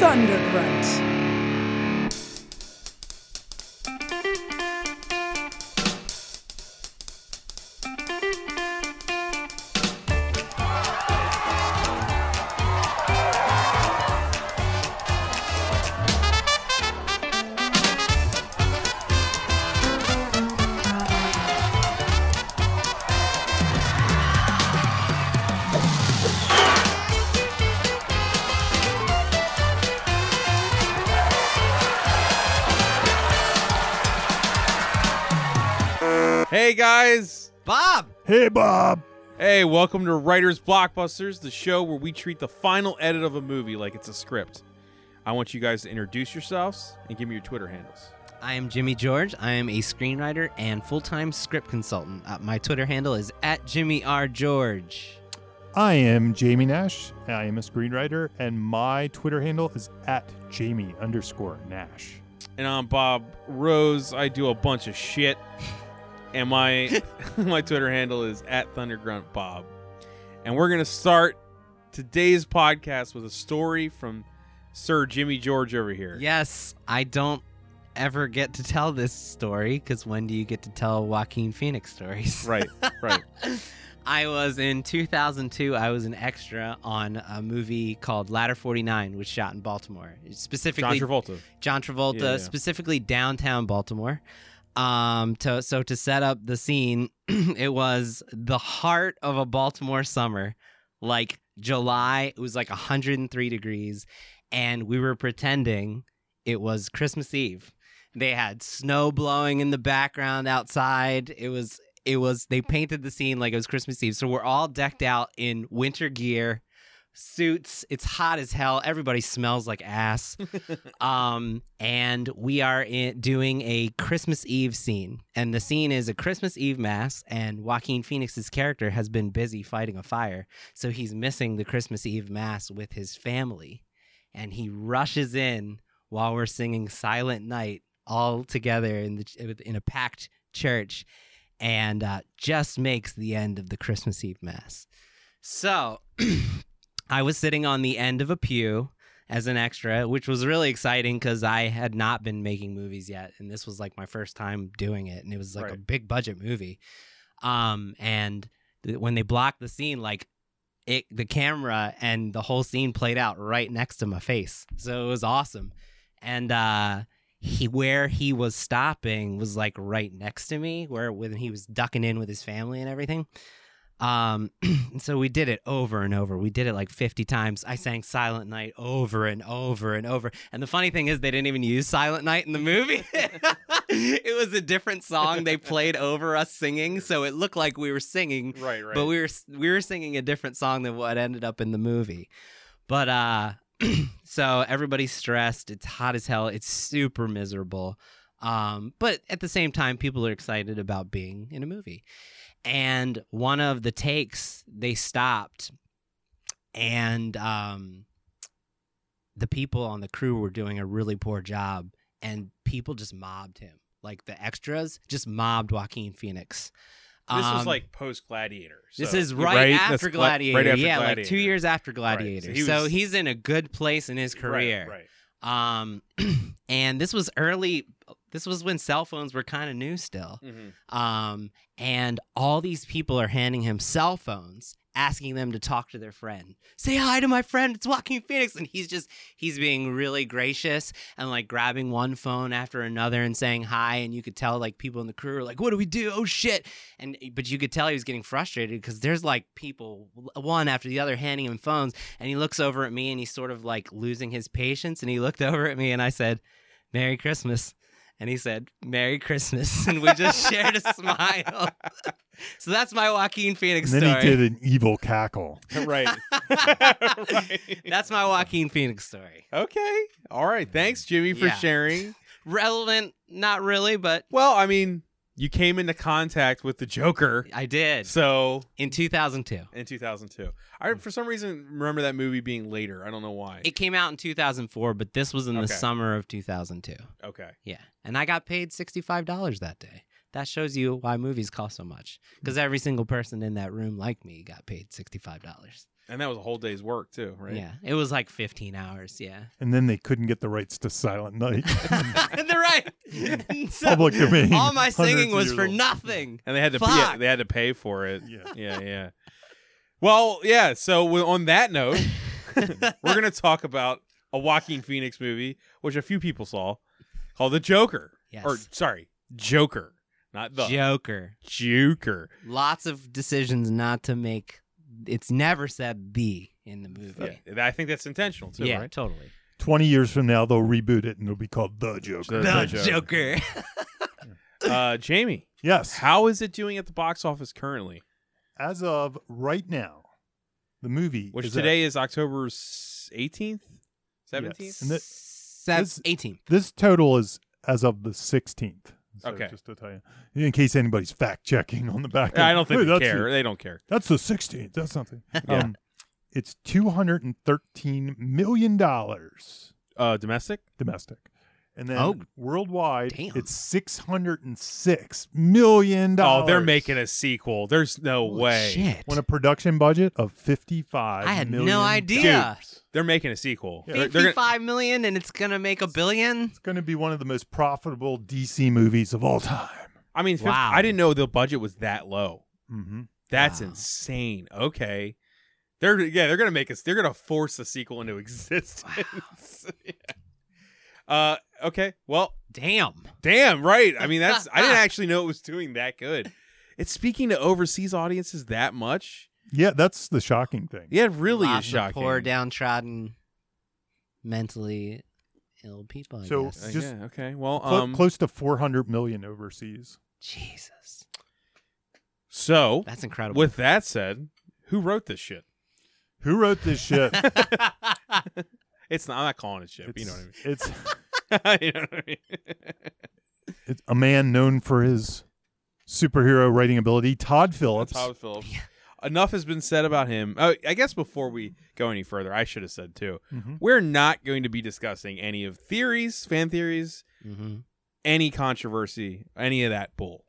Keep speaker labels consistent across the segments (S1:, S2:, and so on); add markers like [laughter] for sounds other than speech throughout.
S1: Thundergrunt.
S2: Hey guys!
S3: Bob.
S4: Hey, Bob.
S2: Hey, welcome to Writers Blockbusters, the show where we treat the final edit of a movie like it's a script. I want you guys to introduce yourselves and give me your Twitter handles.
S3: I am Jimmy George. I am a screenwriter and full time script consultant. Uh, my Twitter handle is at Jimmy R. George.
S4: I am Jamie Nash. I am a screenwriter, and my Twitter handle is at Jamie underscore Nash.
S2: And I'm Bob Rose. I do a bunch of shit. And my [laughs] my Twitter handle is at ThunderGruntBob. And we're gonna start today's podcast with a story from Sir Jimmy George over here.
S3: Yes, I don't ever get to tell this story because when do you get to tell Joaquin Phoenix stories?
S2: Right, right.
S3: [laughs] I was in 2002. I was an extra on a movie called Ladder 49, which shot in Baltimore,
S2: John
S3: specifically
S2: Travolta.
S3: John Travolta,
S2: Yeah, yeah.
S3: specifically downtown Baltimore. Um, to, so to set up the scene, [clears throat] it was the heart of a Baltimore summer, like July. It was like 103 degrees, and we were pretending it was Christmas Eve. They had snow blowing in the background outside. It was it was they painted the scene like it was Christmas Eve. So we're all decked out in winter gear, suits. It's hot as hell. Everybody smells like ass. um, and we are in, doing a Christmas Eve scene, and the scene is a Christmas Eve mass, and Joaquin Phoenix's character has been busy fighting a fire, so he's missing the Christmas Eve mass with his family, and he rushes in while we're singing Silent Night all together in the in a packed church and uh, just makes the end of the Christmas Eve Mass. So [clears throat] I was sitting on the end of a pew as an extra, which was really exciting because I had not been making movies yet. And this was like my first time doing it. And it was like a
S2: Right.
S3: big budget movie. Um, and th- when they blocked the scene, like, it, the camera and the whole scene played out right next to my face. So it was awesome. And uh, he where he was stopping was like right next to me where when he was ducking in with his family and everything um [clears throat] and so we did it over and over we did it like 50 times i sang silent night over and over and over and the funny thing is they didn't even use silent night in the movie [laughs] it was a different song they played over us singing so it looked like we were singing
S2: Right, right.
S3: but we were we were singing a different song than what ended up in the movie. But uh [clears throat] so everybody's stressed, it's hot as hell, it's super miserable. Um but at the same time people are excited about being in a movie. And one of the takes they stopped and um the people on the crew were doing a really poor job and people just mobbed him. Like the extras just mobbed Joaquin Phoenix.
S2: this was
S3: Um,
S2: like post Gladiator.
S3: this is right,
S2: That's
S3: after
S2: gla-
S3: Gladiator.
S2: right after
S3: yeah, like
S2: Gladiator.
S3: two years after
S2: Right, so
S3: Gladiator.
S2: he
S3: so,
S2: was-
S3: he's in a good place in his career.
S2: Right. right.
S3: Um, [clears throat] and this was early. This was when cell phones were kind of new still.
S2: Mm-hmm.
S3: Um, and all these people are handing him cell phones, asking them to talk to their friend. Say hi to my friend. It's Joaquin Phoenix, and he's just he's being really gracious and like grabbing one phone after another and saying hi. And you could tell like people in the crew are like, "What do we do? Oh shit!" And but you could tell he was getting frustrated because there's like people one after the other handing him phones, and he looks over at me and he's sort of like losing his patience. And he looked over at me and I said, "Merry Christmas." And he said, Merry Christmas. And we
S4: [laughs]
S3: just shared a smile. [laughs] so that's my Joaquin Phoenix
S4: And then
S3: story.
S4: he did an evil cackle.
S2: [laughs]
S3: [laughs]
S2: right. Right.
S3: That's my Joaquin Phoenix story.
S2: Okay. All right. Thanks, Jimmy, for
S3: Yeah.
S2: sharing.
S3: Relevant, not really, but
S2: Well, I mean, you came into contact with the Joker.
S3: I did
S2: So
S3: in 2002.
S2: in 2002, I for some reason remember that movie being later. I don't know why.
S3: It came out in 2004, but this was in the
S2: Okay.
S3: summer of 2002.
S2: okay.
S3: Yeah. And I got paid $65 that day. That shows you why movies cost so much because every single person in that room, like me, got paid $65.
S2: And that was a whole day's work too, right?
S3: Yeah, it was like 15 hours. Yeah, [laughs]
S4: And then they couldn't get the rights to
S2: [laughs]
S4: Silent Night.
S3: they're right. And so
S4: Public domain.
S3: All my singing
S4: Hundreds of
S3: was
S4: years
S3: for
S4: old.
S3: nothing.
S2: And they had to pay,
S3: Fuck.
S2: they had to pay for it.
S4: Yeah.
S2: Yeah, yeah. Well, yeah. So w- on that note, we're gonna talk about a Walking Phoenix movie, which a few people saw, called The Joker.
S3: Yes.
S2: Or sorry, Joker, not the
S3: Joker.
S2: Joker.
S3: Lots of decisions not to make. It's never said the in the movie.
S2: Yeah, I think that's intentional
S3: Yeah,
S2: too, right?
S3: totally.
S4: 20 years from now, they'll reboot it and it'll be called The Joker.
S2: The
S3: The
S2: Joker.
S3: Joker.
S2: Uh, Jamie,
S4: Yes.
S2: how is it doing at the box office currently?
S4: As of right now, the movie.
S2: Which
S4: is at-
S2: today is October eighteenth, seventeenth.
S4: Yes. And that-
S3: Sev-
S4: this-
S3: 18.
S4: this total is as of the 16th. So
S2: Okay.
S4: Just to tell you, in case anybody's fact checking on the back. end.
S2: I
S4: [laughs]
S2: don't think
S4: "Hey,
S2: they
S4: that's
S2: care.
S4: the-
S2: They don't care.
S4: That's the 16th. That's something.
S2: [laughs] Yeah.
S4: Um, it's 213 million dollars
S2: Uh, domestic.
S4: domestic, and then
S3: Oh,
S4: worldwide,
S3: damn.
S4: it's 606 million dollars.
S2: Oh, they're making a sequel. There's no
S3: Holy
S2: way.
S3: Shit.
S4: on a production budget of 55.
S3: I had no
S4: million
S3: idea.
S4: dollars.
S2: They're making a sequel.
S4: Yeah.
S2: They're, they're gonna-
S3: Fifty-five million, and it's going to make a billion?
S4: It's going to be one of the most profitable DC movies of all time.
S2: I mean, fif-
S3: Wow.
S2: I didn't know the budget was that low.
S4: Mm-hmm.
S2: That's
S3: Wow.
S2: insane. Okay. They're yeah, they're gonna make us. They're gonna force a sequel into [laughs] existence. Yeah. Uh, okay. Well,
S3: Damn.
S2: damn right. I mean, that's
S3: [laughs]
S2: I didn't actually know it was doing that good. It's speaking to overseas audiences that much.
S4: Yeah, that's the shocking thing.
S2: Yeah, it really
S3: Lots
S2: is
S3: of
S2: shocking.
S3: Poor, downtrodden, mentally ill people. I
S4: So,
S3: guess.
S2: Uh,
S4: just-
S2: yeah. Okay. Well,
S4: Clo-
S2: um,
S4: close to 400 million overseas.
S3: Jesus,
S2: so
S3: that's incredible.
S2: with that said, who wrote this
S3: [laughs]
S2: shit? [laughs]
S4: Who wrote this shit?
S2: It's not. I'm not calling it shit. but You know what I mean.
S3: [laughs]
S4: It's
S2: you know what I mean? [laughs]
S4: it's a man known for his superhero writing ability, Todd Phillips.
S2: Todd Phillips. Enough has been said about him. Oh, I guess before we go any further, I should have said too.
S4: Mhm.
S2: We're not going to be discussing any of theories, fan theories,
S3: hmm
S2: any controversy, any of that bull.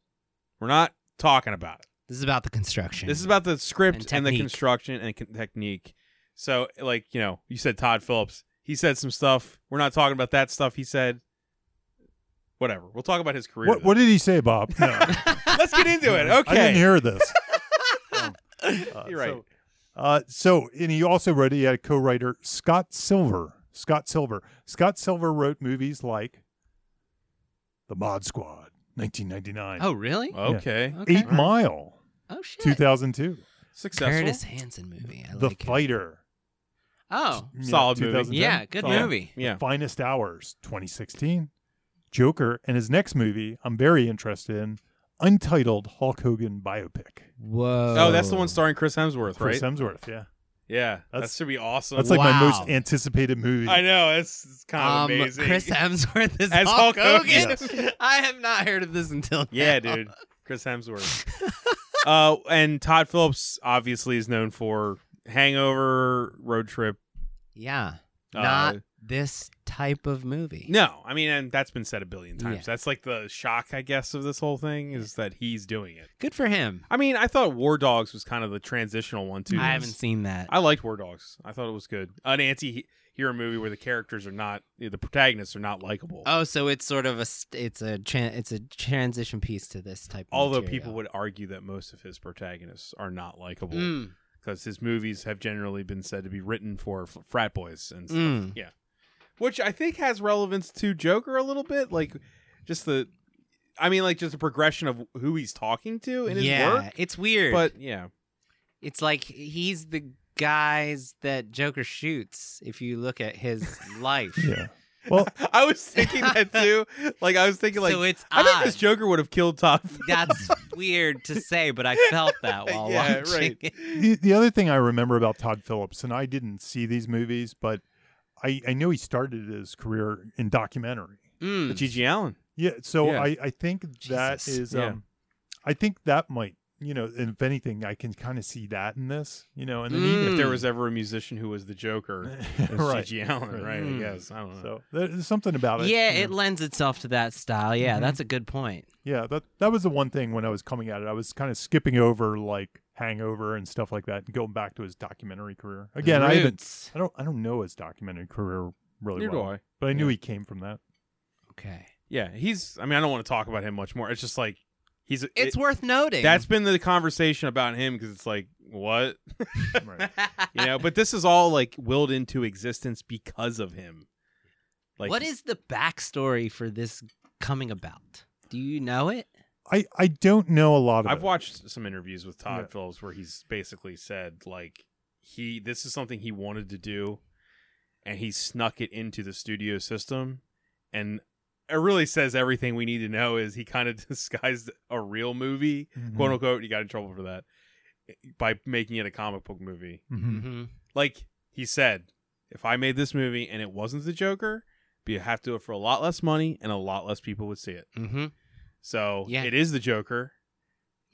S2: We're not talking about it.
S3: This is about the construction.
S2: This is about the script
S3: And
S2: and, the
S3: technique.
S2: construction and con- technique. So, like you know, you said Todd Phillips. He said some stuff. We're not talking about that stuff. He said. Whatever. We'll talk about his career.
S4: What,
S2: then.
S4: what did he say,
S3: [laughs]
S4: Bob? No.
S2: Let's get into it.
S4: [laughs] I didn't
S2: Okay.
S4: hear this. [laughs] Um, uh,
S2: You're right.
S4: So, uh, so, and he also wrote, he had a co writer, Scott Silver. Scott Silver. Scott Silver wrote movies like The Mod Squad, 1999,
S3: oh, really?
S2: Okay.
S3: okay.
S4: Eight Mile,
S3: oh shit.
S4: 2002,
S2: Successful.
S3: Curtis Hanson movie. I
S4: The
S3: like it.
S4: Fighter.
S3: Oh,
S4: you know,
S2: Solid movie.
S4: 2010.
S3: yeah, good
S4: Solid.
S3: movie.
S2: Yeah.
S4: Finest Hours 2016, Joker, and his next movie I'm very interested in, Untitled Hulk Hogan biopic.
S3: Whoa.
S2: Oh, that's the one starring Chris Hemsworth,
S4: Chris
S2: right?
S4: Hemsworth, yeah.
S2: yeah,
S4: That's-
S2: that should be awesome.
S4: That's like my most
S3: Wow.
S4: anticipated movie.
S2: [laughs] I know it's, it's kind of
S3: Um,
S2: amazing.
S3: Chris Hemsworth is
S2: As Hulk Hogan.
S3: [laughs] I have not heard of this until
S2: [laughs] yeah,
S3: now.
S2: dude, Chris Hemsworth.
S3: [laughs]
S2: uh, and Todd Phillips obviously is known for Hangover, Road Trip.
S3: Yeah,
S2: Uh,
S3: not this type of movie.
S2: No, I mean, and that's been said a billion times.
S3: Yeah.
S2: That's like the shock, I guess, of this whole thing is that he's doing it.
S3: Good for him.
S2: I mean, I thought War Dogs was kind of the transitional one too.
S3: I haven't seen that.
S2: I liked War Dogs. I thought it was good. An anti-hero movie where the characters are not the protagonists are not likable.
S3: Oh, so it's sort of a st- it's a tran it's a transition piece to this type. of
S2: Although
S3: material.
S2: people would argue that most of his protagonists are not likable
S3: Mm,
S2: because his movies have generally been said to be written for f- frat boys and stuff.
S3: mm.
S2: Which I think has relevance to Joker a little bit, like just the I mean like just the progression of who he's talking to in Oh, his
S3: yeah,
S2: work.
S3: it's weird.
S2: But yeah.
S3: it's like he's the guys that Joker shoots. If you look at
S2: [laughs]
S3: his life,
S4: Yeah. Well,
S2: I was thinking
S3: [laughs]
S2: that too. Like I was thinking like
S3: so it's
S2: I
S3: odd.
S2: think this Joker would have killed Todd.
S3: That's weird to say, but I felt
S2: [laughs]
S3: that while
S2: yeah,
S3: watching.
S2: right. [laughs]
S3: it.
S4: the, the other thing I remember about Todd Phillips, and I didn't see these movies, but I, I know he started his career in documentary.
S2: But
S3: Mm.
S2: Gigi Allen.
S4: Yeah, so
S2: Yeah.
S4: I, I think that
S3: Jesus.
S4: is
S2: Yeah.
S4: um I think that might you know, and if anything, I can kind of see that in this, you know, and then even
S2: If
S3: Mm.
S2: there was ever a musician who was the [laughs] Joker, it was
S4: [laughs] right.
S2: Gigi Allen, right? Hmm. I
S3: Mm.
S2: guess. I don't know.
S4: So there- there's something about it.
S3: Yeah,
S4: you know.
S3: it lends itself to that style.
S2: Mm-hmm.
S3: Yeah,
S4: Mhm.
S3: that's a good point.
S4: yeah. That that was the one thing when I was coming at it, I was kind of skipping over like Hangover and stuff like that, and going back to his documentary career. Again, I haven't.
S2: [laughs]
S3: Roots.
S4: I don't. I don't know his documentary career really
S2: Neither do
S4: well,
S2: I.
S4: but I knew
S2: Yeah.
S4: he came from
S2: [laughs]
S4: that.
S3: Okay.
S2: Yeah, he's. I mean, I don't want to talk about him much more. It's just like he's.
S3: It's
S2: it-
S3: worth noting. [laughs]
S2: that's been the conversation about him because it's like what
S4: Right.
S2: you
S3: [laughs]
S2: know. But this is all like willed into existence because of him. Like
S3: what is the backstory for this coming about? Do you know it?
S4: I I don't know a lot of.
S2: I've
S4: it.
S2: watched some interviews with Todd
S4: Yeah.
S2: Phillips where he's basically said like he this is something he wanted to do and he snuck it into the studio system and it really says everything we need to know is he kind of [laughs] disguised a real movie
S3: Mm-hmm.
S4: Mhm.
S2: quote unquote he got in trouble for that by making it a comic book movie
S4: Mhm.
S3: Mm-hmm.
S2: like he said if i made this movie and it wasn't the joker but you have to do it for a lot less money and a lot less people would see it
S3: Mm-hmm.
S2: so
S3: Yeah.
S2: it is the Joker.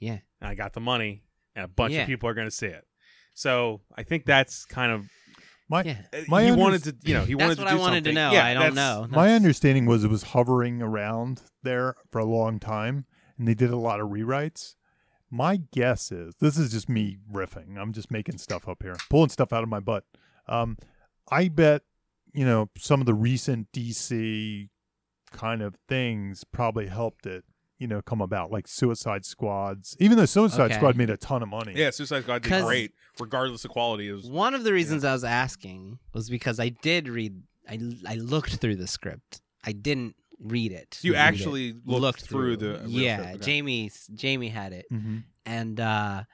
S3: Yeah.
S2: And I got the money, and a bunch
S3: Yeah.
S2: of people are going to see it. So I think that's kind of
S4: My
S3: Yeah.
S2: uh,
S4: My
S2: he
S4: under-
S2: wanted to, you know, he wanted
S3: That's
S2: to
S3: what
S2: do
S3: I wanted to
S2: something.
S3: know.
S2: Yeah,
S3: I
S2: that's-
S3: don't know.
S4: my
S3: That's-
S4: understanding was it was hovering around there for a long time, and they did a lot of rewrites. My guess is this is just me riffing. I'm just making stuff up here, pulling stuff out of my butt. Um, I bet you know some of the recent DC kind of things probably helped it. You know, come about like Suicide Squads. Even though Suicide
S3: Okay.
S4: Squad made a ton of money,
S2: Yeah, Suicide Squad did
S3: 'Cause-
S2: great, regardless of quality. It was
S3: One of the reasons I was asking was because I did read. I I looked through the script. I didn't read it.
S2: you
S3: read it.
S2: actually looked, through, the real
S3: yeah.
S2: script. Okay.
S3: Jamie Jamie had it.
S4: Mhm.
S3: and uh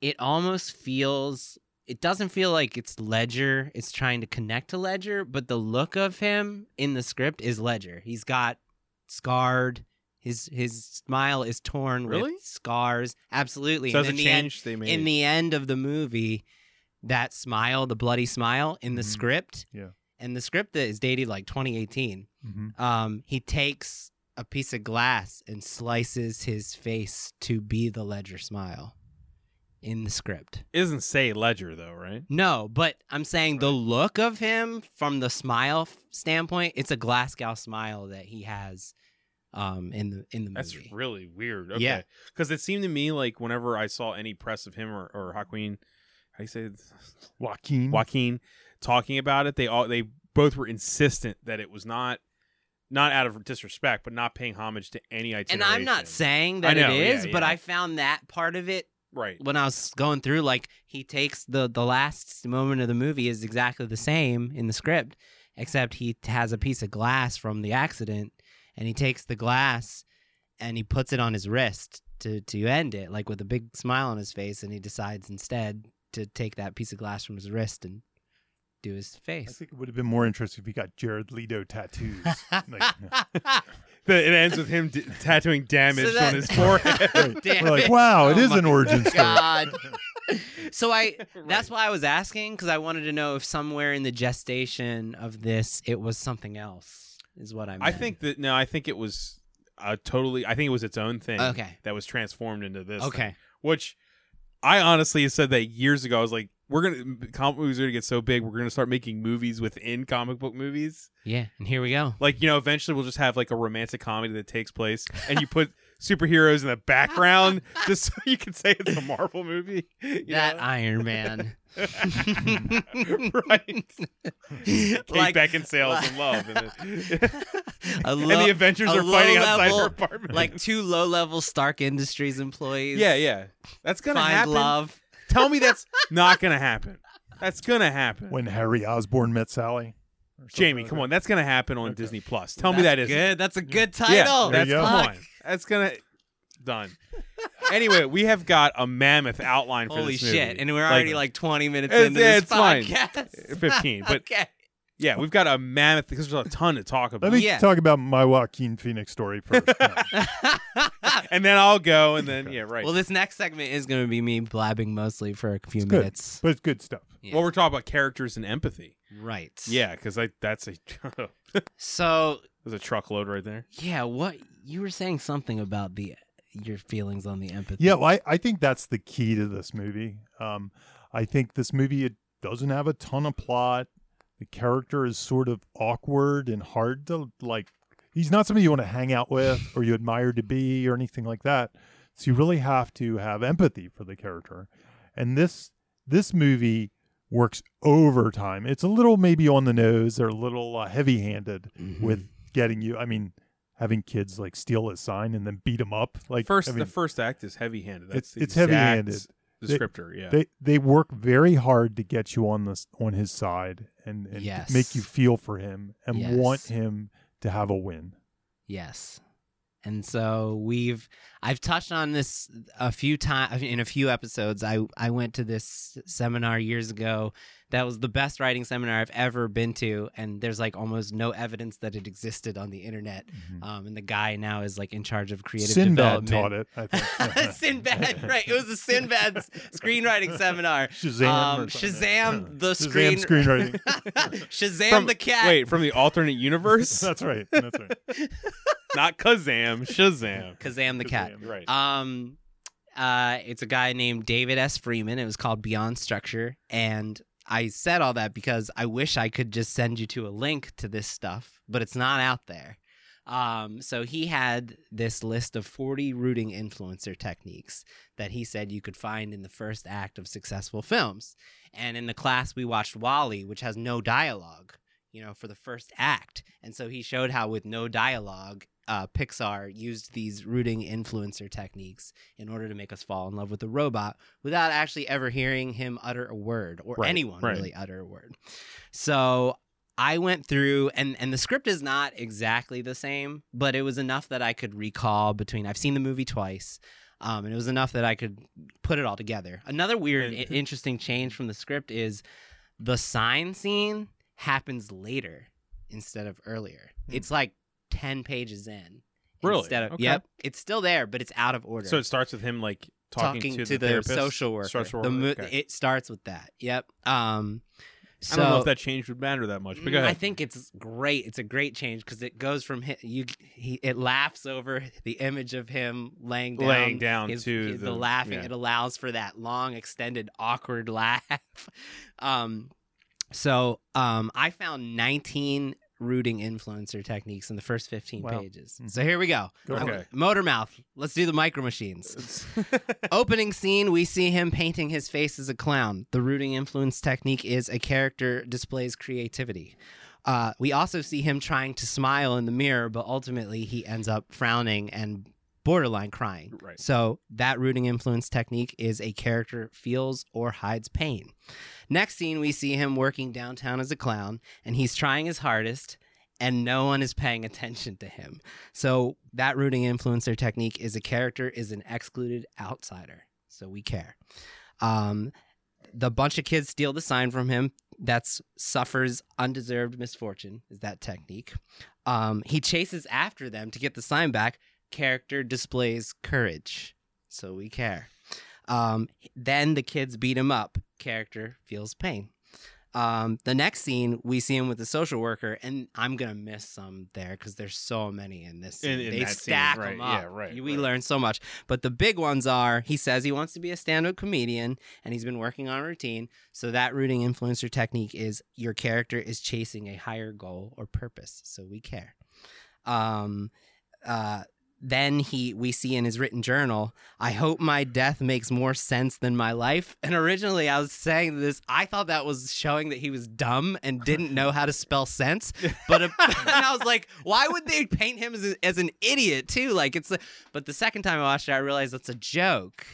S3: it almost feels it doesn't feel like it's ledger it's trying to connect to ledger but the look of him in the script is ledger he's got scarred his his smile is torn
S2: Really?
S3: with scars absolutely
S2: So
S3: And
S2: that's a
S3: in the end-
S2: change they made.
S3: in the end of the movie, that smile, the bloody smile in the
S4: Mhm.
S2: Mm-hmm.
S3: script,
S4: Yeah.
S3: and the script that is dated like 2018.
S4: Mhm.
S3: Um, he takes a piece of glass and slices his face to be the Ledger smile in the script.
S2: it doesn't say Ledger though, right?
S3: No, but I'm saying the look of him from the smile f- standpoint, it's a Glasgow smile that he has um, in the in the movie.
S2: That's really weird. Okay.
S3: Yeah.
S2: Because it seemed to me like whenever I saw any press of him or, or Joaquin, how do you say it?
S3: Hmm.
S4: Joaquin.
S2: Joaquin talking about it. They all they both were insistent that it was not not out of disrespect, but not paying homage to any itineration.
S3: and I'm not saying that
S2: know,
S3: it
S2: yeah,
S3: is, but
S2: yeah.
S3: I found that part of it
S2: right.
S3: when I was going through, like he takes the the last moment of the movie is exactly the same in the script, except he t- has a piece of glass from the accident, and he takes the glass and he puts it on his wrist to to end it, like with a big smile on his face, and he decides instead to take that piece of glass from his wrist and do his
S4: I
S3: face.
S4: think it would have been more interesting if he got Jared Leto tattoos.
S3: [laughs]
S4: Like, no.
S2: The- it ends with him d- tattooing [laughs] damage
S3: So that-
S2: on his
S3: [laughs]
S2: forehead.
S4: Right.
S3: Damn
S4: We're like,
S3: it.
S4: wow, it
S3: Oh
S4: is
S3: my
S4: an
S2: [laughs]
S4: origin story.
S3: God. so I
S2: Right.
S3: that's why I was asking because I wanted to know if somewhere in the gestation of this it was something else is what I
S2: [laughs]
S3: meant.
S2: I think that no, I think it was a totally. I think it was its own thing.
S3: Okay.
S2: That was transformed into this. thing,
S3: Okay.
S2: which I honestly said that years ago. I was like, we're gonna comic movies are gonna get so big. We're gonna start making movies within comic book movies.
S3: Yeah. And here we go.
S2: Like, you know, eventually we'll just have like a romantic comedy that takes place and you
S3: [laughs]
S2: put superheroes in the background just so you can say it's a Marvel movie. you
S3: that
S2: know? [laughs]
S3: Iron Man. [laughs]
S2: right. Kate
S3: Like-
S2: Beckinsale is in love. And, [laughs] the-
S3: [laughs] a
S2: and
S3: lo-
S2: the Avengers
S3: a
S2: are fighting
S3: low
S2: outside her
S3: level,
S2: apartment.
S3: like two low level Stark Industries employees.
S2: yeah, yeah. That's going to
S3: Find
S2: happen.
S3: love.
S2: Tell me
S3: [laughs]
S2: that's not going to happen. That's going to happen.
S4: When Harry Osborne met Sally. or something
S2: Jamie,
S4: like
S2: come
S4: that.
S2: on. That's going to happen on
S4: Okay.
S2: Disney Plus. Tell me
S3: That's
S2: that isn't.
S3: good. That's a good
S2: Yeah,
S3: title.
S4: There
S2: that's
S4: you go.
S2: come
S3: Fuck.
S2: on. That's gonna done. anyway, we have got a mammoth outline for
S3: Holy
S2: this movie.
S3: shit! And we're already like 20 minutes
S2: It's-
S3: into
S2: yeah,
S3: this
S2: it's fine.
S3: podcast.
S2: 15,
S3: [laughs]
S2: but-
S3: okay.
S2: yeah, we've got a mammoth because there's a ton to talk about.
S4: Let me
S3: Yeah.
S4: talk about my Joaquin Phoenix story
S3: [laughs]
S4: first. No.
S2: and then I'll go, and then
S4: Okay.
S2: yeah, right.
S3: well, this next segment is going to be me blabbing mostly for a few
S4: It's good.
S3: minutes.
S4: but it's good stuff.
S3: yeah.
S2: Well, we're talking about characters and empathy.
S3: Right.
S2: Yeah, because I that's a [laughs] there's
S3: So
S2: a truckload right there.
S3: yeah, what you were saying something about the your feelings on the empathy.
S4: Yeah, well, I, I think that's the key to this movie. Um, I think this movie it doesn't have a ton of plot. The character is sort of awkward and hard to like. He's not somebody you want to hang out with or you admire to be or anything like that. So you really have to have empathy for the character. And this this movie works overtime. It's a little maybe on the nose or a little uh, heavy-handed
S3: Mm-hmm.
S4: with getting you. I mean, having kids like steal his sign and then beat him up. Like
S2: first,
S4: I
S2: the
S4: mean,
S2: first act is heavy-handed. That's
S4: It's-
S2: the
S4: it's heavy-handed.
S2: exact Descriptor, yeah.
S4: they they work very hard to get you on this on his side and, and to
S3: Yes.
S4: make you feel for him and want
S3: Yes.
S4: him to have a win.
S3: Yes. And so we've I've touched on this a few times in a few episodes. I I went to this seminar years ago. That was the best writing seminar I've ever been to and there's like almost no evidence that it existed on the internet. Um, and the guy now is like in charge of creative
S4: Mm-hmm. Mm. Sinbad
S3: development.
S4: taught it. I
S3: [laughs]
S4: think.
S3: Sinbad, right? It was a Sinbad s- screenwriting seminar. [laughs]
S4: Shazam.
S3: Um,
S4: or something. [laughs]
S3: Shazam the
S4: Shazam
S3: screen-
S4: screenwriting.
S3: Shazam
S2: From-
S3: the cat.
S2: Wait, from the alternate universe?
S4: [laughs] That's right. That's right.
S2: [laughs] Not Kazam, Shazam.
S3: Kazam [laughs] the cat.
S4: Shazam.
S2: Right.
S3: Um, uh, it's a guy named David S. Freeman. It was called Beyond Structure, and I said all that because I wish I could just send you to a link to this stuff, but it's not out there. Um, so he had this list of 40 rooting influencer techniques that he said you could find in the first act of successful films. And in the class, we watched Wally, which has no dialogue, you know, for the first act. And so he showed how, with no dialogue, uh, Pixar used these rooting influencer techniques in order to make us fall in love with the robot without actually ever hearing him utter a word or
S4: Right,
S3: anyone
S2: right.
S3: really utter a word. So I went through and and the script is not exactly the same, but it was enough that I could recall between I've seen the movie twice. Um, and it was enough that I could put it all together. Another weird, i-
S2: And-
S3: interesting change from the script is the sign scene happens later instead of earlier.
S2: Hmm.
S3: It's like 10 pages in.
S2: Really?
S3: Instead of,
S2: Okay.
S3: Yep. It's still there, but it's out of order
S2: So it starts with him like talking, to, the, therapist,
S3: social worker.
S2: Social
S3: The
S2: worker,
S3: mo-
S2: okay.
S3: It starts with that. Yep. Um, so,
S2: I don't know if that change would matter that much, but go
S3: Mm,
S2: ahead.
S3: I think it's great. It's a great change because it goes from hi you. He, it laughs over the image of him laying down,
S2: laying down
S3: his-
S2: to
S3: his- the, laughing.
S2: yeah.
S3: It allows for that long, extended, awkward [laughs] laugh. Um, so um, I found 19 rooting influencer techniques in the first 15
S4: Wow.
S3: pages. So here we go.
S4: Go
S2: Mm-hmm. for
S3: I'm-
S2: it.
S3: Motor mouth. Let's do the micro machines. [laughs] Opening scene, we see him painting his face as a clown. The rooting influence technique is a character displays creativity. Uh, we also see him trying to smile in the mirror, but ultimately he ends up frowning and borderline crying.
S2: [laughs] Right.
S3: So that rooting influence technique is a character feels or hides pain. Next scene, we see him working downtown as a clown, and he's trying his hardest, and no one is paying attention to him. So that rooting influencer technique is a character is an excluded outsider. So we care. Um, the bunch of kids steal the sign from him. That's suffers undeserved misfortune. Is that technique? Um, he chases after them to get the sign back. Character displays courage. So we care. Um, then the kids beat him up. Character feels pain. Um, the next scene, we see him with the social worker, and I'm gonna miss some there because there's so many in this. Scene.
S2: In- in
S3: they
S2: that scene,
S3: stack
S2: right,
S3: them up.
S2: yeah, right,
S3: We
S2: right.
S3: learn so much, but the big ones are: he says he wants to be a stand-up comedian, and he's been working on a routine. So that rooting influencer technique is your character is chasing a higher goal or purpose. So we care. Um, uh, then he we see in his written journal i hope my death makes more sense than my life and originally i was saying this i thought that was showing that he was dumb and didn't know how to
S2: [laughs]
S3: spell sense but uh, and i was like why would they paint him as, a- as an idiot too like it's a, but the second time i watched it i realized that's a joke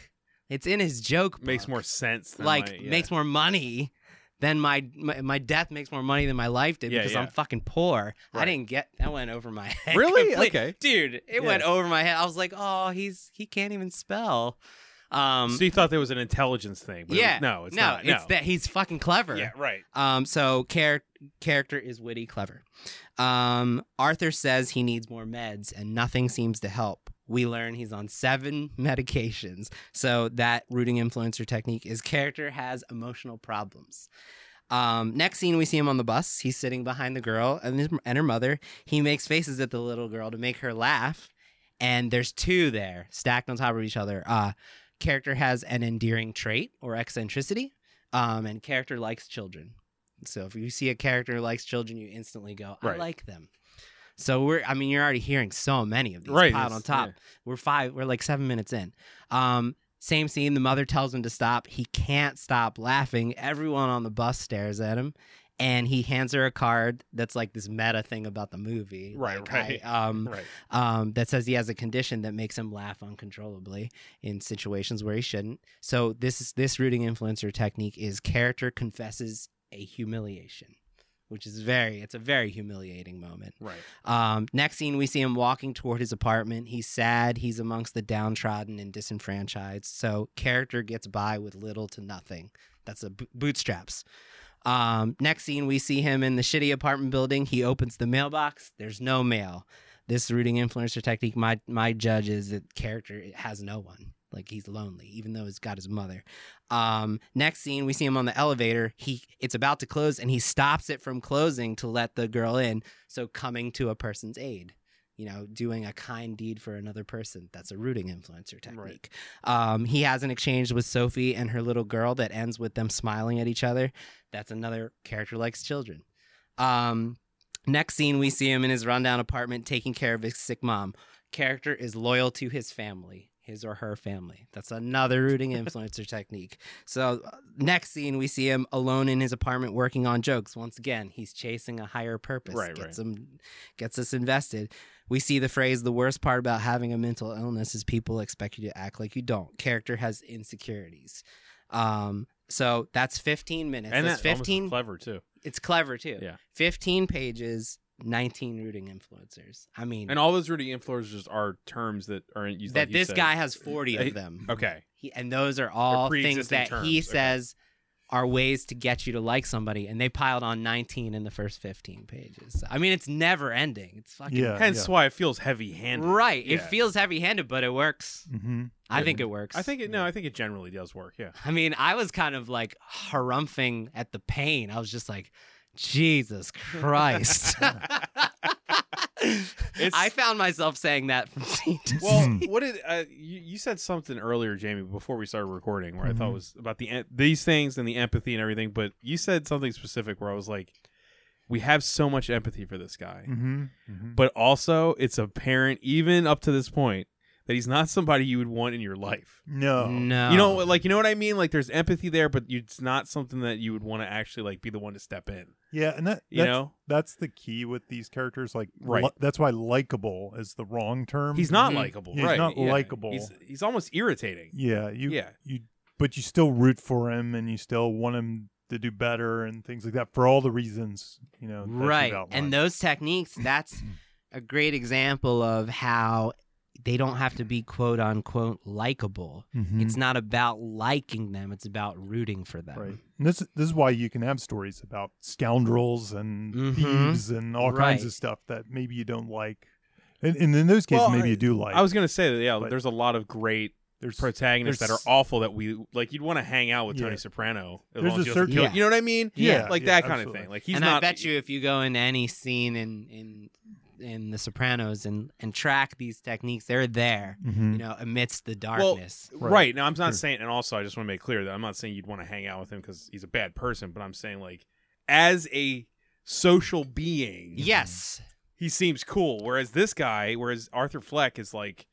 S3: it's in his joke book
S2: makes more sense. Than
S3: like
S2: my- yeah.
S3: makes [laughs] more money than my, my my death makes more money than my life did
S2: Yeah,
S3: because I'm
S2: yeah.
S3: fucking poor. I
S2: Right.
S3: didn't get that went over my head.
S2: Really?
S3: complete-
S2: Okay.
S3: dude, it
S2: Yeah.
S3: went over my head. I was like, oh, he's he can't even spell. Um,
S2: so you thought there was an intelligence thing? But it was-
S3: yeah,
S2: no, it's
S3: no,
S2: not.
S3: it's that he's fucking clever.
S2: Yeah, right.
S3: Um, so char- character is witty, clever. Um, Arthur says he needs more meds, and nothing seems to help. We learn he's on seven [laughs] medications. So that rooting influencer technique is character has emotional problems. Um, next scene, we see him on the bus. He's sitting behind the girl and, his, and her mother. He makes faces at the little girl to make her laugh. And there's two there stacked on top of each other. Uh, character has an endearing trait or eccentricity, um, and character likes children. So if you see a character likes children, you instantly go, I
S2: Right.
S3: like them. So we're I mean you're already hearing so many of these
S2: Right,
S3: piled
S2: yes,
S3: on top.
S2: yeah.
S3: We're five we're like 7 minutes in. Um same scene the mother tells him to stop. He can't stop laughing. Everyone on the bus stares at him and he hands her a card that's like this meta thing about the movie.
S2: Right,
S3: like,
S2: right.
S3: I, um
S2: [laughs] Right.
S3: um, that says he has a condition that makes him laugh uncontrollably in situations where he shouldn't. So this is this rooting influencer technique is character confesses a humiliation, which is very it's a very humiliating moment.
S2: Right.
S3: Um, next scene, we see him walking toward his apartment. He's sad. He's amongst the downtrodden and disenfranchised. So character gets by with little to nothing. That's a bo- bootstraps. Um, next scene, we see him in the shitty apartment building. He opens the mailbox. There's no mail. This rooting influencer technique, my my judge is that character has no one. Like he's lonely, even though he's got his mother. Um, next scene, we see him on the elevator. He it's about to close, and he stops it from closing to let the girl in. So coming to a person's aid, you know, doing a kind deed for another person. That's a rooting influencer technique. Um, he has an exchange with Sophie and her little girl that ends with them smiling at each other. That's another character likes children. Um, next scene, we see him in his rundown apartment taking care of his sick mom. Character is loyal to his family. His or her family. That's another rooting
S2: [laughs]
S3: influencer technique. So, uh, next scene, we see him alone in his apartment working on jokes. Once again, he's chasing a higher purpose.
S2: Right,
S3: gets him, gets us invested. We see the phrase the worst part about having a mental illness is people expect you to act like you don't. Character has insecurities. Um, so that's 15 minutes.
S2: and
S3: that's
S2: that's 15
S3: 15
S2: clever too.
S3: it's clever too.
S2: Yeah.
S3: 15 pages, 19 rooting influencers. I mean,
S2: And all those rooting influencers are terms that are in use. like
S3: that
S2: you
S3: this
S2: said.
S3: guy has 40
S2: Hey,
S3: of them.
S2: Okay.
S3: He, and those are all things
S2: pre-existing
S3: that he
S2: terms, okay.
S3: says are ways to get you to like somebody. And they piled on 19 in the first 15 pages. I mean, it's never ending. It's fucking.
S4: Uh, Yeah.
S2: Hence why it feels heavy-handed.
S3: Right. It
S2: Yeah.
S3: feels heavy handed, but it works.
S4: Mm-hmm.
S3: I
S2: Yeah.
S3: think it works.
S2: I think it. No, I think it generally does work. [laughs] Yeah.
S3: I mean, I was kind of like harumphing at the pain. I was just like,
S2: [laughs]
S3: Jesus Christ. [laughs] I found myself saying that from [laughs] scene to
S2: Well,
S4: [laughs] Hmm.
S2: what did uh, you, you said something earlier, Jamie, before we started recording, where I thought
S4: Mhm.
S2: was about the en- these things and the empathy and everything. But you said something specific where I was like, we have so much empathy for this guy,
S4: Mm-hmm.
S2: but also it's apparent, even up to this point, that he's not somebody you would want in your life.
S4: No.
S3: No.
S2: You know, like you know what I mean. Like there's empathy there, but you- it's not something that you would want to actually like be the one to step in.
S4: Yeah, and that
S2: You
S4: that's,
S2: know,
S4: that's the key with these characters. Like,
S2: Right.
S4: li- that's why likable is the wrong term.
S2: he's not
S3: Mhm.
S2: likable.
S4: He's
S2: Mm-hmm. right?
S4: not
S2: yeah.
S4: likable.
S2: He's he's almost irritating.
S4: Yeah. You.
S2: yeah.
S4: You. But you still root for him, and you still want him to do better and things like that for all the reasons you know. that you've
S3: right.
S4: outlined.
S3: And those techniques, that's a great example of how they don't have to be quote unquote likable.
S2: Mm-hmm.
S4: Mhm.
S3: It's not about liking them, it's about rooting for them.
S4: Right. And this this is why you can have stories about scoundrels and
S2: Mm-hmm.
S3: Mhm.
S4: thieves and all kinds
S3: Right.
S4: of stuff that maybe you don't like. And, and in those cases,
S2: Well,
S4: maybe
S2: I-
S4: you do like.
S2: I was gonna say that yeah,
S4: But-
S2: there's a lot of great
S4: there's
S2: protagonists that are
S4: There's-
S2: awful that we like you'd want to hang out with Tony
S4: Yeah.
S2: Soprano. as
S4: There's
S2: long as he
S4: a
S2: doesn't
S4: certain-
S2: kill-
S3: Yeah.
S2: You know what I mean?
S3: Yeah.
S2: Like
S4: Yeah,
S2: that kind
S4: absolutely.
S2: of thing. Like he's
S3: and
S2: not e
S3: I bet you if you go in any scene in in in The Sopranos and and track these techniques, they're there.
S4: Mhm.
S3: You
S2: Mm-hmm.
S3: know, amidst the
S2: Well,
S3: darkness.
S2: Right. Now I'm not
S4: Sure.
S2: saying and also I just want to make clear that I'm not saying you'd want to hang out with him cuz he's a bad person, but I'm saying like as a social being,
S3: yes.
S2: he seems cool whereas this guy, whereas Arthur Fleck is like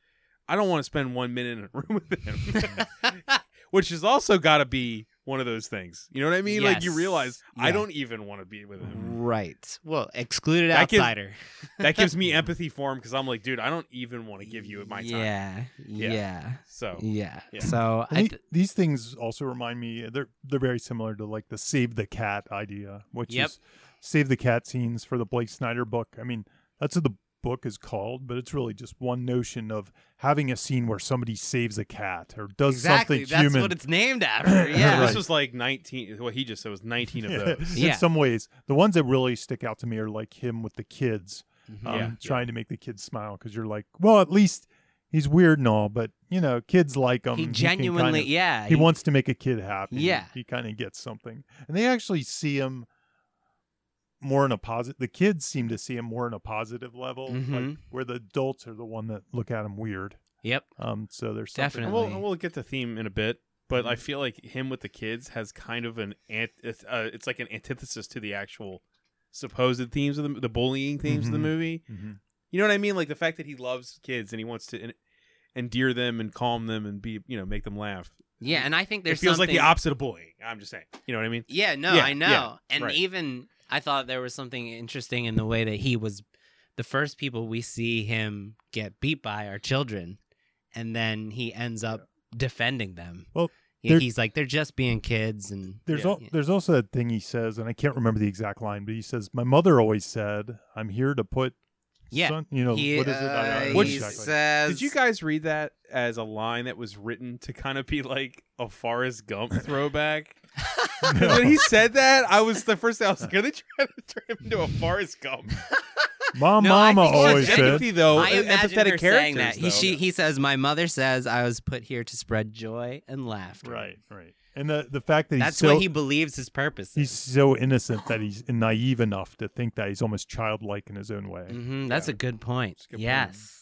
S2: I don't want to spend 1 minute in a room with
S3: [laughs]
S2: him. Which has also got to be one of those things. You know what I mean? Like you
S3: Yes.
S2: realize I
S3: Yeah.
S2: don't even want to be with him.
S3: right. Well, excluded
S2: That gives-
S3: outsider.
S2: that gives me empathy for him because I'm like, dude, I don't even want to give you my time.
S3: Yeah.
S2: Yeah.
S3: Yeah.
S2: So
S3: Yeah.
S2: Oh. Yeah.
S3: So
S4: And
S3: I
S4: the-
S3: th-
S4: these things also remind me uh, they're they're very similar to like the save the cat idea, which
S3: Yep.
S4: is save the cat scenes for the Blake Snyder book. I mean, that's what the book is called, but it's really just one notion of having a scene where somebody saves a cat or does
S3: exactly.
S4: something
S3: That's
S4: human. [laughs]
S3: what it's named after.
S2: yeah, this
S3: Yeah.
S4: Right. Um,
S2: was like 19. What he just said was 19 of
S4: [laughs] Yeah,
S2: those.
S3: Yeah.
S4: In some ways, the ones that really stick out to me are like him with the kids, um,
S2: Yeah.
S4: trying to make the kids smile because you're like, well, at least he's weird and all, but you know, kids like him.
S3: he
S4: can
S3: genuinely.
S4: kind of-
S3: yeah.
S4: he wants to make a kid happy.
S3: Yeah.
S4: he kind of gets something, and they actually see him more in a positive. The kids seem to see him more in a positive level, like,
S3: Mhm.
S4: where the adults are the one that look at him weird.
S3: Yep.
S4: Um, so there's something-
S2: And
S3: Definitely. Mm-hmm.
S2: we'll, and we'll get to theme in a bit, but I feel like him with the kids has kind of an ant, it's, uh, it's like an antithesis to the actual supposed themes of the the bullying themes of
S4: Mhm.
S3: Mm-hmm.
S2: the movie.
S4: Mhm.
S2: You know what I mean? Like the fact that he loves kids and he wants to en- endear them and calm them and be you know make them laugh.
S3: Yeah, and I
S2: It
S3: think there's
S2: feels like the
S3: something...
S2: opposite of bullying. I'm just saying. You know what I mean?
S3: Yeah, no,
S2: Yeah,
S3: I know.
S2: yeah,
S3: and
S2: right.
S3: even I thought there was something interesting in the way that he was the first people we see him get beat by are children, and then he ends up defending them.
S4: Well,
S3: Yeah,
S4: there-
S3: he's like they're just being kids, and
S4: There's
S2: Yeah.
S4: al- there's also that thing he says, and I can't remember the exact line, but he says, "My mother always said I'm here to put."
S3: Yeah.
S4: son-" you know
S3: he,
S4: what is it? I
S3: uh,
S4: don't know
S2: What-
S3: he
S4: exactly. [laughs]
S3: says,
S2: Did you guys read that as a line that was written to kind of be like a Forrest
S3: [laughs]
S2: Gump throwback? 'Cause When he said that, I was the first thing I was like, are they trying to turn him into a Forrest Gump?
S3: [laughs]
S4: My
S3: No, I
S4: mama
S3: think he
S4: always
S3: said-
S4: said.
S2: empathy though,
S3: I
S2: and
S3: imagine
S2: Oh, e- empathetic
S3: her
S2: characters.
S3: saying that. He,
S2: though.
S3: she, he says, "My mother says I was put here to spread joy and laughter."
S4: Right, right. And the the fact that he's
S3: That's
S4: so
S3: what he believes his purpose.
S4: he's so innocent that he's naive enough to think that he's almost childlike in his own way.
S2: Mm.
S3: hmm that's
S2: Yeah.
S3: a good point.
S2: It's a good point.
S3: yes.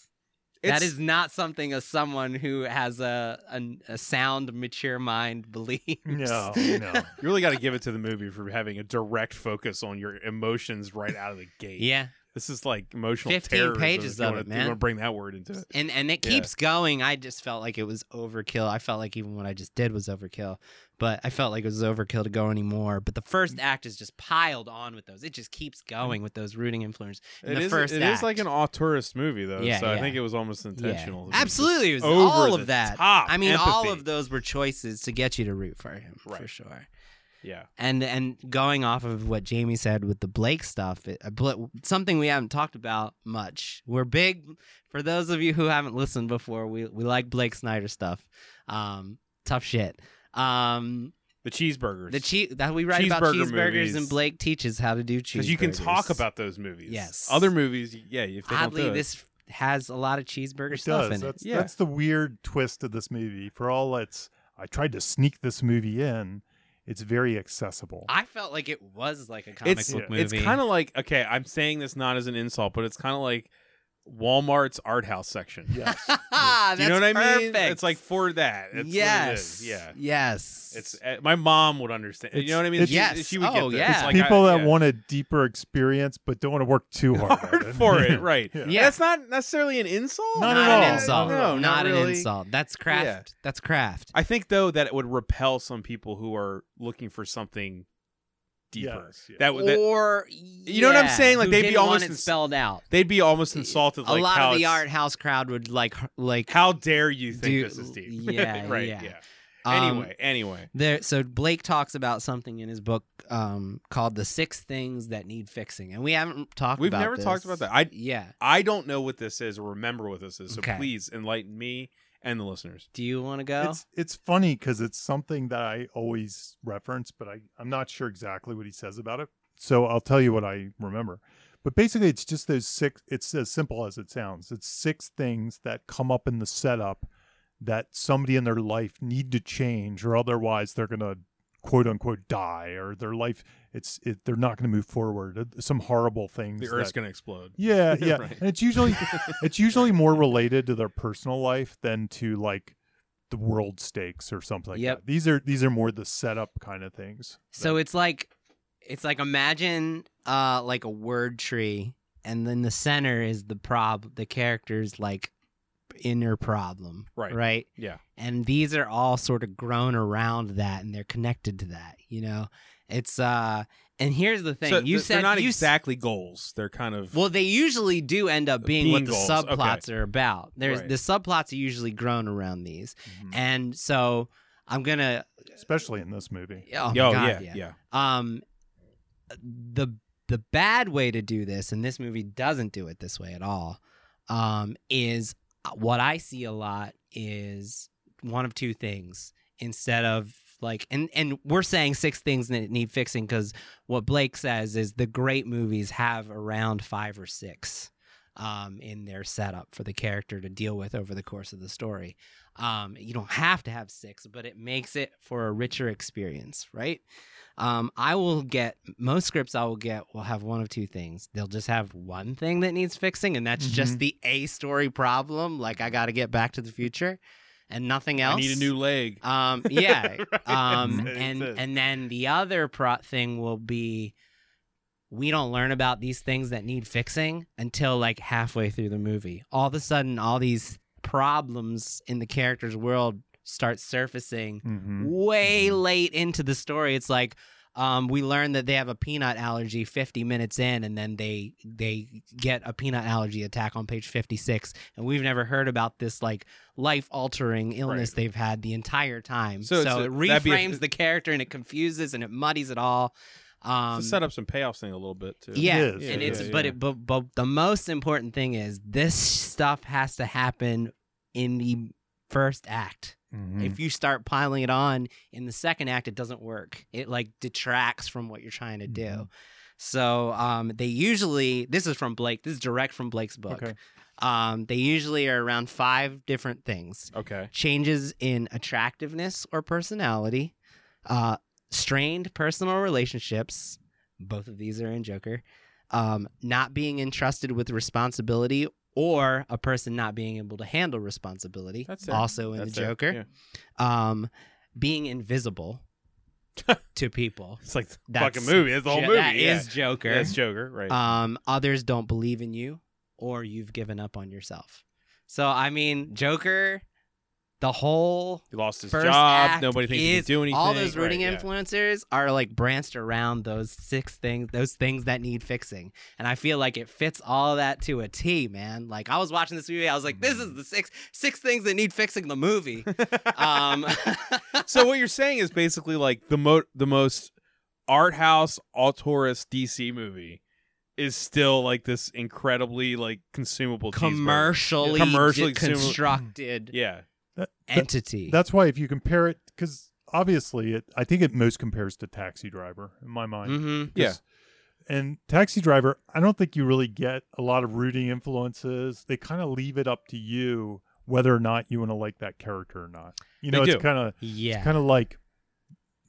S2: It's-
S3: that is not something a someone who has a a, a sound, mature mind [laughs] believes.
S4: No,
S2: [laughs]
S4: no.
S2: You really got to give it to the movie for having a direct focus on your emotions right out of the gate.
S3: yeah,
S2: This is like emotional
S3: 15
S2: terrorism,
S3: pages
S2: if you
S3: of
S2: wanna-
S3: it,
S2: if you
S3: man.
S2: wanna bring that word into it.
S3: and and it
S2: Yeah.
S3: keeps going. I just felt like it was overkill. I felt like even what I just did was overkill, but I felt like it was overkill to go anymore. But the
S2: Mm.
S3: first act is just piled on with those. It just keeps going with those rooting influences. In
S2: It
S3: the
S2: is-
S3: first
S2: it
S3: act.
S2: is like an auteurist movie though,
S3: Yeah,
S2: so I
S3: yeah.
S2: think it was almost
S3: Yeah.
S2: intentional. It was just
S3: Absolutely, it was
S2: over
S3: all
S2: the
S3: of that.
S2: top
S3: I mean, all
S2: Uh, empathy.
S3: of those were choices to get you to root for him for
S2: Right.
S3: sure.
S2: Yeah.
S3: and and going off of what Jamie said with the Blake stuff, it, uh, Bla- something we haven't talked about much. We're big for those of you who haven't listened before. We we like Blake Snyder stuff. Um, tough shit. Um,
S2: The cheeseburgers.
S3: the che- that we write about
S2: Cheeseburger
S3: cheeseburgers
S2: movies.
S3: and Blake teaches how to do cheeseburgers.
S2: Because you can talk about those movies.
S3: Yes.
S2: Other movies, yeah. If they
S3: oddly
S2: don't do it.
S3: this has a lot of cheeseburger
S4: It
S3: stuff
S4: does.
S3: in
S4: That's,
S3: it.
S2: Yeah.
S4: that's the weird twist of this movie. For all its, I tried to sneak this movie in. It's very accessible.
S3: I felt like it was like a comic
S2: it's
S3: book
S4: yeah,
S3: movie.
S2: it's
S3: [laughs]
S2: kind of like okay, I'm saying this not as an insult, but it's kind of like Walmart's art house section.
S4: yes.
S2: [laughs] Do you know what I mean? It's like for that. It's what it is.
S3: yes.
S2: Yeah.
S3: Yes.
S2: It's uh, my mom would understand. you
S4: It's-
S2: know what I mean?
S4: it's-
S2: She,
S3: Yes.
S2: she would
S3: Oh,
S2: get this.
S3: yeah.
S2: It's like
S4: People
S2: I,
S4: that
S2: yeah. [laughs]
S4: want a deeper experience but don't want to work too hard, at
S2: hard for
S4: [laughs]
S2: it, right?
S4: Yeah.
S3: Yeah.
S2: that's not necessarily an insult.
S4: Not
S3: not,
S4: at all.
S3: an insult.
S2: No,
S3: not, an
S2: really.
S3: insult. That's craft.
S2: Yeah.
S3: That's craft.
S2: I think though that it would repel some people who are looking for something deeper.
S4: Yes, yes.
S2: That would that,
S3: or
S2: You know what I'm saying? Like,
S3: who
S2: they'd be
S3: didn't want
S2: almost
S3: it
S2: ins-
S3: spelled out.
S2: they'd be almost insulted.
S3: a
S2: like
S3: lot
S2: how
S3: of the
S2: it's-
S3: art house crowd would like h- like
S2: How dare you think
S3: Do-
S2: this is deep? [laughs]
S3: yeah,
S2: right.
S3: yeah. um,
S2: Anyway, anyway.
S3: There, so Blake talks about something in his book um, called "The Six Things That Need Fixing," and we haven't talked.
S2: We've
S3: about
S2: never talked
S3: this.
S2: about that. I
S3: Yeah.
S2: I don't know what this is or remember what this is. So
S3: Okay.
S2: please enlighten me and the listeners.
S3: Do you want to go?
S4: It's it's funny because it's something that I always reference, but I, I'm not sure exactly what he says about it. So I'll tell you what I remember. But basically it's just those six it's as simple as it sounds. It's six things that come up in the setup that somebody in their life need to change or otherwise they're gonna quote unquote die or their life it's it, they're not gonna move forward. Uh, Some horrible things.
S2: The
S4: that-
S2: Earth's gonna explode.
S4: yeah,
S2: [laughs]
S4: yeah.
S2: Right.
S4: And it's usually it's usually more related to their personal life than to like the world stakes or something like
S3: Yep.
S4: that. These are these are more the setup kind of things.
S3: So it's like it's like imagine uh like a word tree and then the center is the prob the character's like inner problem.
S2: Right.
S3: Right?
S2: Yeah.
S3: And these are all sort of grown around that and they're connected to that, you know? It's uh and here's the thing.
S2: So
S3: you
S2: th-
S3: said
S2: they're not
S3: you s-
S2: exactly goals. They're kind of
S3: well, they usually do end up being,
S2: Being
S3: what the
S2: goals, okay.
S3: subplots are about. There's
S2: Right.
S3: the subplots are usually grown around these.
S4: Mhm.
S3: And so I'm gonna
S4: Especially in this movie.
S3: oh, my
S2: Yo,
S3: God,
S2: yeah, yeah,
S3: um the the bad way to do this and this movie doesn't do it this way at all um is what i see a lot is one of two things instead of like and and we're saying six things that need fixing because what blake says is the great movies have around five or six um, in their setup for the character to deal with over the course of the story um, you don't have to have six but it makes it for a richer experience right um, I will get most scripts I will get will have one of two things. They'll just have one thing that needs fixing, and that's just the A story problem. Like I got to get back to the future, and nothing else.
S2: I need a new leg.
S3: Um, yeah.
S2: [laughs] Right,
S3: um,
S2: that's it,
S3: and
S2: that's it.
S3: and then the other pro- thing will be we don't learn about these things that need fixing until like halfway through the movie. All of a sudden, all these problems in the character's world start surfacing
S4: Mm-hmm.
S3: way
S4: Mhm.
S3: late into the story. It's like um, we learn that they have a peanut allergy 50 minutes in, and then they they get a peanut allergy attack on page 56, and we've never heard about this like life altering illness they've had the entire time.
S2: So
S3: So,
S2: it's a-
S3: it
S2: that'd be a-
S3: reframes the character, and it confuses and it muddies it all. Um,
S2: it's a setups and payoffs thing a little bit too.
S3: yeah,
S4: It is.
S3: and
S2: Yeah,
S3: it's
S2: yeah,
S3: but
S2: yeah.
S3: it but, but the most important thing is this stuff has to happen in the first act.
S4: Mm-hmm.
S2: Mm.
S3: If you start piling it on in the second act, it doesn't work. It like detracts from what you're trying to do.
S2: Mm-hmm.
S4: Mhm.
S3: So um, they usually this is from Blake. This is direct from Blake's book.
S4: Okay.
S3: Um, they usually are around five different things:
S2: Okay.
S3: changes in attractiveness or personality, uh, strained personal relationships. Both of these are in Joker. Um, not being entrusted with responsibility or a person not being able to handle responsibility.
S2: That's it.
S3: also in
S2: That's
S3: the
S2: it.
S3: Joker
S2: Yeah.
S3: um,
S2: [laughs]
S3: being invisible to people.
S2: It's like the
S3: That's-
S2: fucking movie. It's the whole
S3: Jo-
S2: movie.
S3: That
S2: yeah.
S3: is Joker.
S2: Yeah, it's Joker, right?
S3: um, others don't believe in you, or you've given up on yourself. So I mean, Joker, the whole
S2: he lost his
S3: first
S2: job.
S3: act
S2: Nobody thinks he
S3: is
S2: can do anything.
S3: all those rooting
S2: right, yeah.
S3: influencers are like branched around those six things, those things that need fixing. And I feel like it fits all that to a T, man. Like I was watching this movie, I was like, this is the six six things that need fixing
S2: [laughs]
S3: the movie. um,
S2: Uh,
S3: [laughs]
S2: so what you're saying is basically like the mo- the most art house auteurist DC movie is still like this incredibly like consumable cheeseburger.
S3: commercially,
S2: Commercially
S3: commercially
S2: consumer-
S3: constructed
S2: Yeah.
S3: entity.
S4: That's why if you compare it, because obviously it, I think it most compares to Taxi Driver in my mind.
S3: hmm
S4: 'Cause-
S2: Yeah.
S4: And Taxi Driver, I don't think you really get a lot of rooting influences. They kind of leave it up to you whether or not you want to like that character or not. You
S2: They
S4: know,
S2: do.
S4: it's kind of
S3: Yeah.
S4: kind of like,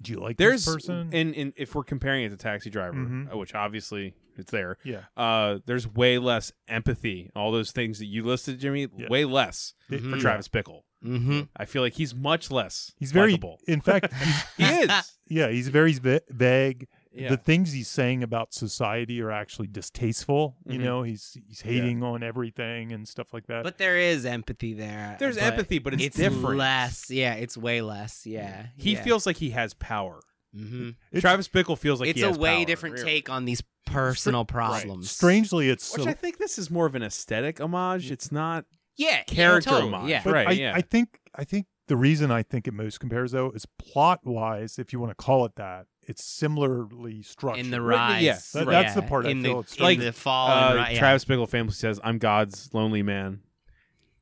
S4: do you like
S2: There's
S4: this person?
S2: and and if we're comparing it to Taxi Driver,
S4: Mhm.
S2: uh, which obviously it's there.
S4: yeah,
S2: Uh, there's way less empathy. All those things that you listed, Jimmy,
S4: Yeah.
S2: way less
S4: It-
S2: for
S3: Mhm.
S2: Travis Bickle.
S3: hmm
S2: I feel like he's much less.
S4: He's very. [laughs]
S2: likable.
S3: [laughs]
S4: In fact, he's,
S2: He is.
S4: yeah, he's very va- vague.
S2: Yeah.
S4: the things he's saying about society are actually distasteful. You
S2: Mhm.
S4: know, he's he's hating on everything and stuff like that.
S3: But there is empathy there. uh,
S2: There's
S3: but
S2: empathy, but it's, different.
S3: less. Yeah, it's way less. Yeah.
S2: He
S3: yeah.
S2: feels like he has power.
S3: Mhm.
S4: It's-
S2: Travis Bickle feels like
S3: it's
S2: he
S3: a
S2: has
S3: way
S2: power.
S3: different
S2: Yeah.
S3: take on these personal problems.
S4: strangely, it's
S2: Which
S4: so-
S2: I think this is more of an aesthetic homage. It's not.
S3: Yeah. yeah,
S2: Character
S3: totally,
S2: homage.
S3: Yeah.
S4: but
S2: right,
S4: I,
S2: yeah.
S4: I think I think the reason I think it most compares though is plot wise, if you want to call it that, it's similarly structured.
S3: In the
S2: Right,
S3: rise.
S2: yeah,
S4: that-
S3: right.
S4: that's the part I
S3: in
S4: feel
S3: the,
S4: it's
S3: in
S2: like,
S3: the fall.
S2: uh,
S3: and ri- Oh, yeah.
S2: Travis Bickle family says, "I'm God's lonely man."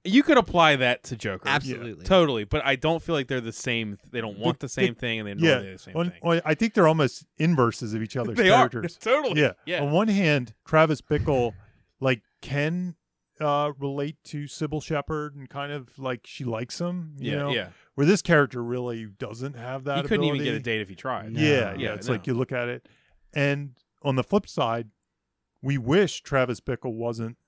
S2: You could apply that to Joker,
S3: Absolutely.
S2: totally, but I don't feel like they're the same. They don't want the same thing, and they don't
S4: yeah,
S2: want the same
S4: on-
S2: thing.
S4: on- I think they're almost inverses of
S2: [laughs]
S4: each other's
S2: they
S4: characters.
S2: are totally.
S4: Yeah.
S2: yeah.
S4: On one hand, Travis Bickle like can uh relate to Sybil Shepherd and kind of like she likes him, you
S2: yeah,
S4: know.
S2: yeah.
S4: Where this character really doesn't have
S2: He
S4: that
S2: couldn't even get a
S4: ability.
S2: date if he tried.
S3: No.
S4: Yeah, yeah.
S2: Yeah,
S4: It's
S2: no.
S4: like you look at it, and on the flip side, we wish Travis Bickle wasn't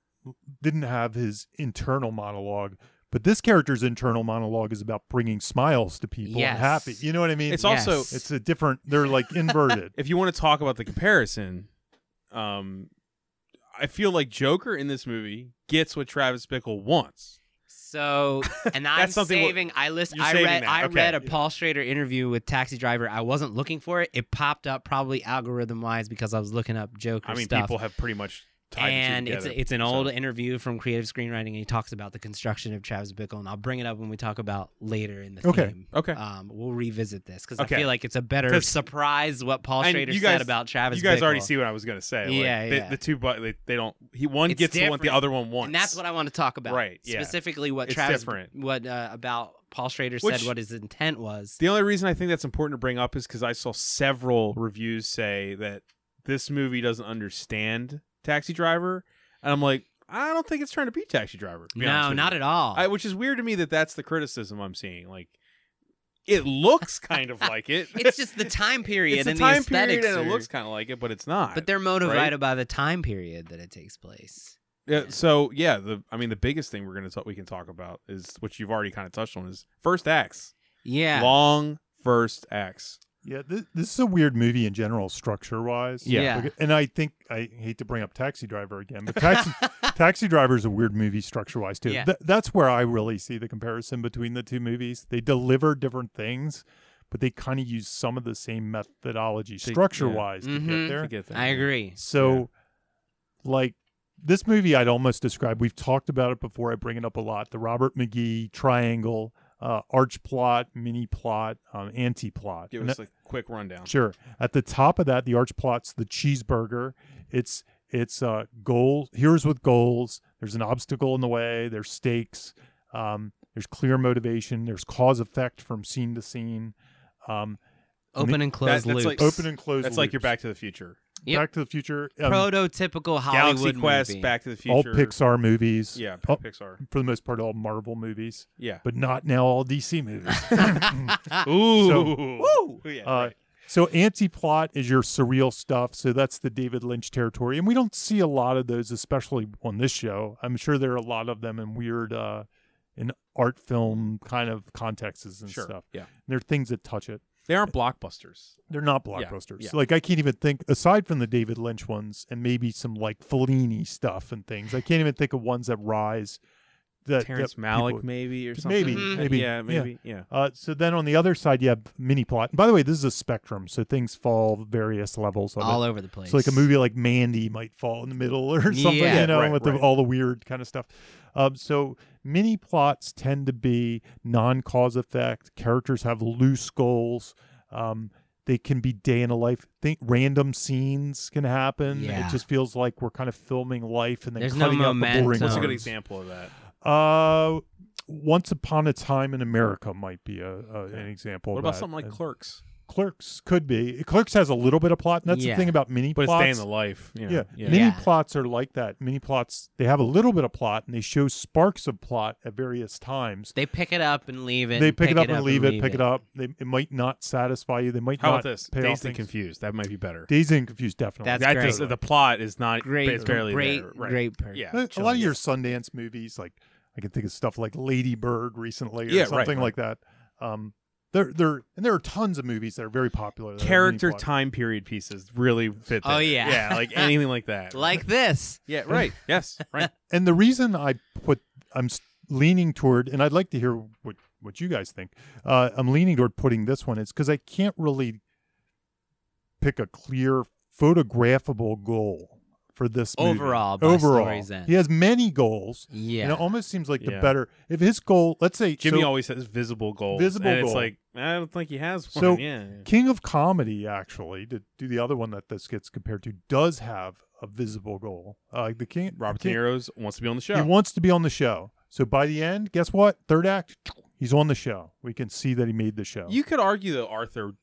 S4: didn't have his internal monologue, but this character's internal monologue is about bringing smiles to people and happy.
S3: Yes.
S4: You know what I mean?
S2: It's also-
S3: Yes.
S4: it's a different. They're like inverted.
S2: If you want to talk about the comparison, um, I feel like Joker in this movie gets what Travis Bickle wants. [laughs]
S3: So, and I'm
S2: That's something what-
S3: saving. I list.
S2: you're
S3: I
S2: saving
S3: read.
S2: that,
S3: I
S2: okay.
S3: read a Paul Schrader interview with Taxi Driver. I wasn't looking for it. It popped up probably algorithm wise because I was looking up Joker
S2: I mean,
S3: stuff.
S2: people have pretty much tied
S3: and
S2: the two
S3: it's
S2: together,
S3: it's an
S2: so.
S3: old interview from creative screenwriting, and he talks about the construction of Travis Bickle, and I'll bring it up when we talk about later in the
S4: Okay.
S3: theme.
S2: Okay.
S3: Um, we'll revisit this because
S2: Okay.
S3: I feel like it's a better
S2: 'Cause-
S3: surprise what Paul
S2: And
S3: Schrader
S2: you
S3: said
S2: guys-
S3: about Travis.
S2: you guys already
S3: Bickle.
S2: see what I was gonna say. like,
S3: Yeah,
S2: the,
S3: yeah.
S2: the two, but they, they don't. He one
S3: It's
S2: gets the one, the
S3: different.
S2: other one wants.
S3: and that's what I want to talk about.
S2: Right, yeah.
S3: Specifically, what
S2: It's
S3: Travis,
S2: different.
S3: what uh, about Paul Schrader
S2: Which-
S3: said, what his intent was.
S2: the only reason I think that's important to bring up is because I saw several reviews say that this movie doesn't understand Taxi Driver, and I'm like, I don't think it's trying to be Taxi Driver. to be honest
S3: No,
S2: with
S3: not
S2: you.
S3: at all.
S2: I, which is weird to me that that's the criticism I'm seeing. Like, it
S3: [laughs]
S2: looks kind of like it.
S3: [laughs] it's just the time period
S2: It's the
S3: and
S2: time
S3: the aesthetics.
S2: period, and it
S3: are-
S2: looks kind of like it, but it's not.
S3: but they're motivated
S2: right?
S3: by the time period that it takes place.
S2: Yeah, so yeah, the I mean the biggest thing we're gonna talk, we can talk about is which you've already kind of touched on is first acts,
S3: Yeah.
S2: long first acts.
S4: Yeah, this, this is a weird movie in general, structure wise.
S2: Yeah.
S3: Yeah.
S4: Like, and I think I hate to bring up Taxi Driver
S3: [laughs]
S4: again, but Taxi Taxi Driver is a weird movie structure wise too.
S3: Yeah.
S4: Th- that's where I really see the comparison between the two movies. They deliver different things, but they kind of use some of the same methodology
S2: They-
S4: structure wise to
S3: Mhm.
S4: get there.
S2: To get there.
S3: I agree.
S4: So, like this movie, I'd almost describe. We've talked about it before. I bring it up a lot. The Robert McGee triangle, uh, arch plot, mini plot, um, anti plot.
S2: Give us a quick rundown.
S4: Sure. At the top of that, the arch plot's the cheeseburger. It's it's uh goal here's with goals. There's an obstacle in the way, there's stakes, um, there's clear motivation, there's cause effect from scene to scene. Um
S3: Open and close
S2: that's
S3: loops.
S2: like-
S4: open and close.
S2: That's like your
S4: loops.
S2: Back to the Future,
S3: Yep.
S4: Back to the future. um,
S3: Prototypical
S2: Galaxy
S3: Hollywood
S2: Quest,
S3: [laughs]
S4: [laughs]
S3: movie.
S2: Back [laughs] to the Future,
S4: all Pixar movies.
S2: Yeah,
S4: Oh.
S2: Pixar.
S4: For the most part, all Marvel movies,
S2: Yeah.
S4: but not now all DC
S2: [laughs]
S4: movies. [laughs]
S3: Ah.
S2: Ooh.
S4: So-
S2: Woo. Yeah,
S4: Uh,
S2: right.
S4: So anti-plot is your surreal stuff. So that's the David Lynch territory, and we don't see a lot of those, especially on this show. I'm sure there are a lot of them in weird, uh, in art film kind of contexts and
S2: Sure.
S4: stuff.
S2: Yeah.
S4: There are things that touch it.
S2: They aren't blockbusters.
S4: They're not
S2: Yeah,
S4: blockbusters.
S2: yeah.
S4: Like I can't even think aside from the David Lynch ones and maybe some like Fellini stuff and things. I can't even think of ones that rise. That
S2: Terrence
S4: that
S2: Malick,
S4: Uh, people-
S2: maybe, or something.
S4: Maybe,
S3: Mhm.
S4: maybe,
S2: Yeah,
S4: yeah.
S2: maybe. Yeah.
S4: Uh, so then on the other side, you have mini plot. And by the way, this is a spectrum, so things fall various levels of it.
S3: all over the place.
S4: So like a movie like Mandy might fall in the middle or [laughs] something,
S3: Yeah,
S4: you know,
S2: right,
S4: with
S2: right.
S4: The, all the weird kind of stuff. Um, so mini plots tend to be non-cause effect. Characters have loose goals. Um, they can be day in a life. Think random scenes can happen.
S3: Yeah.
S4: It just feels like we're kind of filming life and then
S3: There's no
S4: cutting out the boring.
S3: momentum.
S2: What's a good
S4: ones.
S2: example of that?
S4: Uh, Once Upon a Time in America might be a, a, an example.
S2: What
S4: of
S2: about
S4: that.
S2: something like
S4: And
S2: Clerks?
S4: Clerks? Could be. Clerks has a little bit of plot, and that's
S3: Yeah.
S4: the thing about mini
S2: But it's
S4: plots.
S2: day in the life. Yeah.
S4: Yeah.
S2: Yeah.
S4: Mini
S3: Yeah.
S4: plots are like that. Mini plots, they have a little bit of plot and they show sparks of plot at various times.
S3: they pick it up and leave it.
S4: they
S3: and
S4: pick, it up and leave it, pick it, up. They, it might not satisfy you. They might
S2: How
S4: not
S2: about this?
S4: pay
S2: Dazed
S4: off
S2: and
S4: things.
S2: confused. That might be better.
S4: Dazed and confused, definitely.
S3: That's
S2: that
S3: great.
S2: does- the plot is not
S3: Great,
S2: It's barely
S3: great,
S2: there. Right.
S3: great. Per-
S2: Yeah.
S4: a a lot of your Sundance movies, like I can think of stuff like Lady Bird recently or
S2: Yeah, right,
S4: something
S2: right.
S4: like that. Um, there, there, and there are tons of movies that are very popular. that are
S2: Character
S4: mini-plot.
S2: time period pieces really fit.
S3: Oh,
S2: there.
S3: yeah.
S2: Yeah.
S3: [laughs]
S2: Like anything like that.
S3: like this.
S2: Yeah.
S3: [laughs]
S2: Right. yes. Right.
S4: and the reason I put I'm s- leaning toward, and I'd like to hear what what you guys think. Uh, I'm leaning toward putting this one is because I can't really pick a clear photographable goal for this movie.
S3: Overall, by
S4: Overall,
S3: story's end.
S4: he has many goals,
S3: Yeah.
S4: and it almost seems like
S2: Yeah.
S4: the better if his goal. Let's say
S2: Jimmy
S4: so-
S2: always has visible goals.
S4: Visible
S2: and It's
S4: goal.
S2: like I don't think he has one.
S4: So-
S2: yeah.
S4: King of Comedy, actually, to do the other one that this gets compared to, does have a visible goal. Uh, the King
S2: Robert
S4: King,
S2: De Niro's wants to be on the show.
S4: He wants to be on the show. So by the end, guess what? Third act, he's on the show. We can see that he made the show.
S2: you could argue though Arthur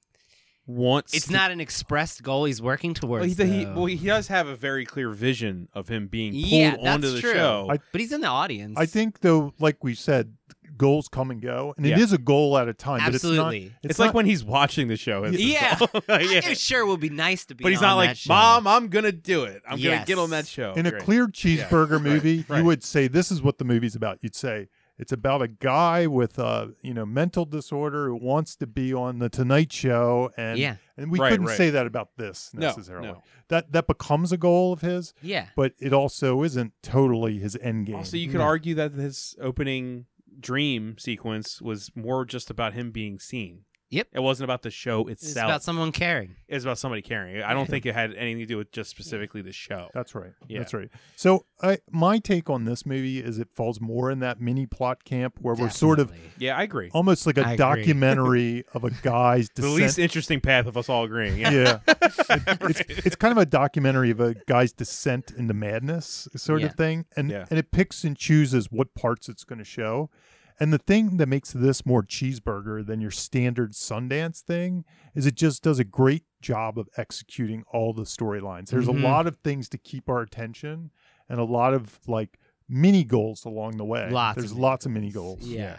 S2: wants.
S3: it's
S2: to-
S3: not an expressed goal he's working towards.
S2: Well, he's the- he,
S3: though.
S2: well, he does have a very clear vision of him being pulled
S3: Yeah, that's
S2: onto the
S3: true.
S2: show.
S4: I-
S3: but he's in the audience.
S4: I think though, like we said, goals come and go, and
S2: Yeah.
S4: it is a goal at a time.
S3: Absolutely.
S4: But
S2: it's
S4: it's not,
S2: like when he's watching the show. it's his
S3: Yeah.
S2: [laughs] goal. Yeah.
S3: It sure would be nice to be
S2: But he's
S3: on
S2: not
S3: that
S2: like,
S3: show.
S2: Mom, I'm gonna do it. I'm gonna
S3: Yes.
S2: get on that show.
S4: in a
S2: Right.
S4: clear cheeseburger
S2: Right,
S4: movie,
S2: right.
S4: you would say this is what the movie's about. You'd say it's about a guy with a you know mental disorder who wants to be on the Tonight Show, and
S3: Yeah.
S4: and we
S2: Right,
S4: couldn't
S2: right.
S4: say that about this
S2: No,
S4: necessarily.
S2: no.
S4: That that becomes a goal of his,
S3: Yeah.
S4: but it also isn't totally his end game.
S2: Also, you could
S3: No.
S2: argue that his opening dream sequence was more just about him being seen.
S3: Yep.
S2: It wasn't about the show
S3: It's
S2: itself.
S3: about someone caring.
S2: It was about somebody carrying it. I don't think it had anything to do with just specifically the show.
S4: That's right.
S2: Yeah.
S4: That's right. So I, my take on this movie is it falls more in that mini plot camp where we're sort of
S3: Definitely.
S2: Yeah, I agree.
S4: almost like a
S3: I agree. [laughs]
S4: documentary of a guy's
S2: The
S4: descent.
S2: least interesting path of us all agreeing.
S4: [laughs]
S2: Yeah.
S4: yeah,
S3: [laughs]
S4: it's, it's kind of a documentary of a guy's descent into madness sort
S3: Yeah.
S4: of thing, and
S2: Yeah.
S4: and it picks and chooses what parts it's going to show. And the thing that makes this more cheeseburger than your standard Sundance thing is it just does a great job of executing all the storylines. There's
S3: Mhm.
S4: a lot of things to keep our attention and a lot of like mini goals along the
S2: uh,
S4: way.
S3: Lots
S4: There's
S3: of mini
S4: lots of mini goals.
S3: Yeah.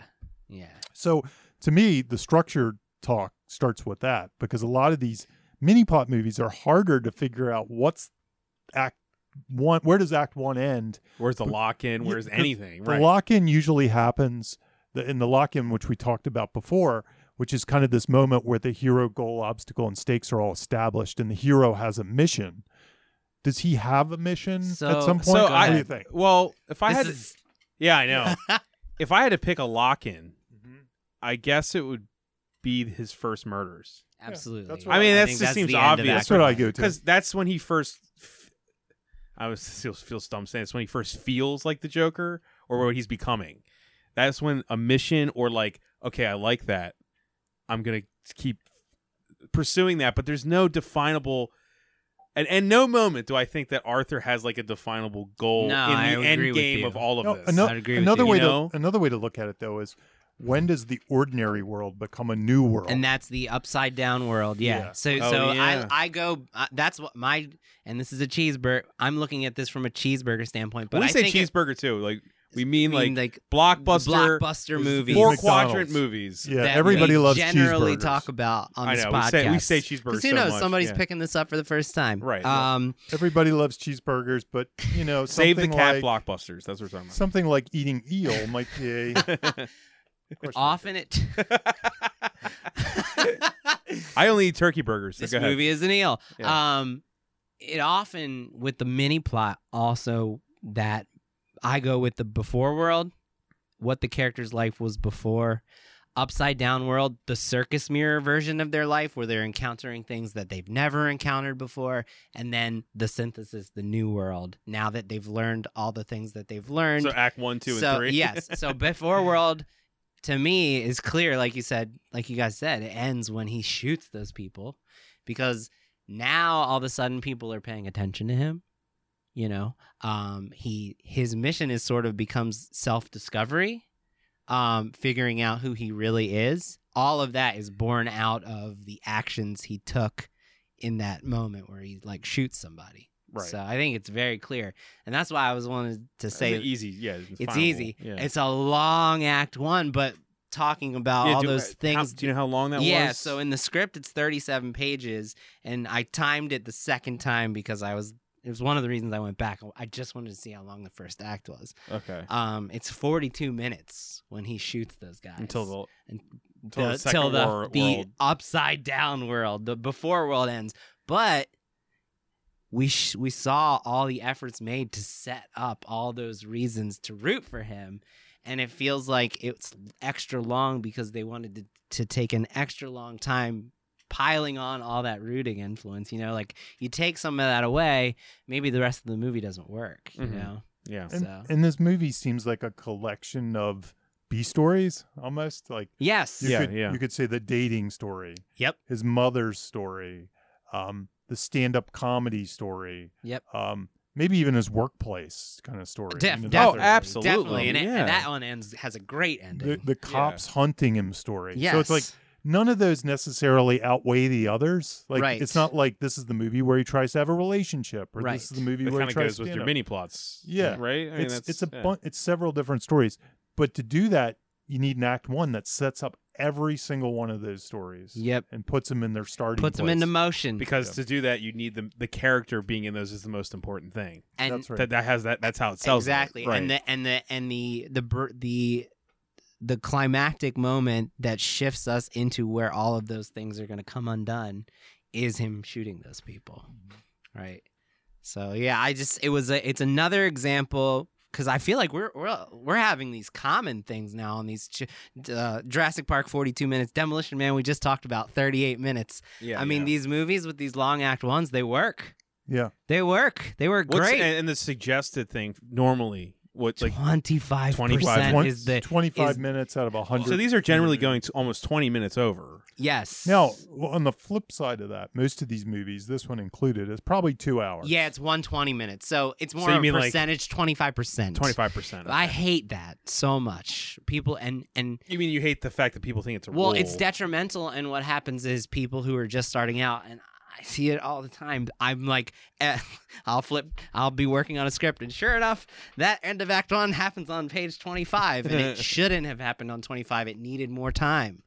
S3: Yeah.
S4: So to me, the structure talk starts with that because a lot of these mini plot movies are harder to figure out what's act one where does act one end.
S2: Where's the lock in?
S4: Yeah,
S2: Where's
S4: the-
S2: anything?
S4: The
S2: right.
S4: lock in usually happens the, in the lock in which we talked about before which is kind of this moment where the hero goal, obstacle, and stakes are all established, and the hero has a mission. Does he have a mission
S3: So-
S4: at some point?
S2: So
S4: what
S2: I-
S4: do you think?
S2: Well, if I
S3: This
S2: had,
S3: is-
S2: yeah, I know. if I had to pick a lock in, I guess it would be his first murders
S3: absolutely.
S4: that's what
S2: I mean,
S4: I
S2: that
S3: think
S2: just
S3: that's
S2: seems
S3: the end of
S2: obvious.
S4: That's what I go to.
S2: because that's when he first. f- I was still feel dumb saying it's when he first feels like the Joker or what he's becoming. That's when a mission or like, okay, I like that. I'm gonna keep pursuing that, but there's no definable. And, and no moment do I think that Arthur has like a definable goal
S3: No,
S2: in the
S3: I agree
S2: end
S3: with
S2: game
S3: you.
S2: of all of
S4: No,
S2: this.
S4: ano-
S3: I'd agree with
S4: another
S3: you.
S4: way
S2: You know?
S4: to another way to look at it though is when does the ordinary world become a new world?
S3: and that's the upside down world. Yeah.
S4: Yeah.
S3: So
S2: Oh,
S3: so
S2: yeah.
S3: I I go. Uh, that's what my and this is a cheeseburger. I'm looking at this from a cheeseburger standpoint, but
S2: when we
S3: I
S2: say
S3: think it-
S2: cheeseburger too, like we mean,
S3: I mean,
S2: like,
S3: like
S2: blockbuster,
S3: blockbuster movies.
S2: four
S4: McDonald's.
S2: quadrant movies.
S4: yeah,
S3: that
S4: everybody
S3: we
S4: loves
S3: generally
S4: cheeseburgers.
S3: talk about on
S2: I
S3: this
S2: know, we
S3: podcast.
S2: say- we say cheeseburger
S3: 'Cause who
S2: so
S3: knows?
S2: much,
S3: Somebody's
S2: yeah.
S3: picking this up for the first time,
S2: Right.
S3: Um,
S4: Everybody loves cheeseburgers, but you
S2: [laughs]
S4: know,
S2: Save the
S4: something
S2: cat
S4: like,
S2: blockbusters. That's what we're talking
S4: Something like eating eel might
S3: [laughs]
S4: be a
S2: about.
S3: often it.
S2: [laughs] I only eat turkey burgers. So
S3: [laughs] this
S2: go ahead.
S3: movie is an eel. Um, it often with the mini plot also that I go with the before world, what the character's life was before, upside down world, the circus mirror version of their life where they're encountering things that they've never encountered before, and then the synthesis, the new world. Now that they've learned all the things that they've learned,
S2: so Act One, Two,
S3: so,
S2: and Three. [laughs]
S3: yes. So before world to me is clear, like you said, like you guys said, it ends when he shoots those people because now all of a sudden people are paying attention to him. You know, um, he his mission is sort of becomes self discovery, um, figuring out who he really is. All of that is born out of the actions he took in that moment where he like shoots somebody.
S2: right.
S3: So I think it's very clear, and that's why I was wanted to
S2: That's
S3: say
S2: an easy. Yeah, it's,
S3: it's
S2: findable.
S3: easy.
S2: Yeah.
S3: It's a long act one, but talking about
S2: Yeah,
S3: all
S2: do-
S3: those
S2: how-
S3: things.
S2: do you know how long that was?
S3: yeah, so in the script it's 37 pages and I timed it the second time because I was it was one of the reasons I went back. I just wanted to see how long the first act was.
S2: okay.
S3: Um it's 42 minutes when he shoots those guys.
S2: Until the
S3: and
S2: until the, second
S3: till the,
S2: war,
S3: the
S2: world.
S3: upside down world, the before world ends. But we sh- we saw all the efforts made to set up all those reasons to root for him, and it feels like it's extra long because they wanted to, to take an extra long time piling on all that rooting influence. You know, like you take some of that away, maybe the rest of the movie doesn't work. You
S2: Mhm.
S4: Mm-hmm.
S3: know,
S2: Yeah.
S4: and,
S3: So-
S4: and this movie seems like a collection of B stories almost. Like
S3: yes,
S4: you
S2: Yeah,
S4: could you could say the dating story,
S3: yep,
S4: his mother's story, um, the stand up comedy story.
S3: Yep.
S4: Um, maybe even his workplace kind of story.
S3: Def-
S4: You know,
S3: definitely,
S2: Oh, absolutely.
S3: definitely, and, it- and
S2: yeah.
S3: that one ends has a great ending.
S4: The, the cops hunting him story.
S3: yes.
S4: So it's like none of those necessarily outweigh the others. Like
S3: Right.
S4: it's not like this is the movie where he tries to have a relationship, or
S3: Right.
S4: this is the movie
S2: That
S4: where
S2: kind
S4: he
S2: of
S4: tries
S2: goes
S4: to
S2: with
S4: stand
S2: your
S4: up.
S2: mini plots.
S4: Yeah.
S2: Right. I mean,
S4: it's
S2: that's
S4: it's a
S2: yeah.
S4: bun- it's several different stories, but to do that, you need an act one that sets up every single one of those stories.
S3: Yep.
S4: and puts them in their starting.
S3: puts them
S4: place.
S3: into motion
S2: because
S4: Yeah.
S2: to do that you need the the character being in those is the most important thing.
S3: and
S4: That's right.
S2: That that has that that's how it sells. it.
S3: exactly
S2: Right.
S3: and the and the and the the br- the the climactic moment that shifts us into where all of those things are going to come undone is him shooting those people
S2: Mm-hmm.
S3: right so yeah i just it was a, it's another example because i feel like we're, we're we're having these common things now on these ch- uh, jurassic park 42 minutes demolition man we just talked about 38 minutes
S2: yeah.
S3: i mean these movies with these long act ones they work
S4: Yeah,
S3: They work. They were
S2: What's,
S3: great.
S2: And, and the suggested thing normally what like
S3: Twenty five
S2: 25
S3: percent is the
S4: twenty
S3: is-
S4: five minutes out of a hundred.
S2: so these are generally going to almost 20 minutes over.
S3: yes.
S4: now well, on the flip side of that, most of these movies, this one included, is probably two hours.
S3: Yeah, it's one twenty minutes. So it's more
S2: you
S3: of a
S2: mean, like,
S3: percentage twenty five percent.
S2: 25%. okay.
S3: I hate that so much. People and and
S2: You mean you hate the fact that people think it's a
S3: well,
S2: rule?
S3: it's detrimental. And what happens is people who are just starting out and. I see it all the time. I'm like, eh, [laughs] I'll flip. I'll be working on a script, and sure enough, that end of Act One happens on page 25, and
S4: [laughs]
S3: it shouldn't have happened on 25. It needed more time.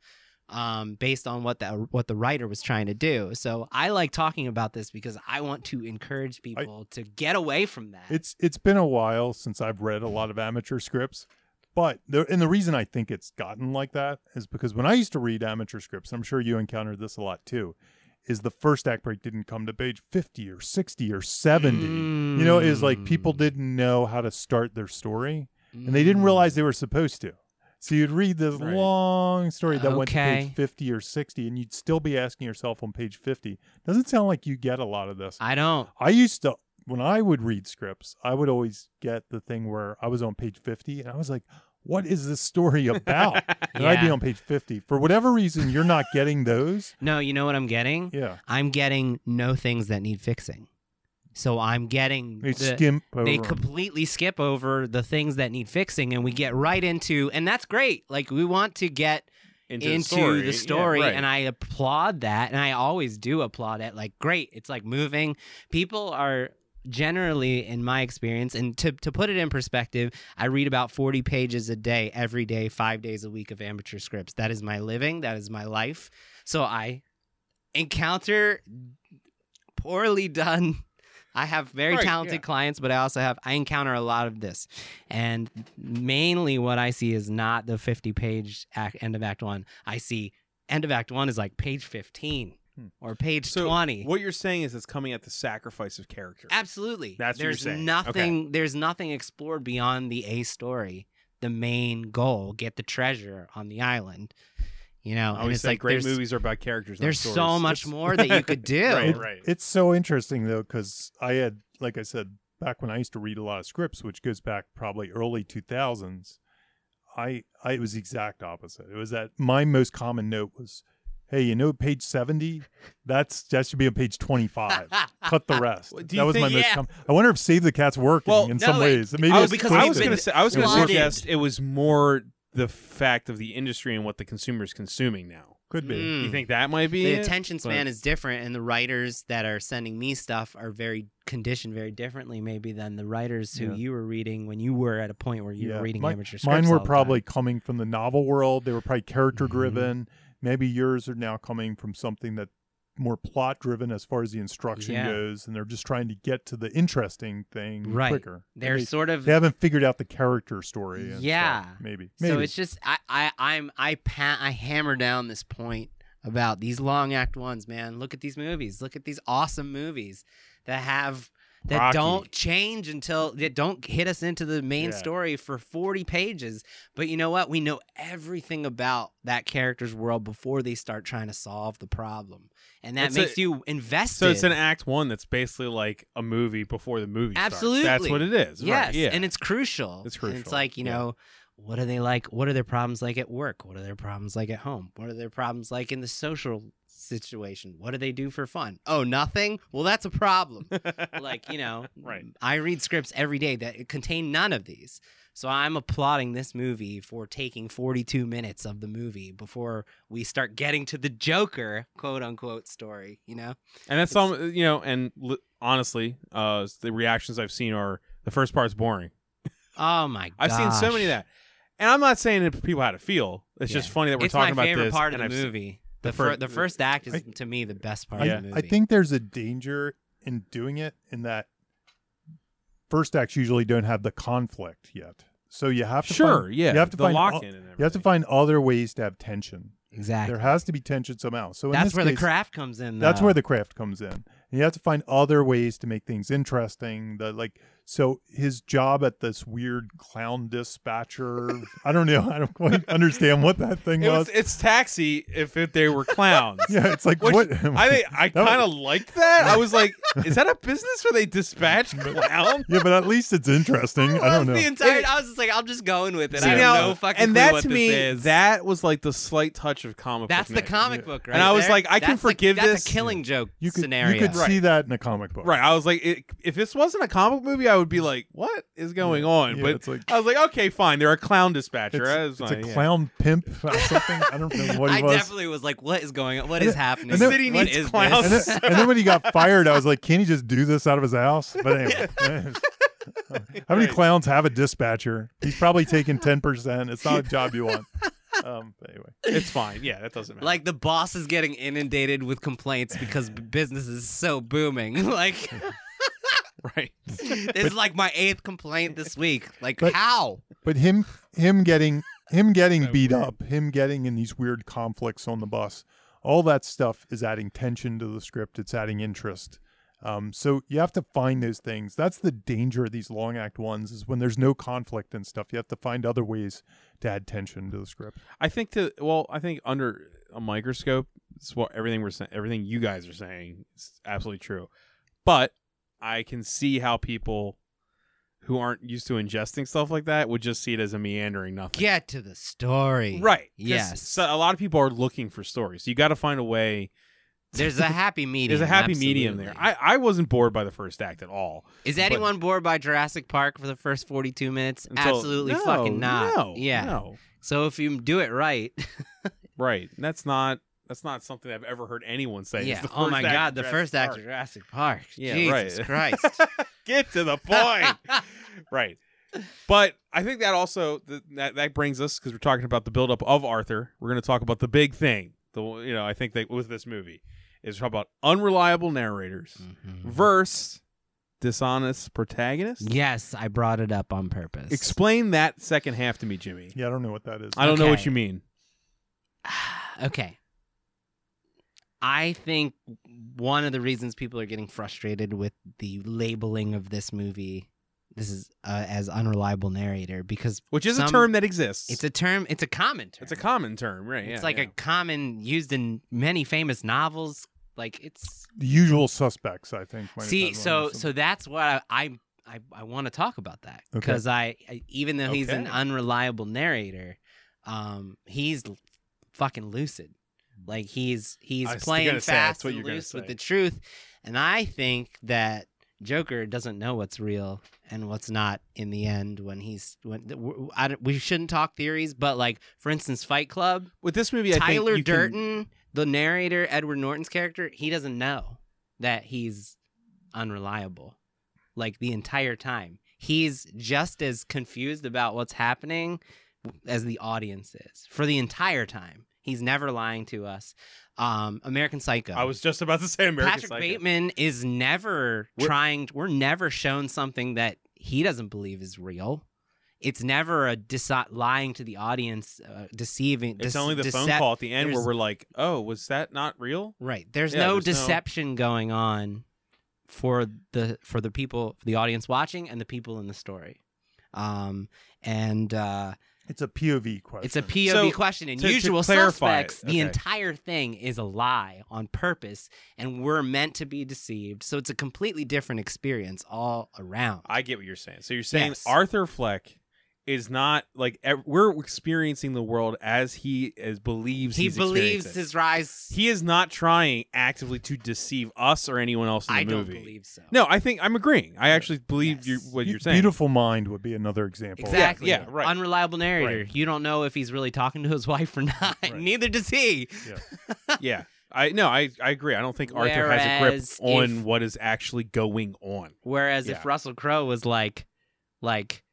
S3: um, based on what the what the writer was trying to do. So I like talking about this because I want to encourage people to get away from that.
S4: It's it's been a while since I've read a lot of amateur scripts, But the and the reason I think it's gotten like that is because when I used to read amateur scripts, and I'm sure you encountered this a lot too, is the first act break didn't come to page 50 or 60 or 70. You know, is like
S3: Mm.
S4: people didn't know how to start their story and they didn't realize they were supposed to. So you'd read this
S2: Right.
S4: long story that went to
S3: Okay.
S4: page 50 or 60 and you'd still be asking yourself on page 50, doesn't sound like you get a lot of this.
S3: I don't.
S4: I used to when I would read scripts, I would always get the thing where I was on page 50 and I was like, what is this
S3: [laughs]
S4: story about? and I'd be
S3: Yeah.
S4: on page 50. For whatever reason, you're not getting those.
S3: No, you know what I'm getting?
S4: Yeah.
S3: I'm getting no things that need fixing. So I'm getting
S4: They
S3: the-
S4: skimp over.
S3: they
S4: 'em.
S3: completely skip over the things that need fixing and we get right into and that's great. Like we want to get into,
S2: the story,
S3: the
S2: Yeah,
S3: story
S2: right.
S3: and i applaud that and i always do applaud it like great it's like moving people are generally in my experience and to, to put it in perspective i read about 40 pages a day every day five days a week of amateur scripts that is my living that is my life so i encounter poorly done I have very
S2: Right,
S3: talented
S2: yeah.
S3: clients, but I also have I encounter a lot of this, and mainly what I see is not the fifty page act, end of act one. I see end of act one is like page fifteen
S4: Hmm.
S3: or page
S2: so
S3: twenty.
S2: What you're saying is it's coming at the sacrifice of character.
S3: Absolutely,
S2: That's what you're
S3: there's
S2: saying.
S3: nothing. There's nothing explored beyond the A story, the main goal: get the treasure on the island. You
S2: I
S3: know, and
S2: always
S3: it's
S2: say
S3: like
S2: great
S3: there's,
S2: movies are about characters. not
S3: there's so
S2: stories.
S3: much
S2: That's-
S3: more that
S2: [laughs]
S3: you could do.
S2: Right,
S4: It- [laughs]
S2: right.
S4: It's so interesting though, because I had, like I said, back when I used to read a lot of scripts, which goes back probably early two thousands. I, I it was the exact opposite. It was that my most common note was, "Hey, you know, page seventy, that's that should be on page twenty five. Cut the rest."
S2: Well, [laughs] do you
S4: that was my
S2: think-
S4: most.
S3: yeah.
S4: Com- I wonder if Save the Cat's working
S2: Well,
S4: in
S3: no,
S4: some
S3: it-
S4: ways. Maybe
S2: I
S4: it's
S2: was, because I
S3: we've
S2: was
S4: twisted.
S2: going to
S3: been
S2: say I was going to
S3: flooded.
S2: suggest it was more the fact of the industry and what the consumer is consuming now.
S4: could be.
S3: Mm.
S2: You think that might be
S3: the
S2: it?
S3: attention span
S2: but-
S3: is different and the writers that are sending me stuff are very conditioned very differently maybe than the writers who
S4: Yeah.
S3: you were reading when you were at a point where you
S4: Yeah,
S3: were reading
S4: my-
S3: amateur scripts
S4: Mine
S3: all
S4: were
S3: the time. Mm-hmm.
S4: probably coming from the novel world. They were probably character driven. Maybe yours are now coming from something that more plot driven as far as the instruction
S3: Yeah.
S4: goes, and they're just trying to get to the interesting thing
S3: Right.
S4: quicker.
S3: they're
S4: they,
S3: sort of
S4: they haven't figured out the character story. and
S3: Yeah.
S4: stuff, maybe. Maybe.
S3: so it's just i i i'm i pa- i hammer down this point about these long act ones man look at these movies look at these awesome movies that have that
S2: Rocky.
S3: don't change until that don't hit us into the main
S2: Yeah.
S3: story for 40 pages but you know what we know everything about that character's world before they start trying to solve the problem and that
S2: It's a-
S3: makes you invested
S2: So it's an act one that's basically like a movie before the movie. starts. that's
S3: Absolutely.
S2: what it is.
S3: Yes,
S2: right, yeah.
S3: and it's crucial.
S2: It's
S3: And
S2: crucial,
S3: it's like you
S2: yeah.
S3: know, what are they like? What are their problems like at work? What are their problems like at home? What are their problems like in the social situation? What do they do for fun? Oh, nothing. Well, that's a problem.
S2: [laughs]
S3: like you know,
S2: Right.
S3: I read scripts every day that contain none of these. So I'm applauding this movie for taking 42 minutes of the movie before we start getting to the Joker quote unquote story. You know,
S2: and that's
S3: it's-
S2: all you know. And li- honestly, uh, the reactions I've seen are the first part's boring.
S3: oh my god,
S2: I've seen so many of that, and I'm not saying that people how to feel. It's
S3: Yeah.
S2: just funny that we're
S3: it's
S2: talking
S3: my
S2: about
S3: favorite
S2: this.
S3: part of
S2: and
S3: the
S2: I've seen-
S3: movie. The,
S2: the
S3: fir-
S2: fir-
S3: the first act is
S4: I-
S3: to me the best part
S4: I,
S3: of the
S4: I
S3: movie.
S4: think there's a danger in doing it in that first acts usually don't have the conflict yet. So you have to
S2: sure,
S4: find,
S2: yeah.
S4: you have to
S2: the
S4: find
S2: lock
S4: al-
S2: in. And everything.
S4: you have to find other ways to have tension.
S3: exactly.
S4: There has to be tension somehow. So in
S3: That's
S4: this
S3: where
S4: case,
S3: the craft comes in.
S4: That's
S3: though.
S4: where the craft comes in. And you have to find other ways to make things interesting. The like so his job at this weird clown dispatcher. I don't know. I
S2: [laughs]
S4: don't quite understand what that thing
S2: It was,
S4: was.
S2: it's taxi if it, they
S4: [laughs]
S2: were clowns.
S4: Yeah, it's like
S2: Which
S4: what
S2: I think I
S4: [laughs] That was-
S2: kind of liked that. I was like, is that a business where they
S4: [laughs]
S2: dispatch clowns?
S4: Yeah, but at least
S3: [laughs]
S4: it's interesting. I don't
S3: That was
S4: know.
S3: The entire,
S2: It-
S3: I was just like, I'm just going with it.
S2: See,
S3: I have
S2: now-
S3: no fucking
S2: and
S3: clue
S2: that
S3: what
S2: to
S3: this
S2: me,
S3: is.
S2: that was like the slight touch of comic.
S3: that's
S2: book
S3: the
S2: ness.
S3: comic book, right?
S2: And I was
S3: there.
S2: like, I can
S3: That's the-
S2: forgive
S3: that's
S2: this.
S3: a killing joke
S4: You could
S3: scenario.
S4: you could
S2: Right.
S4: see that in a comic book.
S2: Right. I was like, it, if this wasn't a comic movie, I would be like, what is going on?
S4: Yeah,
S2: but
S4: it's like
S2: I was like, okay, fine. They're a clown dispatcher. I
S4: it's,
S2: was like,
S4: it's a
S2: uh, yeah.
S4: clown pimp or something. I don't know what
S3: [laughs]
S4: he
S3: I
S4: was.
S3: definitely was like, what is going on? What is happening?
S2: The city
S3: What
S2: needs
S3: is
S2: clowns.
S4: [laughs] and,
S3: this?
S4: then, and then when he got fired, I was like, "Can he just do this out of his house?" But anyway, [laughs]
S3: [laughs]
S4: how many
S2: Right.
S4: clowns have a dispatcher? He's probably taking ten percent. It's not a job
S3: [laughs]
S4: you want. Um, but anyway,
S2: It's fine. Yeah, that
S4: [laughs]
S2: doesn't matter.
S3: [laughs] Like the boss is getting inundated with complaints because b- business is so booming. [laughs]
S4: [laughs]
S3: Like
S2: [laughs] right.
S3: this is like my eighth complaint this week. Like
S4: But-
S3: how?
S4: But him him getting him getting
S2: So
S4: beat
S2: weird.
S4: up, him getting in these weird conflicts on the bus, all that stuff is adding tension to the script. It's adding interest. Um, so you have to find those things. That's the danger of these long act ones is when there's no conflict and stuff. You have to find other ways to add tension to the script.
S2: I think to well, I think under a microscope, it's what everything we're saying, everything you guys are saying is absolutely true. But I can see how people who aren't used to ingesting stuff like that would just see it as a meandering nothing.
S3: Get to the story.
S2: Right. 'Cause
S3: Yes.
S2: So a lot of people are looking for stories. You got to find a way.
S3: There's a happy
S2: [laughs]
S3: medium.
S2: There's a happy medium there.
S3: absolutely.
S2: I, I wasn't bored by the first act at all.
S3: Is anyone bored by Jurassic Park for the first 42 minutes?
S2: Until-
S3: Absolutely
S2: No,
S3: fucking not.
S2: No.
S3: yeah.
S2: No.
S3: So if you do it right,
S2: Right. And that's not that's not something I've ever heard anyone [laughs] say. is
S3: yeah.
S2: the
S3: Oh
S2: first
S3: my
S2: act
S3: god,
S2: of
S3: the
S2: Jurassic
S3: first act
S2: Park.
S3: of Jurassic Park.
S2: [laughs] Yeah,
S3: Jesus
S2: right. [laughs]
S3: Christ.
S2: Get to the point. [laughs] right. But I think that also th- that that brings us because we're talking about the buildup of Arthur. We're going to talk about the big thing. The you know I think that with this movie is how about unreliable narrators
S3: Mhm.
S2: versus dishonest protagonists.
S3: Yes, I brought it up on purpose.
S2: Explain that second half to me, Jimmy.
S4: Yeah, I don't know what that is.
S2: I don't know what
S3: Okay.
S2: you mean.
S3: [sighs] okay. I think one of the reasons people are getting frustrated with the labeling of this movie, this is uh, as unreliable narrator because
S2: Which is a
S3: Some-
S2: term that exists.
S3: it's a term, it's a common term.
S2: it's a common term, right?
S3: It's
S2: yeah,
S3: like
S2: yeah.
S3: a common used in many famous novels. Like it's
S4: the usual suspects, I think. might have had
S3: see,
S4: one or
S3: so
S4: something.
S3: so that's what I I, I, I want to talk about that
S4: Okay.
S3: because I, I even though he's an
S2: Okay.
S3: unreliable narrator, um, he's l- fucking lucid. Like he's he's
S2: I was
S3: playing
S2: gonna say,
S3: fast
S2: that's what
S3: and
S2: you're gonna
S3: loose with
S2: say.
S3: the truth, and I think that Joker doesn't know what's real and what's not in the end when he's when w- I don't- we shouldn't talk theories, but like for instance, Fight Club.
S2: with this movie. I think
S3: Tyler
S2: you can-
S3: Durden, the narrator, Edward Norton's character, he doesn't know that he's unreliable. Like the entire time, he's just as confused about what's happening as the audience is for the entire time. He's never lying to us. Um, American Psycho.
S2: I was just about to say American
S3: Patrick
S2: Psycho.
S3: Bateman is never
S2: We're-
S3: trying. We're never shown something that he doesn't believe is real. It's never a dis- lying to the audience, uh, deceiving.
S2: It's
S3: dece-
S2: only the phone
S3: decep-
S2: call at the end where
S3: there's-
S2: we're like, "Oh, was that not real?"
S3: Right. There's
S2: Yeah,
S3: no
S2: there's no-
S3: deception going on for the for the people, the audience watching, and the people in the story. Um, and uh,
S4: it's a POV question.
S3: it's a POV
S2: So,
S3: question. And
S2: to- to
S3: usual
S2: clarify it,
S3: suspects,
S2: okay.
S3: the entire thing is a lie on purpose, and we're meant to be deceived. So it's a completely different experience all around.
S2: I get what you're saying. So you're saying
S3: Yes.
S2: Arthur Fleck is not like ev- we're experiencing the world as he as believes
S3: he
S2: he's
S3: believes
S2: experiencing
S3: his rise.
S2: it. he is not trying actively to deceive us or anyone else in the
S3: I don't
S2: movie.
S3: believe so.
S2: No, I think I'm agreeing. I actually believe you,
S3: Yes.
S2: what
S4: Be-
S2: you're saying.
S4: Beautiful Mind would be another example.
S3: Exactly.
S2: yeah, right.
S3: Unreliable narrator. You don't know if he's really talking to his [laughs] wife or not.
S4: Right.
S3: Neither does he.
S2: yeah. I no, I, I agree. I don't think Arthur has a
S3: Whereas
S2: grip on
S3: if-
S2: what is actually going on.
S3: Whereas
S2: Yeah.
S3: if Russell Crowe was like, like,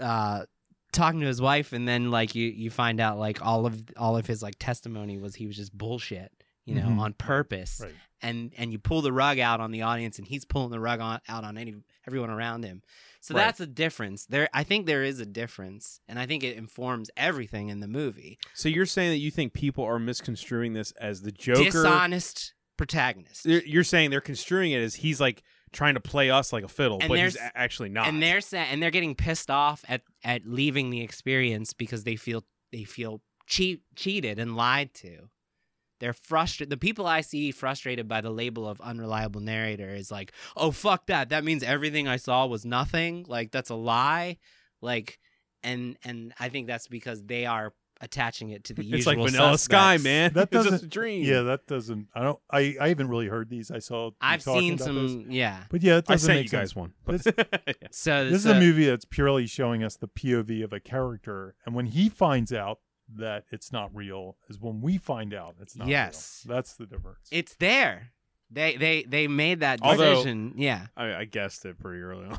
S3: uh, talking to his wife, and then like you you find out like all of all of his like testimony was he was just bullshit, you know,
S4: Mhm.
S2: Mm-hmm.
S3: on purpose,
S4: Right.
S3: and and you pull the rug out on the audience, and he's pulling the rug on, out on any everyone around him. So
S2: Right.
S3: that's a difference. There, I think there is a difference, and I think it informs everything in the movie.
S2: So you're saying that you think people are misconstruing this as the Joker
S3: Dishonest protagonist.
S2: You're you're saying they're construing it as he's like trying to play us like a fiddle,
S3: And
S2: but he's
S3: there's-
S2: a- actually not.
S3: And they're sa- and they're getting pissed off at at leaving the experience because they feel they feel cheat cheated and lied to. They're frustrated. The people I see frustrated by the label of unreliable narrator is like, oh fuck that. That means everything I saw was nothing. Like that's a lie. Like, and and I think that's because they are attaching it to
S2: [laughs]
S3: the
S2: it's
S3: usual
S2: like Vanilla Sky,
S3: suspects.
S2: man.
S4: That
S2: it's just a
S4: doesn't-
S2: dream.
S4: Yeah, that doesn't. I don't. I, I haven't really heard these. I saw. you
S3: I've
S4: talking
S3: seen
S4: about
S3: some,
S4: those.
S3: yeah.
S4: but yeah, it
S2: I
S4: doesn't
S2: sent
S4: make
S2: you guys uh,
S4: sense.
S2: one. But Yeah.
S3: So
S4: This is
S3: so-
S4: a movie that's purely showing us the POV of a character, and when he finds out that it's not real, is when we find out it's not. real.
S3: Yes.
S4: that's the difference.
S3: It's there. They they they made that
S2: Although-
S3: decision. yeah.
S2: [laughs] I, I guessed it pretty early
S3: [laughs]
S2: on.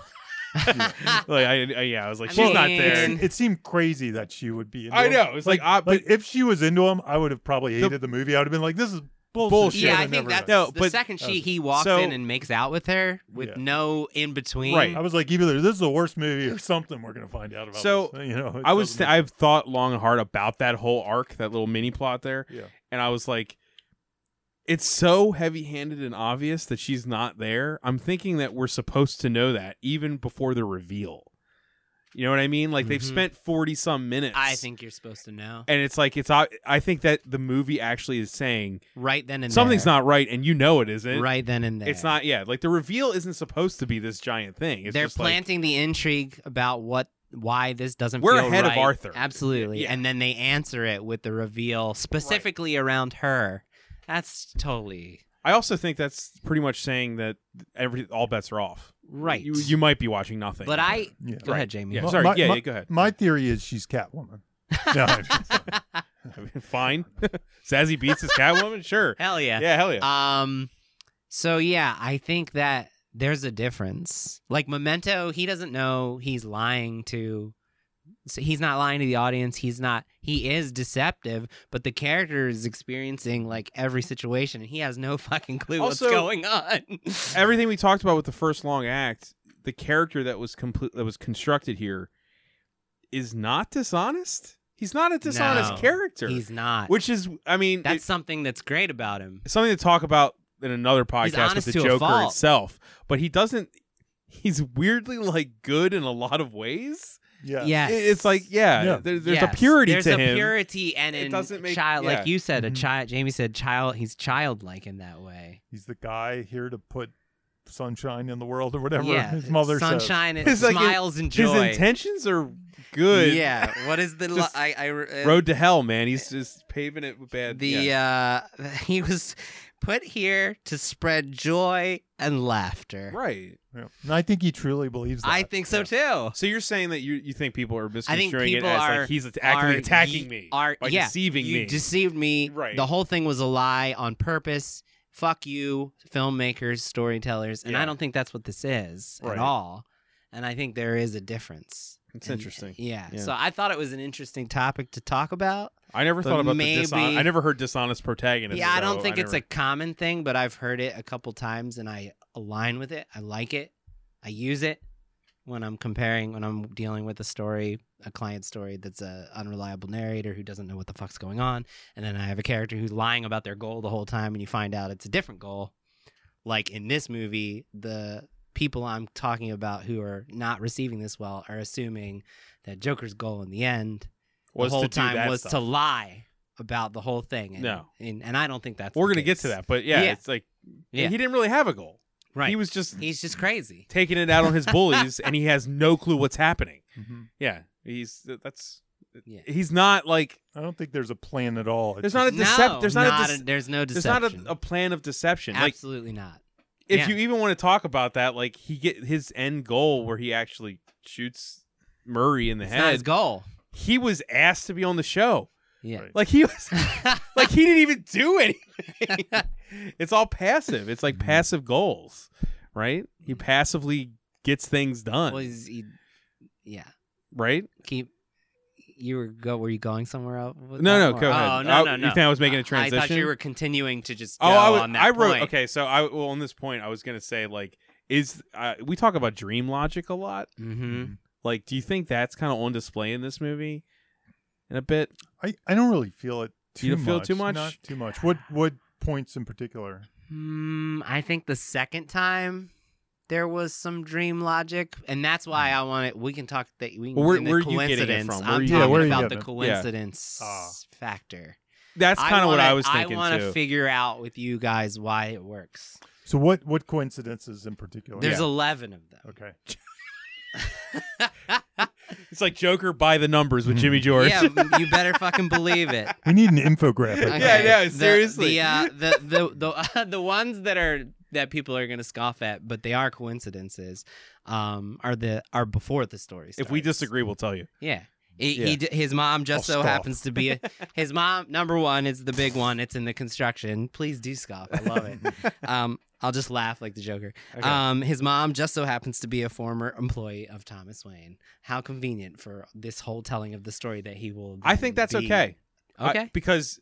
S2: [laughs] like I, I, yeah, I was like,
S3: I
S2: she's not
S3: mean-
S2: there.
S3: [laughs] And-
S4: it seemed crazy that she would be. Into
S2: I
S4: him.
S2: know. It's like, I- but-
S4: if she was into him, I would have probably hated the, movie. I would have been like, "This is Bullshit.
S2: Bullshit.
S3: Yeah, I
S4: never
S3: think that's
S4: done.
S2: No,
S3: the
S2: but- uh,
S3: second she he walks
S2: So-
S3: in and makes out with her with
S4: Yeah.
S3: no in between.
S2: Right.
S4: I was like, either this is the worst movie or something we're gonna find out about.
S2: So,
S4: this. [laughs] you know, it
S2: I was th-
S4: doesn't make-
S2: I've thought long and hard about that whole arc, that little mini plot there,
S4: Yeah.
S2: and I was like, it's so heavy-handed and obvious that she's not there. I'm thinking that we're supposed to know that even before the reveal. You know what I mean? Like they've
S4: Mm-hmm.
S3: Mhm.
S2: spent forty some minutes.
S3: I think you're supposed to know
S2: and it's like it's. I, I think that the movie actually is saying
S3: right then and
S2: something's
S3: there.
S2: not right, and you know it isn't.
S3: right then and there.
S2: It's not. Yeah, like the reveal isn't supposed to be this giant thing. It's
S3: They're
S2: just like-
S3: planting the intrigue about what why this doesn't.
S2: We're
S3: feel
S2: ahead of
S3: right.
S2: Arthur.
S3: Absolutely,
S2: Yeah.
S3: and then they answer it with the reveal specifically around her. That's totally
S2: I also think that's pretty much saying that every all bets are off.
S3: right.
S2: You, you might be watching nothing.
S3: but I
S4: Yeah.
S3: go
S2: Right.
S3: ahead, Jamie.
S2: Yeah,
S4: My-
S2: sorry.
S4: my-
S2: yeah, yeah, go ahead. [laughs]
S4: My theory is she's
S3: [laughs]
S4: Catwoman. No, I'm just-
S2: Fine. [laughs] Zazzy beats his Catwoman? Sure.
S3: Hell yeah.
S2: Yeah, hell yeah.
S3: Um so yeah, I think that there's a difference. Like Memento, he doesn't know he's lying to so he's not lying to the audience. He's not he is deceptive, but the character is experiencing like every situation and he has no fucking clue
S2: Also,
S3: what's going on.
S2: Everything we talked about with the first long act, the character that was complete that was constructed here is not dishonest. He's not a dishonest
S3: No,
S2: character.
S3: he's not.
S2: Which is I mean
S3: That's something that's great about him.
S2: it- something to talk about in another podcast with
S3: honest
S2: the
S3: to a
S2: Joker
S3: fault.
S2: itself. But he doesn't he's weirdly like good in a lot of ways.
S4: yeah.
S3: Yes.
S2: It- It's like, yeah,
S4: Yeah.
S2: there- there's a
S3: Yes,
S2: purity
S3: there's
S2: to
S3: a
S2: him.
S3: purity and
S2: It
S3: in
S2: doesn't make-
S3: child
S2: yeah. Mm-hmm.
S3: like you said a
S4: Mhm.
S3: child Jamie said child he's childlike in that way.
S4: He's the guy here to put sunshine in the world or whatever
S3: Yeah,
S4: his mother says.
S3: sunshine and
S2: It's like
S3: smiles and
S2: His
S3: joy.
S2: intentions are good.
S3: Yeah. What is the li-
S2: Just
S3: I, I uh,
S2: [laughs] Road to hell, man. He's just paving it with bad.
S3: the
S2: yeah.
S3: uh [laughs] he was put here to spread joy and laughter.
S2: right.
S4: Yeah. And I think he truly believes that.
S3: I think so
S4: Yeah.
S3: too.
S2: So you're saying that you you think people are misconstruing
S3: people
S2: it as
S3: are-
S2: like he's at-
S3: are
S2: actively
S3: ye-
S2: attacking me
S3: are-
S2: by
S3: yeah,
S2: deceiving
S3: You
S2: me.
S3: deceived me.
S2: Right.
S3: The whole thing was a lie on purpose. Fuck you, filmmakers, storytellers, and
S2: Yeah.
S3: I don't think that's what this is
S2: Right.
S3: at all. And I think there is a difference.
S2: it's
S3: And- [laughs]
S2: interesting.
S3: Yeah.
S2: Yeah.
S3: So I thought it was an interesting topic to talk about.
S2: I never
S3: but
S2: thought about the
S3: maybe-
S2: dishonest. I never heard dishonest protagonist.
S3: Yeah, I
S2: so
S3: don't think it's a
S2: never-
S3: common thing, but I've heard it a couple times and I align with it. I like it. I use it when I'm comparing, when I'm dealing with a story, a client story that's a unreliable narrator who doesn't know what the fuck's going on, and then I have a character who's lying about their goal the whole time, and you find out it's a different goal. Like in this movie, the people I'm talking about who are not receiving this well are assuming that Joker's goal in the end
S2: was
S3: the whole
S2: to do
S3: time
S2: that
S3: was
S2: stuff.
S3: to lie about the whole thing. And,
S2: No.
S3: and, and I don't think that's.
S2: We're
S3: the
S2: gonna get to
S3: case.
S2: that, but yeah,
S3: Yeah.
S2: it's like
S3: Yeah.
S2: he didn't really have a goal.
S3: Right.
S2: He was just
S3: He's just crazy.
S2: taking it out on
S3: [laughs]
S2: his bullies, and he has no clue what's happening.
S4: Mhm.
S2: Yeah, he's that's
S3: Yeah.
S2: he's not like
S4: I don't think there's a plan at all. It's
S2: There's
S4: just-
S2: not a decep-
S3: no,
S2: there's not a dece-
S3: a- there's no
S2: there's
S3: deception.
S2: not a, a plan of deception. Like
S3: Absolutely not.
S2: if
S3: Yeah.
S2: you even want to talk about that, like he get his end goal where he actually shoots Murray in the
S3: It's not
S2: head.
S3: his goal.
S2: He was asked to be on the show.
S3: Yeah.
S2: Like he
S3: [laughs]
S2: was like he didn't even do anything. it's all passive. It's like
S3: Mm-hmm.
S4: Mhm.
S2: passive goals, right? He passively gets things done,
S3: well, he's, he, yeah.
S2: right?
S3: Keep. You were go. Were you going somewhere else? with
S2: No,
S3: that,
S2: no,
S3: or-
S2: go ahead.
S3: Oh
S2: I-
S3: no, no,
S2: you
S3: no.
S2: think I was making a
S3: I thought
S2: transition?
S3: you were continuing to just. Go
S2: Oh, I was,
S3: on that
S2: I wrote
S3: point.
S2: okay. So I well on this point, I was gonna say like is uh, we talk about dream logic a lot.
S3: Mm-hmm.
S2: Like, do you think that's kind of on display in this movie? In a bit,
S4: I, I don't really feel it too
S2: You don't
S4: much.
S2: feel too much?
S4: Not too much. What what points in particular?
S3: Hmm, I think the second time there was some dream logic, and that's why I want it. We can talk that we
S2: Mm.
S3: can
S2: Well, where-
S3: in the
S2: where are you getting it
S3: coincidence.
S2: from? Where are
S3: I'm
S2: you-
S4: Yeah,
S3: talking
S4: where are you
S3: about the
S4: getting it?
S3: coincidence
S4: Ah.
S3: factor.
S2: that's kind of what
S3: wanna-
S2: I was thinking
S3: I want
S2: too.
S3: to figure out with you guys why it works.
S4: So what what coincidences in
S2: Oh,
S4: particular?
S3: There's eleven of them.
S4: okay.
S2: it's like Joker by the numbers with
S4: [laughs]
S2: Jimmy George.
S3: Yeah, you better fucking believe it.
S4: We need
S3: [laughs]
S4: an infographic.
S2: Okay. [laughs] Yeah, yeah,
S3: The-
S2: seriously.
S3: The uh, the the the, uh, the [laughs] ones that are that people are gonna scoff at, but they are coincidences, um, are the are before the story.
S2: [laughs] if we
S3: starts.
S2: disagree, we'll tell you.
S3: Yeah. He,
S2: Yeah. Oh,
S3: he d his mom just
S4: I'll
S3: so
S4: scoff.
S3: happens
S2: [laughs]
S3: to be a, his mom. Number one, it's the big one. It's in the construction. Please do scoff. I love it.
S2: [laughs]
S3: Um, I'll just laugh like the Joker.
S2: Okay.
S3: Um, his mom just so happens to be a former employee of Thomas Wayne. How convenient for this whole telling of the story that he will.
S2: I think that's
S3: be-
S2: okay. I-
S3: Okay.
S2: because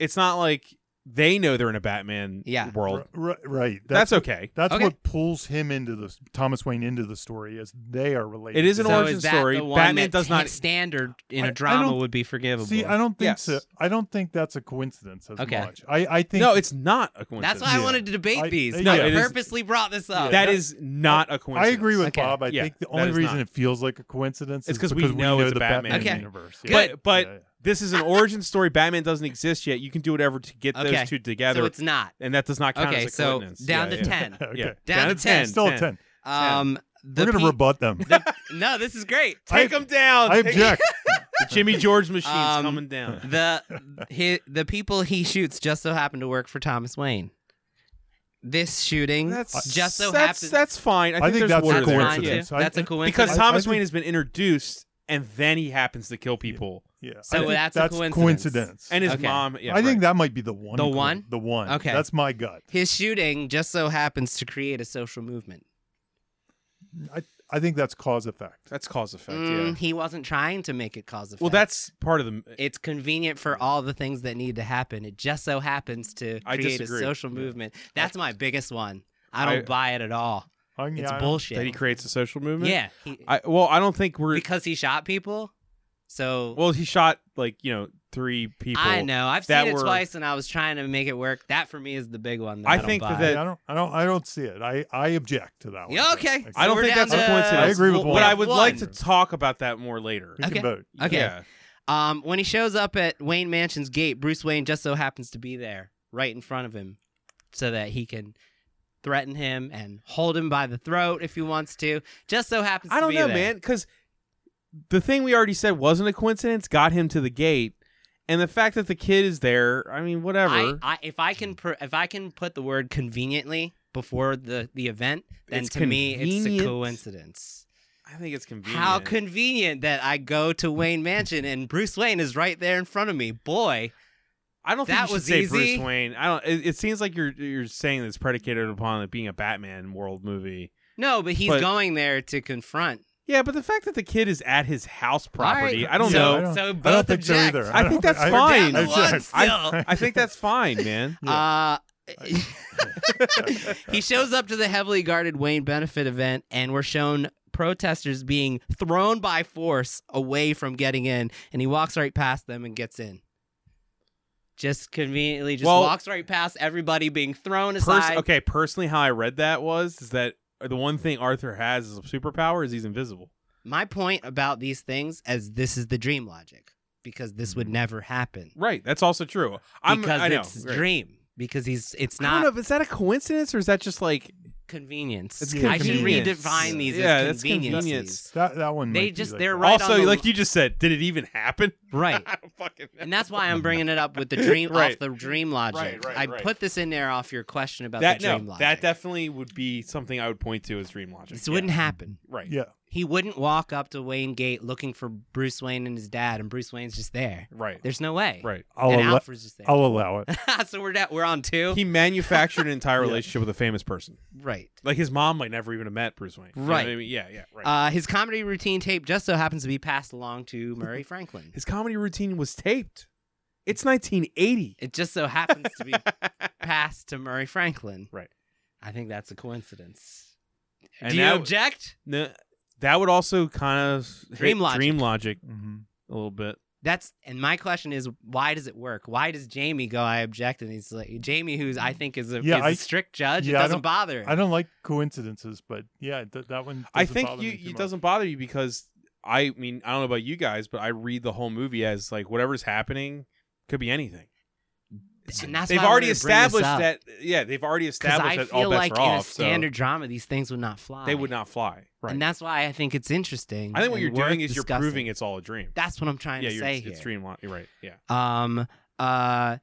S2: it's not like they know they're in a Batman
S3: Yeah.
S2: world.
S4: R- right.
S2: That's,
S4: That's
S2: okay.
S4: that's
S3: Okay.
S4: what pulls him into this Thomas Wayne into the story is they are related.
S2: It is an
S3: so
S2: origin
S3: is that
S2: story.
S3: The one
S2: Batman
S3: that
S2: does
S3: hit
S2: not-
S3: standard in
S4: I- I
S3: a drama
S4: don't-
S3: would be forgivable.
S4: See, I don't think
S2: Yes.
S4: so. I don't think that's a coincidence as
S3: Okay.
S4: much. I, I think
S2: No, it's not a coincidence.
S3: That's why I
S4: Yeah.
S3: wanted to debate
S4: I-
S3: these.
S4: yeah.
S3: I
S2: It is-
S3: purposely brought this up.
S2: That is not a
S4: I
S2: coincidence.
S4: agree
S3: [laughs]
S4: with
S3: Okay.
S4: Bob. I
S2: Yeah,
S4: think the
S2: that
S4: only
S2: is
S4: reason
S2: not.
S4: it feels like a coincidence
S2: It's
S4: is
S2: 'cause we
S4: because
S2: know it's
S4: the
S2: a Batman
S3: Okay.
S4: universe. Yeah.
S2: But but
S4: Yeah, yeah.
S2: this is an origin story. Batman doesn't exist yet. You can do whatever to get
S3: Okay.
S2: those two together,
S3: so it's not.
S2: and that does not count
S3: Okay,
S2: as a
S3: so
S2: coincidence. Yeah,
S3: down to
S2: yeah.
S3: ten.
S2: [laughs]
S4: Okay.
S2: Yeah.
S3: Down to 10.
S4: Still a ten.
S3: Um, the
S4: We're gonna
S3: pe-
S4: rebut them.
S3: [laughs] no, this is great.
S2: Take
S4: I-
S2: them down.
S4: I
S2: Take-
S3: [laughs]
S4: object.
S2: the Jimmy George machine's
S3: Um,
S2: coming
S3: [laughs]
S2: down.
S3: the hi the people he shoots just so happen to work for Thomas Wayne. This shooting
S2: That's
S3: just so
S2: that's,
S3: happens.
S2: that's fine. I think,
S4: I think
S2: there's
S4: that's
S2: water
S4: a
S3: that's
S2: there.
S3: fine
S4: coincidence.
S3: too.
S4: I-
S3: That's a
S4: I-
S3: coincidence.
S2: because
S4: I- I
S2: Thomas
S4: think-
S2: Wayne has been introduced, and then he happens to kill people,
S4: Yeah.
S3: So
S4: I think
S3: that's a coincidence.
S2: and his
S3: Okay.
S2: mom. Yeah,
S4: I think
S2: right.
S4: that might be the one.
S3: The
S4: coin-
S3: one?
S4: The one.
S3: Okay.
S4: That's my gut.
S3: his shooting just so happens to create a social movement.
S4: I, I think that's cause effect.
S2: that's cause effect.
S3: Mm,
S2: yeah.
S3: He wasn't trying to make it cause effect.
S2: Well, that's part of the.
S3: it's convenient for all the things that need to happen. It just so happens to
S2: I
S3: create a
S2: disagree.
S3: social
S2: Yeah.
S3: movement. That's my biggest one. I don't
S2: I-
S3: buy it at all.
S4: I,
S3: It's
S4: yeah, I don't-
S3: bullshit.
S2: That he creates a social movement.
S3: yeah, he-
S2: I well, I don't think we're.
S3: because he shot people. So
S2: Well, he shot like you know three people.
S3: I know. I've
S2: that
S3: seen it
S2: were-
S3: twice, and I was trying to make it work. That for me is the big one. That
S2: I
S3: I, don't
S2: think that
S3: buy.
S2: that-
S4: I don't. I don't. I don't see it. I, I object to that one.
S3: Yeah, okay.
S4: Except-
S2: I don't
S3: we're
S2: think
S3: down
S2: that's a
S3: to-
S2: coincidence.
S4: I agree with
S3: Well,
S2: But
S4: one.
S2: I would like to
S4: One.
S2: talk about that more later.
S4: We can
S3: Okay.
S4: vote.
S3: Okay.
S2: Yeah.
S3: Um, when he shows up at Wayne Mansion's gate, Bruce Wayne just so happens to be there, right in front of him, so that he can threaten him and hold him by the throat if he wants to. Just so happens.
S2: I
S3: to
S2: don't
S3: be
S2: know,
S3: there.
S2: man, because the thing we already said wasn't a coincidence. Got him to the gate, and the fact that the kid is there. I mean, whatever.
S3: I, I, if I can, pr- if I can put the word conveniently before the the event, then
S2: It's
S3: to me it's a
S2: convenient.
S3: coincidence.
S2: I think it's convenient.
S3: How convenient that I go to Wayne Mansion and Bruce Wayne is right there in front of me. Boy,
S2: I don't think
S3: That
S2: you should
S3: was
S2: say
S3: easy.
S2: Bruce Wayne. I don't. It, it seems like you're you're saying that's predicated upon it being a Batman world movie.
S3: no, but he's
S2: But-
S3: going there to confront.
S2: Yeah, but the fact that the kid is at his house property,
S3: All right,
S2: I don't
S3: so-
S2: know.
S4: I don't-
S3: So
S4: I don't
S3: both
S4: think so
S3: object.
S4: either.
S2: I
S4: don't
S2: think that's
S4: I-
S2: fine.
S4: I
S3: We're down to
S4: object.
S3: one still.
S2: [laughs] I think that's fine,
S3: [laughs]
S2: man.
S3: Uh, [laughs] he shows up to the heavily guarded Wayne benefit event, and we're shown protesters being thrown by force away from getting in, and he walks right past them and gets in. Just conveniently, just
S2: Well-
S3: walks right past everybody being thrown
S2: Pers-
S3: aside.
S2: okay, personally, how I read that was is that the one thing Arthur has as a superpower is he's invisible.
S3: My point about these things is this is the dream logic because this would never happen
S2: Right. That's also true. Mm-hmm. I'm,
S3: because
S2: I know.
S3: it's
S2: right.
S3: dream because he's it's
S2: I
S3: not
S2: don't know. Is that a coincidence or is that just like
S3: convenience.
S2: it's
S3: I should
S2: convenience.
S3: redefine these
S2: Yeah,
S3: as
S2: that's
S3: conveniences.
S2: convenience.
S4: That that one.
S3: They
S4: might be
S3: just-
S4: like
S3: they're
S4: that.
S3: right on
S2: also
S3: the-
S2: like you just said? Did it even [laughs] happen?
S3: [laughs] Right.
S2: I don't fucking know.
S3: And that's why I'm bringing it up with the dream
S2: [laughs]
S3: off
S2: Right.
S3: the dream logic.
S2: Right, right,
S3: I
S2: right.
S3: put this in there off your question about
S2: that
S3: the dream
S2: no,
S3: logic.
S2: that definitely would be something I would point to as dream logic.
S3: this
S2: Yeah.
S3: wouldn't happen.
S2: right.
S4: Yeah.
S3: He wouldn't walk up to Wayne Gate looking for Bruce Wayne and his dad, and Bruce Wayne's just there.
S2: Right.
S3: There's no way.
S2: Right.
S4: I'll
S3: and
S4: allow.
S3: Alfred's just there.
S4: I'll allow it.
S3: [laughs] so we're down, we're on two.
S2: He manufactured an
S3: [laughs]
S2: entire
S4: Yeah.
S2: relationship with a famous person.
S3: right.
S2: Like his mom might never even have met Bruce Wayne. You know what
S3: Right.
S2: I mean? Yeah, yeah, right.
S3: Uh, his comedy routine tape just so happens to be passed along to
S2: [laughs]
S3: Murray Franklin.
S2: his comedy routine was taped. It's 1980.
S3: It just so happens
S2: [laughs]
S3: to be passed to Murray Franklin.
S2: Right.
S3: I think that's a coincidence.
S2: And
S3: Do you
S2: that-
S3: object?
S2: No, that would also kind of hit
S3: Dream logic.
S2: dream logic
S4: Mhm.
S2: a little bit.
S3: That's and my question is why does it work? Why does Jamie go? I object, and he's like Jamie, who's I think is a,
S4: Yeah,
S3: is a
S4: I-
S3: strict judge.
S4: yeah,
S3: it
S4: I
S3: doesn't
S4: don't-
S3: bother. him.
S4: I don't like coincidences, but yeah, th- that one.
S2: I
S4: doesn't
S2: think
S4: bother
S2: you
S4: me too
S2: it
S4: much.
S2: doesn't bother you because I mean I don't know about you guys, but I read the whole movie as like whatever's happening could be anything.
S3: and that's
S2: they've
S3: why I
S2: already
S3: wanted to bring this
S2: established
S3: up,
S2: that. Yeah, they've already
S3: 'cause
S2: established
S3: I
S2: that
S3: feel
S2: all bets
S3: like
S2: are
S3: in a
S2: off. so
S3: standard drama, these things would not fly.
S2: they would not fly. Right.
S3: And that's why I think it's interesting.
S2: I think what
S3: and
S2: you're
S3: worth
S2: doing is
S3: discussing.
S2: you're proving it's all a dream.
S3: That's what I'm trying
S2: yeah,
S3: to
S2: you're,
S3: say
S2: it's,
S3: here.
S2: it's dream lo- You're right. Yeah.
S3: Um, uh,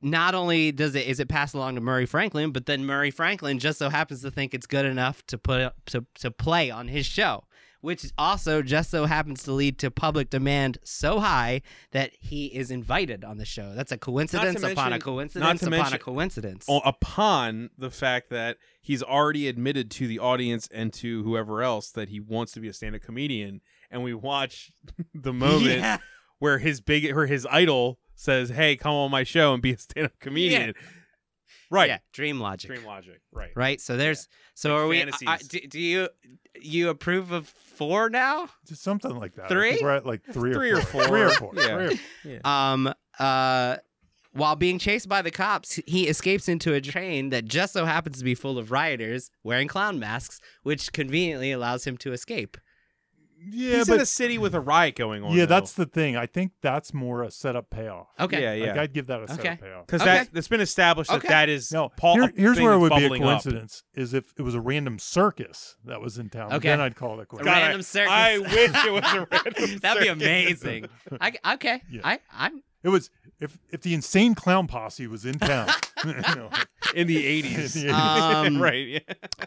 S3: not only does it is it passed along to Murray Franklin, but then Murray Franklin just so happens to think it's good enough to put to to play on his show, which also just so happens to lead to public demand so high that he is invited on the show. That's a coincidence upon
S2: mention-
S3: a coincidence upon
S2: mention-
S3: a coincidence.
S2: O- upon the fact that he's already admitted to the audience and to whoever else that he wants to be a stand-up
S3: [laughs]
S2: comedian and we watch [laughs] the moment
S3: Yeah.
S2: where his big or his idol says, "Hey, come on my show and be a stand-up comedian." Right.
S3: Yeah, dream logic.
S2: Dream logic. Right.
S3: Right? So there's so
S2: Like
S3: are we
S2: fantasies.
S3: I- do, do you you approve of 4 now?
S4: Just something like that. I
S3: Three?
S4: think We're at like three,
S2: Three
S4: or
S2: or
S4: four.
S2: four.
S4: three or four.
S2: Yeah.
S4: Three or four.
S3: Um uh while being chased by the cops, he escapes into a train that just so happens to be full of rioters wearing clown masks, which conveniently allows him to escape.
S4: Yeah,
S2: He's in a
S4: but
S2: city with a riot going on.
S4: yeah, that's the thing. I think that's more a setup payoff.
S3: Okay. [laughs]
S2: Yeah, yeah.
S4: Like I'd give that a
S3: Okay.
S4: setup payoff.
S2: Because
S3: Okay.
S2: that it's been established that
S3: Okay.
S2: that is
S4: No,
S2: Paul.
S4: here-
S2: a
S4: here's
S2: thing
S4: where it
S2: that's
S4: would be a
S2: bubbling up.
S4: coincidence is if it was a random circus that was in town.
S3: Okay.
S4: Then I'd call it a coincidence.
S2: God, I-
S3: random circus.
S2: I wish it
S3: [laughs]
S2: was a random
S3: That'd be
S2: circus.
S3: amazing. I, okay.
S4: Yeah.
S3: I I'm
S4: It was if if the insane clown posse was in town. [laughs] you know,
S2: in the eighties. [laughs]
S3: Um,
S2: right. Yeah.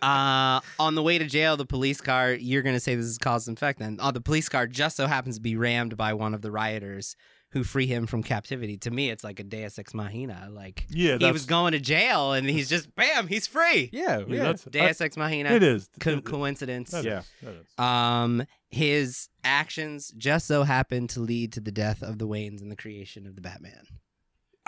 S3: uh, on the way to jail, the police car, you're going to say this is cause and effect then. Oh, the police car just so happens to be rammed by one of the rioters who free him from captivity. To me, it's like a deus ex machina. Like,
S4: Yeah,
S3: he
S4: that's,
S3: was going to jail and he's just, bam, he's free.
S2: Yeah.
S4: yeah, that's
S3: Deus ex machina.
S4: I, it is.
S3: Co-
S4: It-
S3: coincidence.
S4: that is,
S2: Yeah.
S4: that is.
S3: Um, his actions just so happened to lead to the death of the Waynes and the creation of the Batman.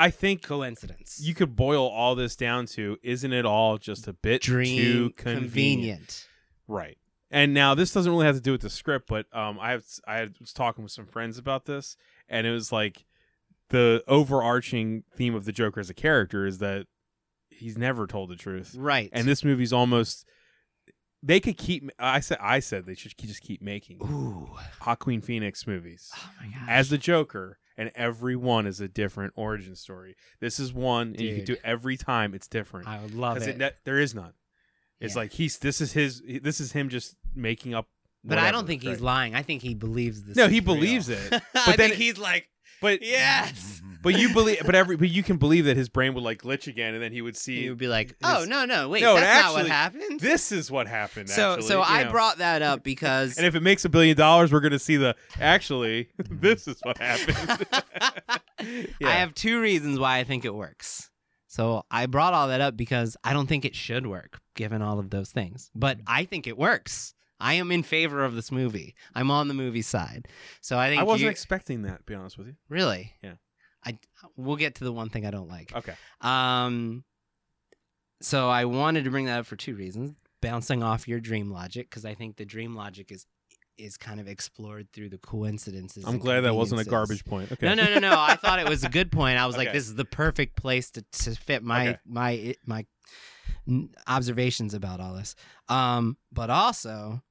S2: I think
S3: Coincidence.
S2: you could boil all this down to isn't it all just a bit
S3: Dream
S2: too
S3: convenient.
S2: Right. And now this doesn't really have to do with the script, but um, I have I had- was talking with some friends about this, and it was like the overarching theme of the Joker as a character is that he's never told the truth,
S3: Right.
S2: and this movie's almost they could keep. I said I said they should just keep making
S3: Ooh.
S2: Hot Queen Phoenix movies
S3: Oh my gosh.
S2: as the Joker, and every one is a different origin story. This is one, and you could do
S3: Dude.
S2: every time. It's different
S3: I would love
S2: because
S3: it.
S2: it, ne- there is none. It's
S3: Yeah.
S2: like he's this is his this is him just making up.
S3: But I don't
S2: whatever,
S3: think he's
S2: right?
S3: lying. I think he believes this.
S2: No,
S3: is
S2: he
S3: real.
S2: believes
S3: [laughs]
S2: it.
S3: but
S2: then it-
S3: he's [laughs] like,
S2: But
S3: [laughs] yes.
S2: but you believe but every but you can believe that his brain would like glitch again, and then he would see
S3: He would be like, oh
S2: is-
S3: no, no, wait,
S2: No, it
S3: that's not what
S2: actually-
S3: happened.
S2: this is what happened.
S3: so,
S2: actually,
S3: so
S2: you
S3: I
S2: know.
S3: brought that [laughs] up because
S2: And if it makes a billion dollars, we're going to see the actually. [laughs] This is what happened.
S3: [laughs]
S2: [laughs]
S3: I
S2: Yeah.
S3: have two reasons why I think it works. So I brought all that up because I don't think it should work, given all of those things. But I think it works. I am in favor of this movie. I'm on the movie side. So I think
S2: I wasn't
S3: you-
S2: expecting that. To be honest with you.
S3: really.
S2: Yeah.
S3: I we'll get to the one thing I don't like.
S2: Okay.
S3: Um, so I wanted to bring that up for two reasons: bouncing off your dream logic, because I think the dream logic is is kind of explored through the coincidences.
S2: I'm
S3: and
S2: glad that wasn't a
S3: conveniences.
S2: garbage point. Okay.
S3: No, no, no, no.
S2: [laughs]
S3: I thought it was a good point. I was like,
S2: Okay.
S3: this is the perfect place to, to fit my
S2: Okay.
S3: my my n- observations about all this. Um, but also,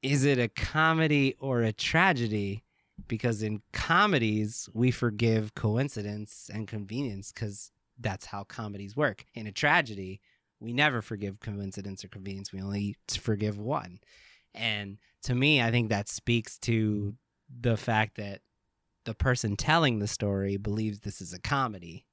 S3: is it a comedy or a tragedy? Because in comedies, we forgive coincidence and convenience because that's how comedies work. In a tragedy, we never forgive coincidence or convenience. We only forgive one. And to me, I think that speaks to the fact that the person telling the story believes this is a comedy.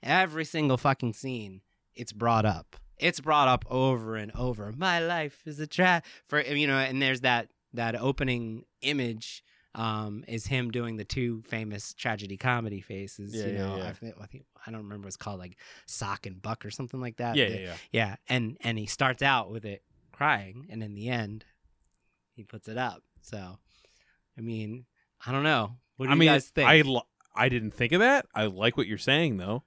S3: Every single fucking scene, it's brought up. It's brought up over and over. My life is a trap for you know, and there's that that opening image um, is him doing the two famous tragedy comedy faces.
S2: Yeah,
S3: you
S2: yeah,
S3: know,
S2: yeah.
S3: I, think, I think I don't remember what's called like sock and buck or something like that.
S2: Yeah,
S3: The-
S2: yeah, yeah.
S3: yeah, and and he starts out with it crying, and in the end, he puts it up. So, I mean, I don't know. What do
S2: I
S3: you
S2: mean,
S3: guys think?
S2: I li- I didn't think of that. I like what you're saying though.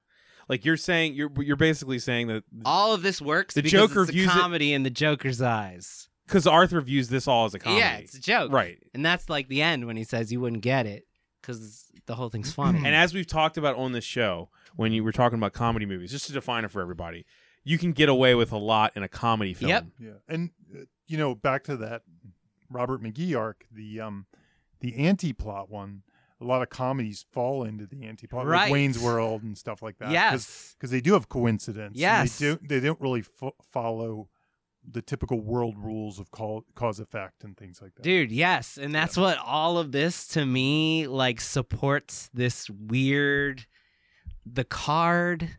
S2: Like you're saying you're you're basically saying that
S3: All of this works.
S2: The
S3: because
S2: Joker
S3: it's a
S2: views it-
S3: comedy in the Joker's eyes.
S2: because Arthur views this all as a comedy.
S3: Yeah, it's a joke,
S2: right.
S3: And that's like the end when he says you wouldn't get it because the whole
S2: [clears throat]
S3: thing's funny.
S2: And as we've talked about on this show, when you were talking about comedy movies, just to define it for everybody, you can get away with a lot in a comedy film.
S3: Yep.
S4: Yeah, and uh, you know, back to that Robert McGee arc, the um, the anti-plot one. A lot of comedies fall into the anti-plot,
S3: Right.
S4: like Wayne's World and stuff like that.
S2: uh,
S3: yes,
S4: because they do have coincidence. and
S3: Yes.
S4: they don't. They don't really fo- follow the typical world rules of call, cause effect and things like that.
S3: dude, yes, and that's what all of this to me like supports this weird the card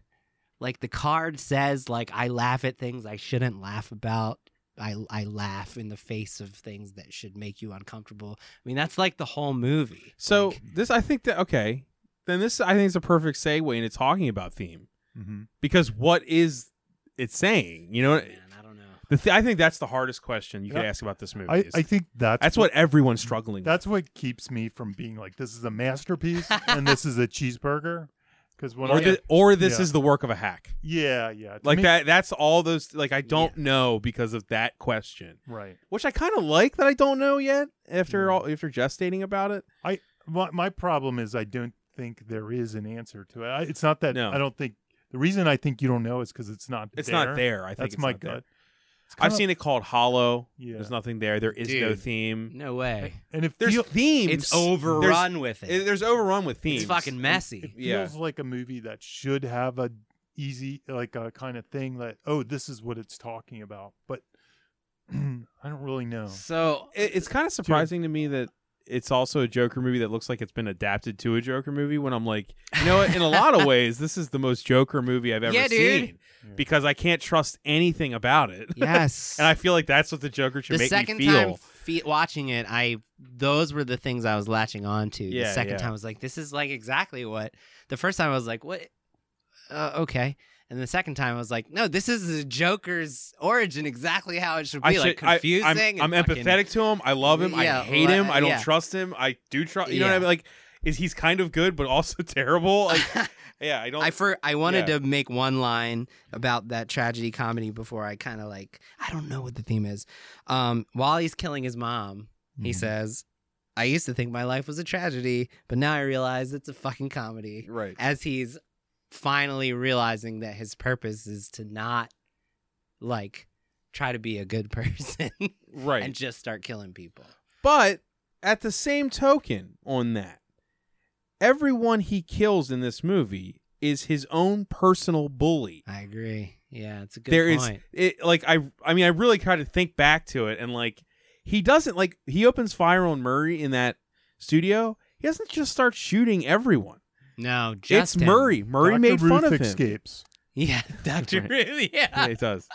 S3: like the card says like i laugh at things i shouldn't laugh about i i laugh in the face of things that should make you uncomfortable i mean that's like the whole movie
S2: So
S3: Like,
S2: this, I think that okay, then this I think is a perfect segue into talking about theme
S4: Mm-hmm.
S2: because what is it saying? You know,
S3: man, i don't know
S2: The th- I think that's the hardest question you could
S4: Yeah.
S2: ask about this movie.
S4: I,
S2: is-
S4: I think that's
S2: that's what everyone's struggling
S4: That's what keeps me from being like, this is a masterpiece and this is a cheeseburger. Because
S2: with.
S4: when
S2: Or,
S4: I,
S2: thi- or this
S4: Yeah.
S2: is the work of a hack.
S4: yeah, yeah, to
S2: Like
S4: me-
S2: that. That's all those. Like I don't know because of that question,
S4: right?
S2: which I kind of like that I don't know yet. After
S4: Yeah.
S2: all, after gestating about it,
S4: My my problem is I don't think there is an answer to it. I, it's not that
S2: No.
S4: I don't think the reason I think you don't know is because it's not.
S2: it's
S4: there.
S2: not there. I think
S4: That's
S2: it's
S4: my
S2: not there.
S4: gut. It's
S2: I've
S4: kinda-
S2: seen it called Hollow.
S4: Yeah.
S2: There's nothing there. There is no
S3: Dude.
S2: theme.
S3: No way.
S4: and it
S2: There's
S4: feel-
S2: themes.
S3: It's overrun with
S2: It-
S3: it.
S2: There's overrun with themes.
S3: It's fucking
S4: it
S3: messy.
S2: yeah.
S4: feels like a movie that should have a easy like a kind of thing that oh this is what it's talking about, but [clears throat] I don't really know.
S3: So
S2: [laughs] It- it's kind of surprising to me that it's also a Joker movie that looks like it's been adapted to a Joker movie. When I'm like, you know, what? in a lot
S3: [laughs]
S2: of ways, this is the most Joker movie I've ever
S3: Yeah, dude.
S2: seen because I can't trust anything about it.
S3: yes,
S2: [laughs] and I feel like that's what the Joker should
S3: the
S2: make
S3: second
S2: me feel.
S3: time fe- watching it, I those were the things I was latching on to.
S2: Yeah,
S3: the second
S2: yeah.
S3: time I was like, this is like exactly what. The first time I was like, what? Uh, okay. And the second time I was like, no, this is the Joker's origin exactly how it should be.
S2: I should,
S3: like confusing.
S2: I, am
S3: and fucking- [laughs]
S2: empathetic to him. I love him. I
S3: Yeah,
S2: hate
S3: li-
S2: him. I don't
S3: yeah.
S2: trust him. I do trust. You know what I
S3: Yeah.
S2: mean? Like, is he's kind of good but also [laughs] terrible?
S3: [laughs]
S2: Like, yeah, I don't.
S3: I for I wanted
S2: Yeah.
S3: to make one line about that tragedy comedy before I kind of like I don't know what the theme is. Um, while he's killing his mom, he
S4: Mhm.
S2: Mm-hmm.
S3: says, "I used to think my life was a tragedy, but now I realize it's a fucking comedy."
S2: right.
S3: As he's finally realizing that his purpose is to not like try to be a good [laughs] person
S2: Right.
S3: and just start killing people.
S2: But at the same token, on that, everyone he kills in this movie is his own personal bully.
S3: I agree. Yeah, it's a good
S2: There is
S3: point.
S2: it like I I mean I really try to think back to it and like he doesn't like he opens fire on Murray in that studio. He doesn't just start shooting everyone.
S3: no, just
S2: it's
S3: him.
S2: Murray. Murray
S4: Dr.
S2: made fun
S4: Ruth
S2: of him.
S4: escapes.
S3: [laughs] Yeah, Doctor
S2: Right.
S3: Really. Yeah.
S2: [laughs] Yeah, he does.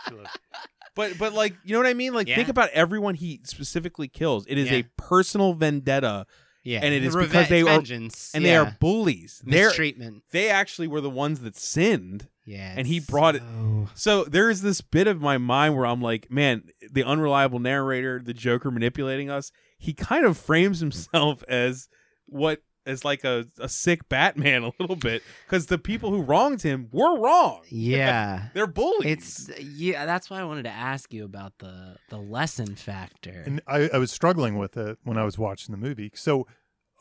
S2: But but like you know what I mean? Like
S3: Yeah.
S2: think about everyone he specifically kills. It is
S3: Yeah.
S2: a personal vendetta,
S3: Yeah,
S2: And it is
S3: Reve-
S2: because they
S3: it's
S2: are-
S3: vengeance.
S2: and
S3: yeah.
S2: they are bullies. They're
S3: mistreatment.
S2: they actually were the ones that sinned.
S3: Yeah,
S2: and he
S3: it's
S2: brought it-
S3: so-
S2: So there is this bit of my mind where I'm like, man, the unreliable narrator, the Joker manipulating us, he kind of frames himself [laughs] as what as like a, a sick Batman a little bit because the people who wronged him were wrong.
S3: Yeah,
S2: [laughs] They're bullies.
S3: it's yeah. That's why I wanted to ask you about the the lesson factor.
S4: And I, I was struggling with it when I was watching the movie. So,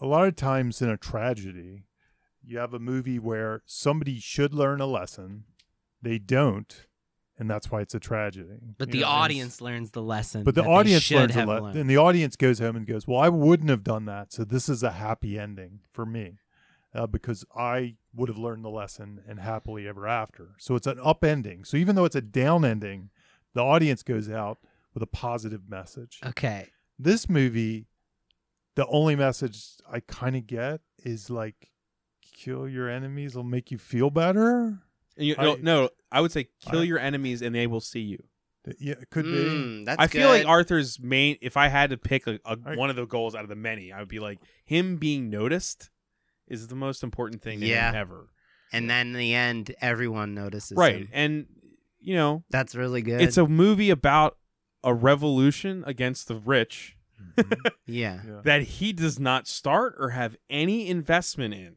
S4: a lot of times in a tragedy, you have a movie where somebody should learn a lesson, they don't, and that's why it's a tragedy.
S3: but
S4: You
S3: the
S4: know, and
S3: audience learns the lesson.
S4: But the
S3: that they
S4: audience
S3: should
S4: learns a
S3: have
S4: le-
S3: learned.
S4: and the audience goes home and goes, "Well, I wouldn't have done that, so this is a happy ending for me, uh, because I would have learned the lesson and happily ever after." So it's an up ending. So even though it's a down ending, the audience goes out with a positive message.
S3: okay,
S4: This movie, the only message I kind of get is like, "Kill your enemies; will make you feel better."
S2: And you-
S4: I-
S2: no, no, I would say kill
S4: I-
S2: your enemies and they will see you.
S4: Yeah, it could
S2: Hmm.
S4: be.
S3: Mm, that's
S2: I feel like
S3: good.
S2: Arthur's main. If I had to pick a, a,
S4: Right.
S2: one of the goals out of the many, I would be like him being noticed is the most important thing to
S3: Yeah.
S2: him ever.
S3: and then in the end, everyone notices.
S2: right,
S3: him.
S2: and you know
S3: that's really good.
S2: it's a movie about a revolution against the rich
S3: yeah.
S4: Mhm.
S2: [laughs]
S4: Yeah.
S2: that he does not start or have any investment in.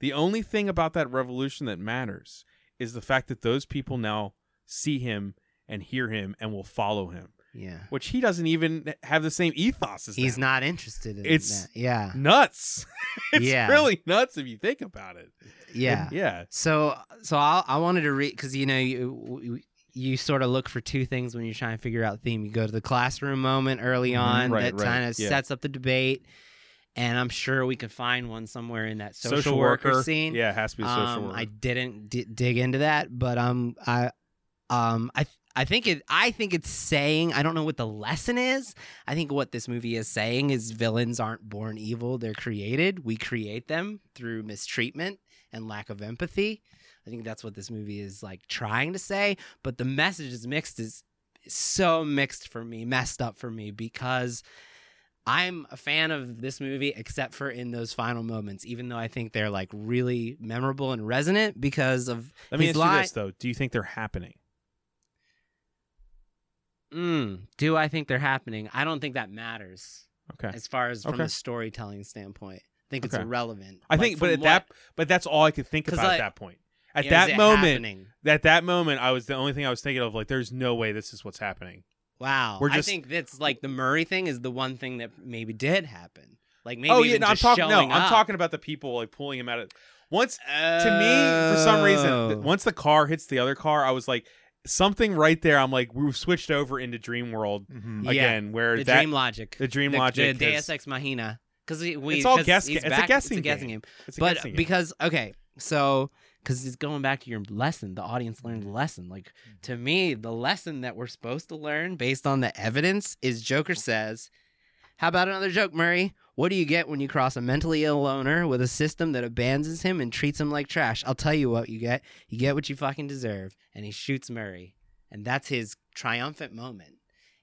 S2: The only thing about that revolution that matters is the fact that those people now see him and hear him and will follow him,
S3: Yeah,
S2: which he doesn't even have the same ethos as
S3: he's
S2: them.
S3: not interested in
S2: It's-
S3: that. Yeah,
S2: nuts. [laughs] it's
S3: Yeah.
S2: really nuts if you think about it.
S3: yeah.
S2: Yeah.
S3: So, so I, I wanted to read because you know you you sort of look for two things when you're trying to figure out theme. You go to the classroom moment early
S2: Mhm.
S3: on
S2: Right,
S3: that
S2: right,
S3: kind of
S2: yeah.
S3: sets up the debate, and I'm sure we could find one somewhere in that social, worker,
S2: worker,
S3: scene.
S2: Yeah, it has to be a social
S3: Um,
S2: worker.
S3: I didn't d- dig into that, but um, I, um, I, th- I think it. I think it's saying. I don't know what the lesson is. I think what this movie is saying is villains aren't born evil; they're created. We create them through mistreatment and lack of empathy. I think that's what this movie is like trying to say. But the message is mixed. Is so mixed for me, messed up for me because. I'm a fan of this movie, except for in those final moments, even though I think they're like really memorable and resonant because of
S2: Let me ask
S3: his
S2: you
S3: line-
S2: this though: Do you think they're happening?
S3: Mm, do I think they're happening? I don't think that matters
S2: Okay.
S3: as far as from
S2: Okay.
S3: the storytelling standpoint. I think it's
S2: Okay.
S3: irrelevant.
S2: I think, but at that, but that's all I could think
S3: 'Cause
S2: about
S3: I-
S2: at that point. At that moment,
S3: happening?
S2: at that moment, I was the only thing I was thinking of. Like, there's no way this is what's happening.
S3: wow.
S2: we're
S3: I
S2: just-
S3: think that's like the Murray thing is the one thing that maybe did happen. Like maybe
S2: oh yeah,
S3: even
S2: no, I'm
S3: just
S2: talking. No,
S3: showing
S2: I'm
S3: up.
S2: talking about the people like pulling him out of. Once to me, for some reason, th-
S3: Oh.
S2: once the car hits the other car, I was like, something right there. I'm like, we've switched over into Dream World
S4: Mm-hmm.
S3: Yeah,
S2: again, where
S3: the
S2: that
S3: dream logic,
S2: the Dream
S3: the,
S2: Logic,
S3: the
S2: has-
S3: Deus Ex Machina. Because we,
S2: It's all
S3: 'cause
S2: guess-
S3: he's
S2: it's a
S3: back,
S2: guessing
S3: it's a guessing
S2: game.
S3: game.
S2: it's a
S3: but
S2: guessing game.
S3: because okay, so because it's going back to your lesson, the audience learned a lesson. Like
S2: Mm-hmm.
S3: to me, the lesson that we're supposed to learn based on the evidence is Joker says, "How about another joke, Murray? What do you get when you cross a mentally ill owner with a system that abandons him and treats him like trash? I'll tell you what you get. You get what you fucking deserve." And he shoots Murray, and that's his triumphant moment.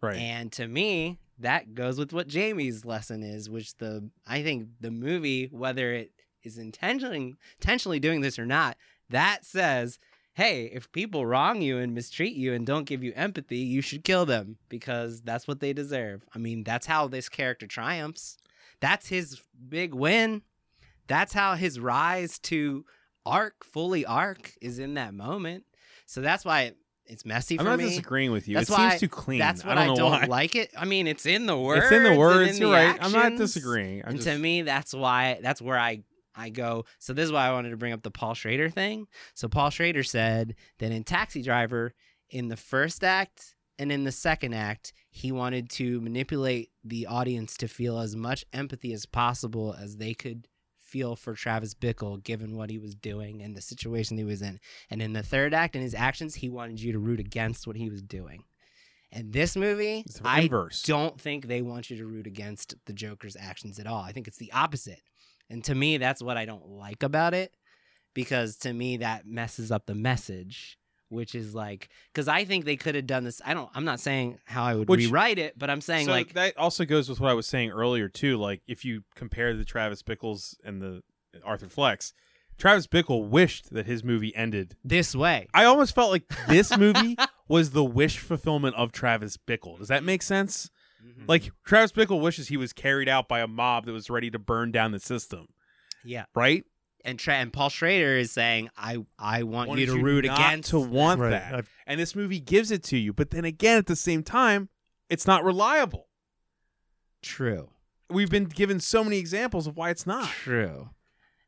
S2: right,
S3: And to me, that goes with what Jamie's lesson is, which the I think the movie, whether it is intentionally intentionally doing this or not, that says, hey, if people wrong you and mistreat you and don't give you empathy, you should kill them because that's what they deserve. I mean, that's how this character triumphs. That's his big win. That's how his rise to arc, fully arc, is in that moment. So that's why it, it's messy for
S2: I'm not
S3: me.
S2: disagreeing with you.
S3: That's
S2: it
S3: why-
S2: seems too clean.
S3: That's what
S2: I don't know why.
S3: like it. I mean, it's in the words.
S2: it's in the
S3: and
S2: words.
S3: in
S2: you're
S3: the
S2: right. I'm not
S3: actions.
S2: disagreeing. I'm
S3: and
S2: just,
S3: to me, that's why. That's where I I go. So this is why I wanted to bring up the Paul Schrader thing. So Paul Schrader said that in Taxi Driver, in the first act and in the second act, he wanted to manipulate the audience to feel as much empathy as possible as they could feel for Travis Bickle given what he was doing and the situation he was in. And in the third act and his actions, he wanted you to root against what he was doing. And this movie,
S2: it's the
S3: I
S2: inverse.
S3: don't think they want you to root against the Joker's actions at all. I think it's the opposite. And to me, that's what I don't like about it because to me, that messes up the message, which is like, because I think they could have done this. I don't, I'm not saying how I would
S2: Which-
S3: rewrite it, but I'm saying
S2: so
S3: like,
S2: that also goes with what I was saying earlier too. Like if you compare the Travis Bickles and the Arthur Flex, Travis Bickle wished that his movie ended.
S3: this way.
S2: I almost felt like this
S3: [laughs]
S2: movie was the wish fulfillment of Travis Bickle. Does that make sense?
S3: Hmm.
S2: Like Travis Bickle wishes he was carried out by a mob that was ready to burn down the system,
S3: yeah.
S2: right?
S3: And, tra- and Paul Schrader is saying, I, I want you
S2: Wanted
S3: to root
S2: not
S3: against.
S2: to want
S4: Right.
S2: that.
S4: I've-
S2: and this movie gives it to you, but then again at the same time, it's not reliable.
S3: True.
S2: We've been given so many examples of why it's not.
S3: True.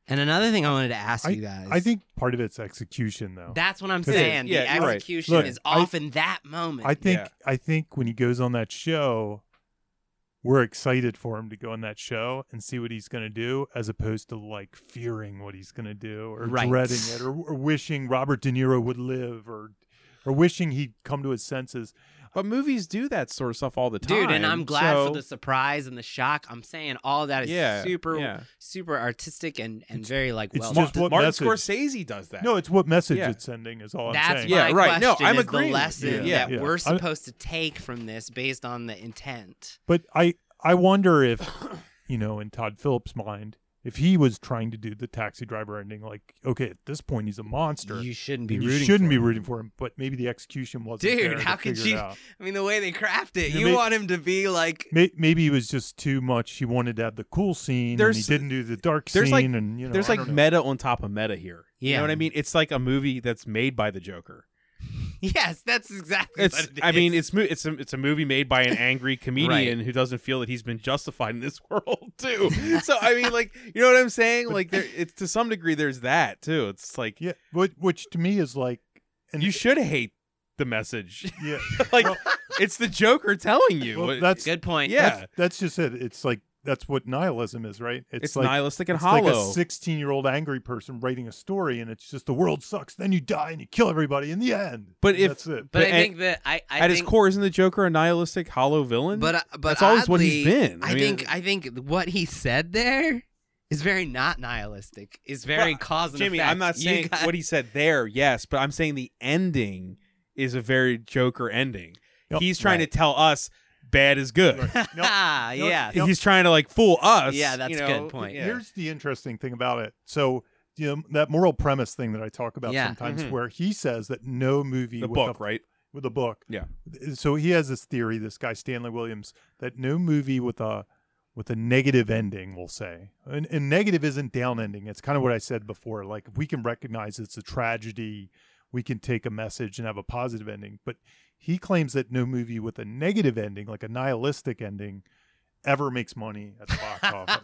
S3: And another thing I wanted to ask you guys.
S4: I think part of it's execution, though.
S3: That's what I'm
S4: It is.
S3: saying.
S2: Yeah, you're
S3: the
S2: right.
S3: execution
S4: Look,
S3: is
S4: I-
S3: off in that moment.
S4: I think
S2: Yeah.
S4: I think when he goes on that show, we're excited for him to go on that show and see what he's going to do, as opposed to like fearing what he's going to do or
S3: Right.
S4: dreading it or, or wishing Robert De Niro would live or or wishing he'd come to his senses.
S2: But movies do that sort of stuff all the time.
S3: Dude, and I'm glad
S2: so-
S3: for the surprise and the shock. I'm saying all that is
S2: yeah,
S3: super,
S2: Yeah.
S3: super artistic and, and very like
S4: it's
S3: well.
S4: just
S3: done.
S4: what
S2: Martin
S4: message-
S2: Scorsese does that.
S4: No, it's what message
S2: Yeah.
S4: it's sending is all I'm
S3: That's
S4: saying.
S2: Yeah.
S3: my
S2: right. No,
S3: question
S2: I'm
S3: is
S2: agreeing
S3: the
S2: with
S3: lesson
S4: you. Yeah,
S3: that
S4: yeah.
S3: we're
S4: I'm-
S3: supposed to take from this based on the intent.
S4: But I I wonder if you know in Todd Phillips' mind. If he was trying to do the taxi driver ending, like, okay, at this point he's a monster.
S3: You shouldn't be
S4: you
S3: rooting. for
S4: shouldn't be
S3: him.
S4: rooting for him, but maybe the execution wasn't.
S3: Dude,
S4: there to
S3: how could
S4: figure it
S3: you-
S4: out.
S3: I mean, the way they craft it,
S4: You
S3: you
S4: may-
S3: want him to be like.
S4: May- Maybe he was just too much. He wanted to have the cool scene, and
S2: There's-
S4: he didn't do the dark
S2: there's
S4: scene.
S2: like-
S4: and you know,
S2: There's
S4: I
S2: like
S4: don't know.
S2: meta on top of meta here. You
S3: Yeah.
S2: know what I mean? It's like a movie that's made by the
S3: [laughs]
S2: Joker.
S3: [laughs] Yes, that's exactly.
S2: It's
S3: what it
S2: I mean,
S3: is.
S2: it's mo- it's a, it's a movie made by an
S3: [laughs]
S2: angry comedian who doesn't feel that he's been justified in this [laughs] world too. so I mean like, you know what I'm saying? Like there it's to some degree there's that too. It's like
S4: yeah, which, which to me is like, and
S2: you should hate the message. [laughs]
S4: yeah,
S2: like
S4: Well-
S2: it's the Joker telling you.
S4: well,
S2: It-
S4: that's
S3: good point.
S2: yeah.
S4: that's, that's just it. It's like that's what nihilism is, right? It's,
S2: it's
S4: like
S2: nihilistic and
S4: it's
S2: hollow.
S4: like a sixteen-year-old angry person writing a story, and it's just the world sucks. Then you die and you kill everybody in the end.
S2: But
S4: And
S2: if-
S4: that's it.
S3: But, I
S2: but-
S3: think that I, I
S2: At
S3: think,
S2: his core, isn't the Joker a nihilistic, hollow villain?
S3: But uh, but
S2: That's always what he's
S3: oddly,
S2: been. I
S3: I,
S2: mean,
S3: think I think what he said there is very not nihilistic. Is very
S2: Well,
S3: cause and
S2: Jimmy,
S3: effect.
S2: I'm not
S3: [laughs] You
S2: saying
S3: got-
S2: what he said there, yes, but I'm saying the ending is a very Joker ending.
S4: Yep.
S2: He's trying to tell us bad is good.
S4: Right.
S3: [laughs]
S4: No,
S3: ah,
S4: no,
S3: yeah.
S4: Yep.
S2: He's trying to like fool us.
S3: Yeah, that's
S2: you
S3: a
S2: know?
S3: good point.
S2: [laughs] Yeah.
S4: Here's the interesting thing about it. So, you know, that moral premise thing that I talk about
S3: Yeah.
S4: sometimes
S2: Mhm.
S4: where he says that no movie
S2: the
S4: with
S2: book,
S4: a,
S2: right?
S4: with a book.
S2: Yeah.
S4: So he has this theory, this guy Stanley Williams, that no movie with a with a negative ending, we'll say, and, and negative isn't down ending. It's kind of what I said before. Like if we can recognize it's a tragedy, we can take a message and have a positive ending. But he claims that no movie with a negative ending, like a nihilistic ending, ever makes money at the
S2: [laughs]
S4: box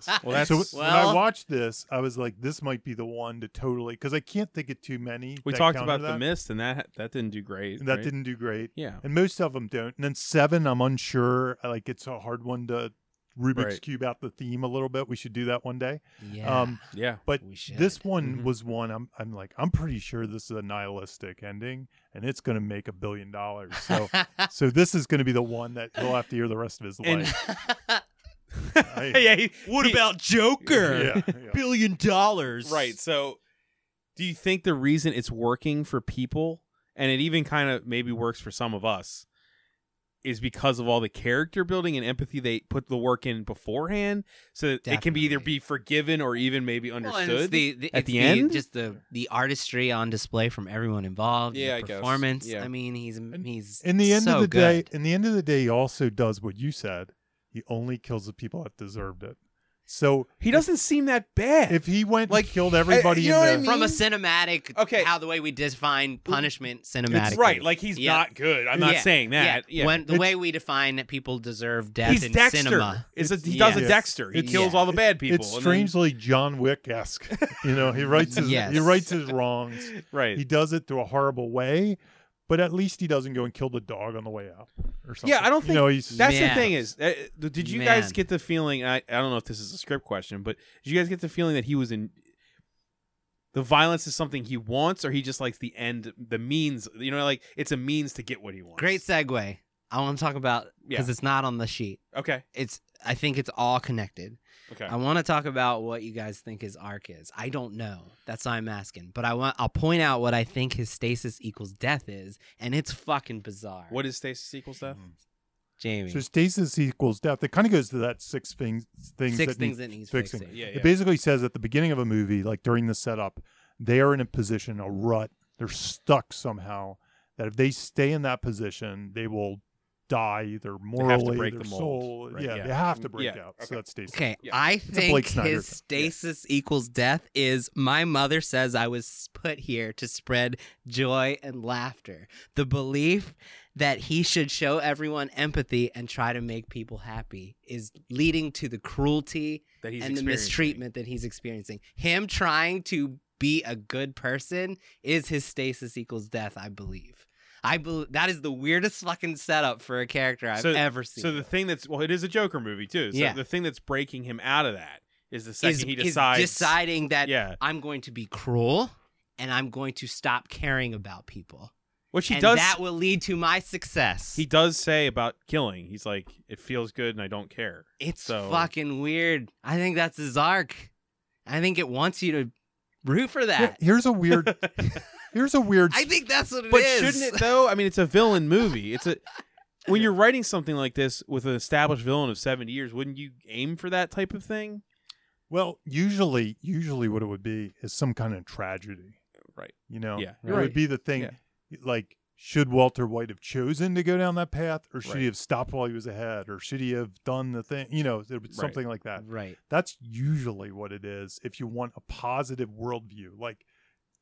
S4: office.
S3: [laughs]
S2: Well, that's
S4: So when I
S3: Well-
S4: watched this, I was like, "This might be the one to totally," because I can't think of too many.
S2: we
S4: that
S2: talked
S4: counter
S2: about the
S4: that,
S2: mist, and that that didn't do great.
S4: and that
S2: right?
S4: didn't do great,
S2: Yeah.
S4: and most of them don't. And then seven, I'm unsure. Like it's a hard one to Rubik's
S2: Right.
S4: cube out the theme a little bit. We should do that one day.
S3: Yeah.
S4: Um,
S2: Yeah. [laughs]
S4: but
S3: we should.
S4: this one
S2: Mhm.
S4: was one I'm I'm like I'm pretty sure this is a nihilistic ending, and it's going to make a billion dollars.
S2: [laughs]
S3: [laughs]
S4: So. So this is going to be the one that he'll have to hear the rest of his
S2: And- [laughs]
S4: life. I-
S2: yeah. he-
S3: what
S2: he-
S3: about
S2: [laughs]
S3: Joker?
S4: yeah, [laughs] yeah.
S3: Billion dollars.
S2: Right. So, do you think the reason it's working for people, and it even kind of maybe works for some of us, is because of all the character building and empathy they put the work in beforehand, so that it can be either
S3: Definitely.
S2: be forgiven or even maybe
S3: Well,
S2: understood.
S3: and it's the, the,
S2: at
S3: it's
S2: the end?
S3: just the the artistry on display from everyone involved.
S2: Yeah, I
S3: the
S2: guess.
S3: performance.
S2: Yeah.
S3: I mean, he's he's
S4: In the end
S3: so
S4: of the
S3: good.
S4: day, in the end of the day, he also does what you said. He only kills the people that deserved it. So
S2: he doesn't seem that bad.
S4: if he went
S2: Like,
S4: and killed everybody
S2: you know
S4: in
S2: what
S4: the
S2: I mean?
S3: from a cinematic.
S2: Okay.
S3: how the way we define punishment cinematic.
S2: it's right, like he's
S3: Yeah.
S2: not good. I'm not
S3: Yeah.
S2: saying that. Yeah.
S3: When the
S4: It's-
S3: way we define that people deserve death
S2: He's
S3: in
S2: Dexter.
S3: cinema.
S2: It's a, he
S3: Yeah.
S2: does a
S4: Yeah.
S2: Dexter. He
S3: It's-
S2: kills
S3: yeah.
S2: all the bad people.
S4: it's
S2: and then-
S4: strangely John Wick esque. [laughs] you know, he writes his he
S3: Yes.
S4: writes his
S2: [laughs]
S4: wrongs.
S2: right.
S4: He does it through a horrible way, but at least he doesn't go and kill the dog on the way out or something.
S2: I don't
S4: you know he's
S2: That's
S3: Man.
S2: the thing is, uh, th- did you guys
S3: Man.
S2: get the feeling? I, I don't know if this is a script question, but did you guys get the feeling that he was in the violence is something he wants, or he just likes the end, the means? You know, like it's a means to get what he wants.
S3: Great segue. I want to talk about because
S2: Yeah.
S3: it's not on the sheet.
S2: Okay.
S3: It's I think it's all connected.
S2: Okay.
S3: I want to talk about what you guys think his arc is. I don't know. That's why I'm asking. But I want I'll point out what I think his stasis equals death is, and it's fucking bizarre.
S2: what is Stasis equals stuff?
S3: Jamie?
S4: so stasis equals death. It kind of goes to that six things things
S3: Six
S4: that
S3: things
S4: need
S3: that needs
S4: fixing.
S3: fixing.
S2: Yeah.
S4: It basically says at the beginning of a movie, like during the setup, they are in a position, a rut. They're stuck somehow. That if they stay in that position, they will die either morally,
S2: break
S4: their
S2: the mold,
S4: soul.
S2: right?
S4: Yeah,
S2: Yeah. Mm,
S4: they have to break
S2: Yeah,
S4: out.
S2: okay.
S4: So that's stasis.
S3: Okay,
S2: Yeah.
S3: I
S4: a Blake
S3: think
S4: Snyder
S3: his
S4: thing.
S3: stasis equals death is my mother says I was put here to spread joy and laughter. The belief that he should show everyone empathy and try to make people happy is leading to the cruelty
S2: That he's
S3: and the
S2: experiencing.
S3: mistreatment that he's experiencing. Him trying to be a good person is his stasis equals death, I believe. I believe that is the weirdest fucking setup for a character I've
S2: So-
S3: ever seen.
S2: So the thing that's well, it is a Joker movie too. So
S3: Yeah.
S2: The thing that's breaking him out of that is the second
S3: is,
S2: he
S3: is
S2: decides.
S3: deciding that
S2: yeah.
S3: I'm going to be cruel and I'm going to stop caring about people.
S2: Which he
S3: and
S2: does.
S3: that will lead to my success.
S2: he does say about killing. He's like, it feels good, and I don't
S3: [laughs]
S2: care.
S3: it's
S2: so-
S3: fucking weird. I think that's his arc. I think it wants you to root for
S4: Here-
S3: that.
S4: Here's
S3: [laughs]
S4: a weird. here's a weird.
S3: I think that's what it is.
S2: But shouldn't it though? I mean, it's a [laughs] villain movie. It's a when you're writing something like this with an established villain of 70 years, wouldn't you aim for that type of thing?
S4: well, usually, usually what it would be is some kind of tragedy.
S2: Right.
S4: You know.
S2: Yeah,
S4: It
S2: you're
S4: would
S2: right.
S4: be the thing. Like, should Walter White have chosen to go down that path, or should
S2: Right.
S4: he have stopped while he was ahead, or should he have done the thing? You know, it was
S2: Right.
S4: something like that.
S3: [laughs] Right.
S4: That's usually what it is if you want a positive worldview, like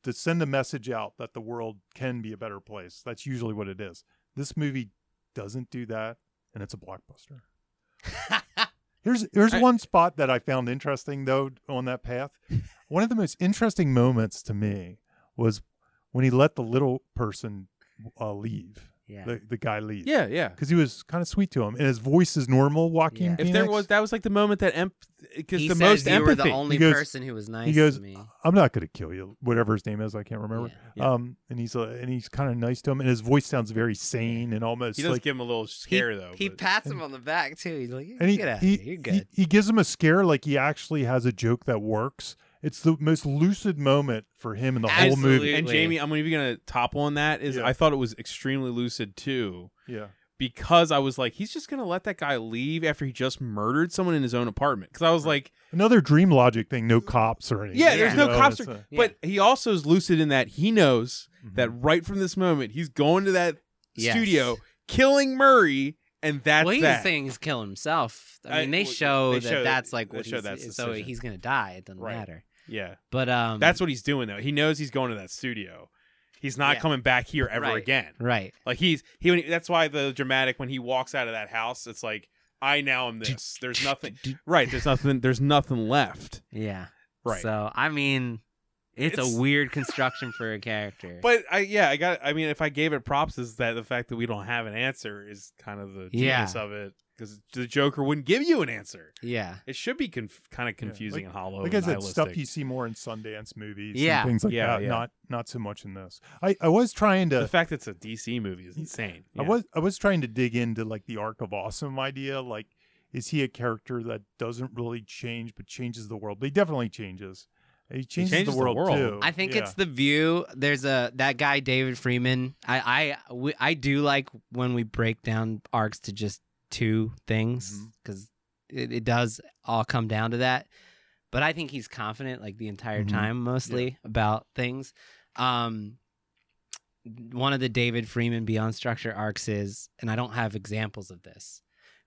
S4: to send a message out that the world can be a better place. That's usually what it is. This movie doesn't do that, and it's a blockbuster. Here's here's
S2: I-
S4: one spot that I found interesting though on
S2: [laughs]
S4: that path. One of the most interesting moments to me was when he let the little person uh, leave,
S3: yeah.
S4: the, the guy leave.
S2: Yeah, yeah.
S4: Because he was kind of sweet to him, and his voice is normal. Joaquin
S3: Yeah.
S2: If there
S4: Phoenix.
S2: was that was like the moment that emp because
S3: he
S2: the
S3: says
S2: most
S3: you were
S2: empathy.
S3: the only
S4: He goes-
S3: person who was nice
S4: goes,
S3: to me.
S4: I'm not going to kill you, whatever his name is. I can't remember.
S2: Yeah. Yeah.
S4: Um, and he's uh, and he's kind of nice to him, and his voice sounds very sane and almost
S2: he does
S4: like.
S2: give him a little
S3: He,
S2: scare though.
S3: he
S2: but-
S3: pats him on the back too. He's like,
S4: and he,
S3: "Get out of
S4: he,
S3: here. You're
S4: he-
S3: good."
S4: he gives him a scare like he actually has a joke that works. It's the most lucid moment for him in the whole movie.
S3: Absolutely.
S2: and Jamie, I'm even gonna top on that is
S4: Yeah.
S2: I thought it was extremely lucid too.
S4: Yeah.
S2: Because I was like, he's just gonna let that guy leave after he just murdered someone in his own apartment. Because I was like,
S4: Another dream logic thing, no cops or anything.
S2: yeah,
S3: Yeah.
S2: there's
S4: you
S2: no
S4: know,
S2: cops.
S4: it's,
S2: Or,
S4: uh,
S3: Yeah.
S2: But he also is lucid in that he knows
S4: mhm.
S2: that right from this moment he's going to that
S3: Yes.
S2: studio killing Murray, and that's
S3: well, he's
S2: that.
S3: saying he's killing himself. I
S2: I-
S3: mean, they
S2: well,
S3: show
S2: they
S3: that
S2: show-
S3: that's like
S2: they
S3: what
S2: show
S3: he's,
S2: that's the
S3: so
S2: decision.
S3: he's gonna die. It doesn't
S2: Right.
S3: matter.
S2: yeah,
S3: But um,
S2: that's what he's doing though. He knows he's going to that studio. He's not
S3: Yeah.
S2: coming back here ever
S3: Right.
S2: again.
S3: right.
S2: Like he's he. when he- That's why the dramatic when he walks out of that house, it's like I now am this.
S3: [laughs]
S2: There's nothing. Right. There's nothing. There's nothing left.
S3: Yeah.
S2: Right.
S3: So I mean, it's,
S2: It's-
S3: a weird construction for a character.
S2: But I yeah I got I mean if I gave it props is that the fact that we don't have an answer is kind of the
S3: Yeah.
S2: genius of it because the Joker wouldn't give you an answer.
S3: yeah.
S2: It should be conf- kind of confusing and hollow.
S4: Like I
S2: and
S4: said, stuff
S2: nihilistic.
S4: you see more in Sundance movies,
S3: Yeah.
S4: and things like
S2: Yeah,
S4: that.
S2: yeah.
S4: Not not so much in this. I, I was trying to
S2: the fact it's a DC movie is insane.
S4: I
S2: Yeah.
S4: was I was trying to dig into like the arc of awesome idea. Like, is he a character that doesn't really change but changes the world? But he definitely changes. He changes,
S2: changes the
S4: the, world
S2: world.
S4: too.
S3: I think
S4: Yeah.
S3: it's the view. There's a that guy David Freeman. I I we, I do like when we break down arcs to just two things
S4: Mhm.
S3: because it, it does all come down to that. But I think he's confident like the entire
S4: Mhm.
S3: time, mostly about things. Um, one of the David Freeman Beyond Structure arcs is, and I don't have examples of this,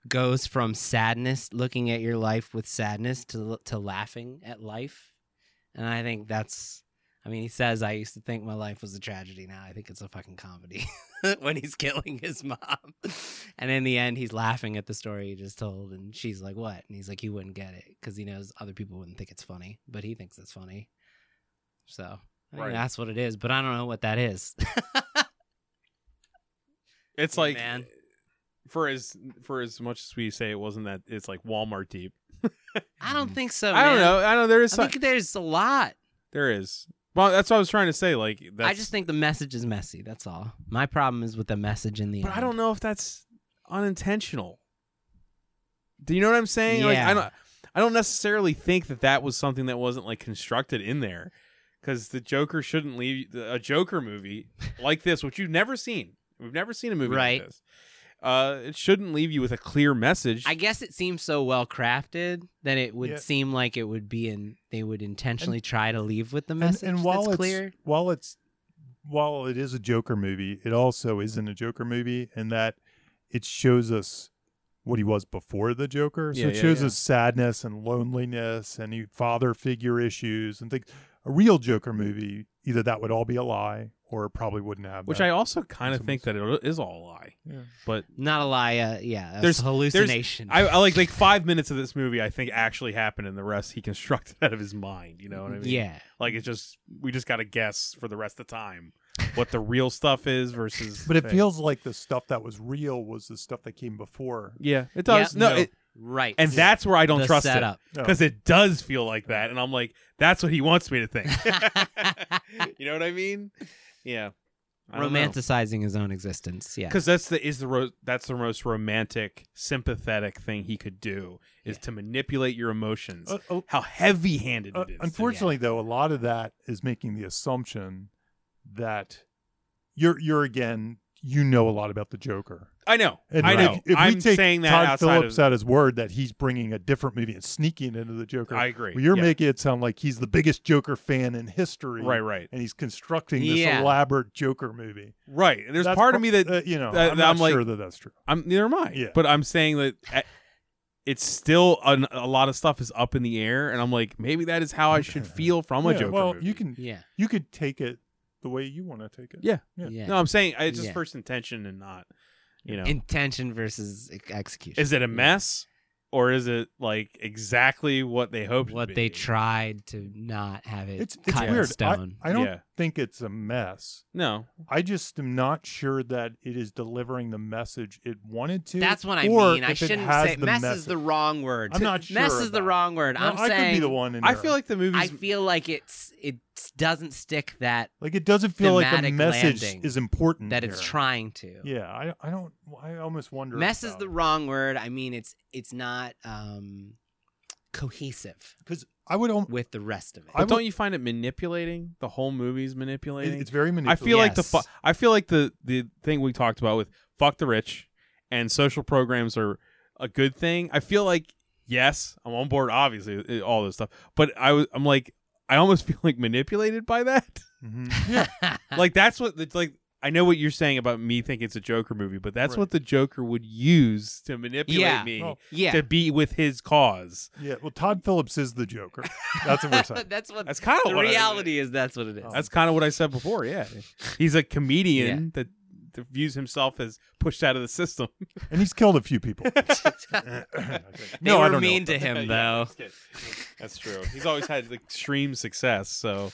S3: goes from sadness, looking at your life with sadness, to to laughing at life, and I think that's. I mean, he says, "I used to think my life was a tragedy. Now I think it's a fucking comedy." [laughs] when he's killing his mom, and in the end, he's laughing at the story he just told, and she's like, "What?" And he's like, "He wouldn't get it because he knows other people wouldn't think it's funny, but he thinks it's funny." So I think
S2: Right.
S3: that's what it is. But I don't know what that is. [laughs]
S2: It's
S3: Yeah,
S2: like
S3: man.
S2: for as for as much as we say it wasn't that it's like Walmart deep.
S3: I don't think so.
S2: Mm. I don't
S3: man.
S2: know. I know there is
S3: I
S2: some,
S3: think there's a lot.
S2: there is. Well, that's what I was trying to say. Like that's,
S3: I just think the message is messy. That's all. My problem is with the message in the
S2: but
S3: end.
S2: I don't know if that's unintentional. Do you know what I'm saying? Like I
S3: Yeah.
S2: don't I don't necessarily think that that was something that wasn't like constructed in there cuz the Joker shouldn't leave a Joker
S3: [laughs]
S2: movie like this which you've never seen. We've never seen a movie
S3: Right.
S2: like this. Uh, it shouldn't leave you with a clear message.
S3: I guess it seems so well crafted that it would
S4: Yeah.
S3: seem like it would be in. They would intentionally try to leave with the
S4: and,
S3: message
S4: and while
S3: that's
S4: it's
S3: clear.
S4: while it's while it is a Joker movie, it also isn't a Joker movie in that it shows us what he was before the Joker. So
S2: Yeah,
S4: it
S2: yeah,
S4: shows
S2: yeah.
S4: us sadness and loneliness and he- father figure issues and things. A real Joker movie, either that would all be a lie or it probably wouldn't have.
S2: which
S4: that.
S2: I also kind of
S4: It's
S2: think that it is all a lie.
S4: Yeah.
S2: But
S3: Not a lie. Uh, yeah,
S2: There's-
S3: there's hallucination.
S2: I, I
S4: [laughs]
S2: like like five minutes of this movie I think actually happened, and the rest he constructed [laughs] out of his mind. You know what I mean?
S3: Yeah,
S2: Like it's just we just got to guess for the rest of time what the real stuff is versus.
S4: But it
S2: the fake.
S4: feels like the stuff that was real was the stuff that came before.
S2: Yeah, it does.
S3: Yeah.
S2: no,
S3: No.
S2: It,
S3: right.
S2: and that's where I don't
S3: the
S2: trust
S3: setup.
S2: it because it does feel like that, and I'm like, that's what he wants me to
S3: [laughs]
S2: think. you know what I mean? Yeah.
S3: Romanticizing his own existence. Yeah,
S2: Because that's the is the ro- that's the most romantic, sympathetic thing he could do is
S3: Yeah.
S2: to manipulate your emotions.
S4: Uh, uh,
S2: How heavy handed
S4: Uh,
S2: it is.
S4: unfortunately, though, a lot of that is making the assumption that you're you're again you know a lot about the Joker.
S2: I know.
S4: And
S2: I
S4: if-
S2: know.
S4: If, we
S2: I'm
S4: take
S2: saying that
S4: Todd
S2: outside
S4: Phillips
S2: of.
S4: at his word that he's bringing a different movie and sneaking into the Joker,
S2: I agree.
S4: well, you're
S2: Yeah.
S4: making it sound like he's the biggest Joker fan in history,
S2: right, right,
S4: And he's constructing this
S3: Yeah.
S4: elaborate Joker movie.
S2: right. And there's
S4: That's
S2: part
S4: pro-
S2: of me that
S4: uh, you know
S2: that-
S4: I'm
S2: that
S4: not
S2: I'm like-
S4: sure that that's true.
S2: I'm neither am I.
S4: Yeah.
S2: But I'm saying that uh, it's still an, a lot of stuff is up in the air, and I'm like, maybe that is how
S4: [laughs]
S2: I should feel from a
S4: Yeah,
S2: Joker.
S4: well,
S2: movie.
S4: you can
S3: yeah,
S4: you could take it the way you want to take it.
S2: Yeah.
S3: yeah.
S4: Yeah.
S2: No, I'm saying eh, it's just
S3: Yeah.
S2: first intention and not. You know,
S3: Intention versus e- execution.
S2: is it
S3: Yeah.
S2: a mess or is it like exactly what they hoped? it'd
S3: What
S2: be?
S3: they tried to not have it.
S4: It's it's
S3: cut in
S4: weird. I,
S3: Stone.
S4: I don't
S2: Yeah.
S4: think it's a mess.
S2: No,
S4: I just am not sure that it is delivering the message it wanted to.
S3: That's what I
S4: or
S3: mean. I
S4: if it
S3: shouldn't
S4: has
S3: say
S4: the
S3: mess
S4: message.
S3: is the wrong word.
S4: I'm not sure
S3: Mess is
S4: about
S3: the
S4: it.
S3: wrong word.
S4: No,
S3: I'm
S4: I
S3: saying
S4: could be the one. In
S2: I
S4: there.
S2: feel like the movie's.
S3: I feel like it's it doesn't stick that
S4: like it doesn't feel like the
S3: thematic
S4: message
S3: landing
S4: is important.
S3: that it's
S4: here.
S3: trying to.
S4: Yeah, I I don't. I almost wonder.
S3: Mess is the wrong word. I mean, it's it's not um cohesive
S4: because I would. al-
S3: with the rest of it.
S2: but
S3: [laughs]
S4: I would-
S2: don't you find it manipulating? The whole movie's
S4: it-
S2: manipulating.
S4: It's very
S2: I
S4: manipulative.
S2: feel like the fu-
S3: Yes.
S2: I feel like the the thing we talked about with fuck the rich and social programs are a good thing. I feel like yes, I'm on board obviously uh, all this stuff, but I was I'm [laughs] like I almost feel like manipulated by that.
S4: Mhm.
S3: Uh,
S2: like that's what it's like I know what you're saying about me thinking it's a Joker movie, but that's
S4: Right.
S2: what the Joker would use to manipulate
S3: Yeah.
S2: me
S4: Oh.
S3: Yeah.
S2: to be with his cause.
S4: Yeah, well, Todd Phillips is the Joker. That's what we're saying.
S3: [laughs] that's what
S2: That's kind of
S3: the reality is. That's what it is.
S4: Oh.
S2: That's kind of what I said before.
S3: [laughs]
S2: Yeah, he's a comedian that, that views himself as pushed out of the system.
S4: And he's killed a
S3: [laughs]
S4: few people. [laughs]
S3: they
S4: no,
S3: were
S4: I don't
S3: mean
S4: know.
S3: to him
S2: Yeah,
S3: though.
S2: that's good. That's true. He's always had extreme success. So,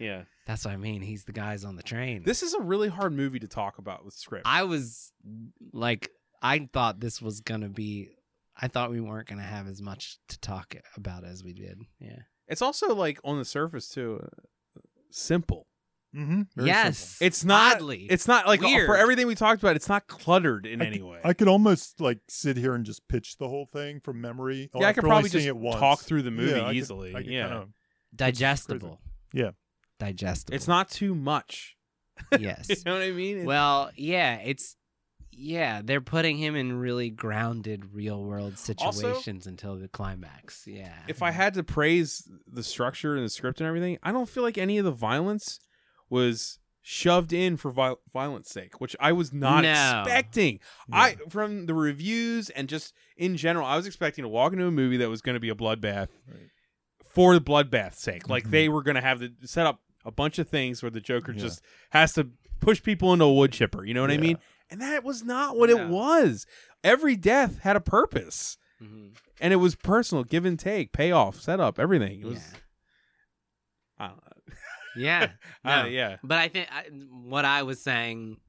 S2: yeah,
S3: That's what I mean. He's the guys on the train.
S2: this is a really hard movie to talk about with script.
S3: I was like, I thought this was gonna be. I thought we weren't gonna have as much to talk about as we did. Yeah.
S2: it's also like on the surface too uh, simple.
S4: Mm-hmm.
S3: yes.
S2: It's not.
S3: Oddly.
S2: It's not like
S3: Weird.
S2: for everything we talked about. It's not cluttered in
S4: I
S2: any
S4: could-
S2: way.
S4: I could almost like sit here and just pitch the whole thing from memory.
S2: yeah, I could
S4: after only
S2: probably
S4: seeing
S2: just
S4: it once.
S2: talk through the movie
S4: Yeah, I could-
S2: easily.
S4: I could
S2: yeah,
S4: kinda-
S3: digestible.
S4: Yeah.
S3: Digestible.
S2: it's [laughs] not too
S4: [laughs]
S2: much.
S3: Yes.
S2: You know what I mean? It's-
S3: well, yeah. It's. Yeah, they're putting him in really grounded real world
S2: Also-
S3: situations until the climax. Yeah.
S2: if I had to praise the structure and the script and everything, I don't feel like any of the violence was shoved in for vi- violence sake, which I was not
S3: No.
S2: expecting.
S4: Yeah.
S2: I from the reviews and just in general, I was expecting to walk into a movie that was going to be a bloodbath
S4: Right.
S2: for the bloodbath's sake. Like
S4: Mhm.
S2: they were going to have to set up a bunch of things where the Joker
S4: Yeah.
S2: just has to push people into a wood chipper. You know what I
S4: Yeah.
S2: mean? And that was not what
S3: No.
S2: it was. Every death had a purpose
S3: Mhm.
S2: and it was personal, give and take, payoff, setup, everything. It was, I don't know.
S3: yeah, yeah,
S2: I-
S3: no.
S2: yeah.
S3: But I think I, what I was saying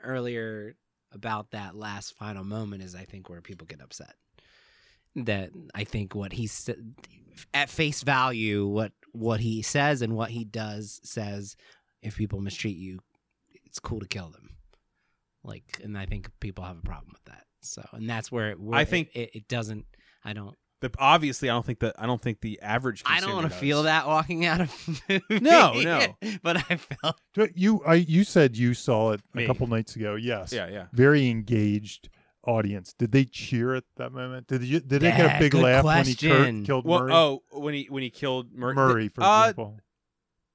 S3: earlier about that last final moment is I think where people get upset. That I think what he said at face value, what what he says and what he does says, if people mistreat you, it's cool to kill them. Like, and I think people have a problem with that. So, and that's where, it, where
S2: I
S3: it-
S2: think-
S3: it, it doesn't. I don't.
S2: The, obviously, I don't think that I don't think the average.
S3: I don't want
S2: want
S3: to feel that walking out [laughs] of a movie.
S2: No, no.
S3: [laughs] but I felt
S4: Do- You, I, you said you saw it
S2: Me.
S4: a couple nights ago. Yes.
S2: Yeah, yeah.
S4: Very engaged audience. Did they cheer at that moment? Did you, did they get
S3: Yeah,
S4: a big
S3: good
S4: laugh when he
S3: question.
S4: cur- killed
S2: Well,
S4: Murray?
S2: oh, when he when he killed Murray.
S4: Murray, for
S2: uh,
S4: example.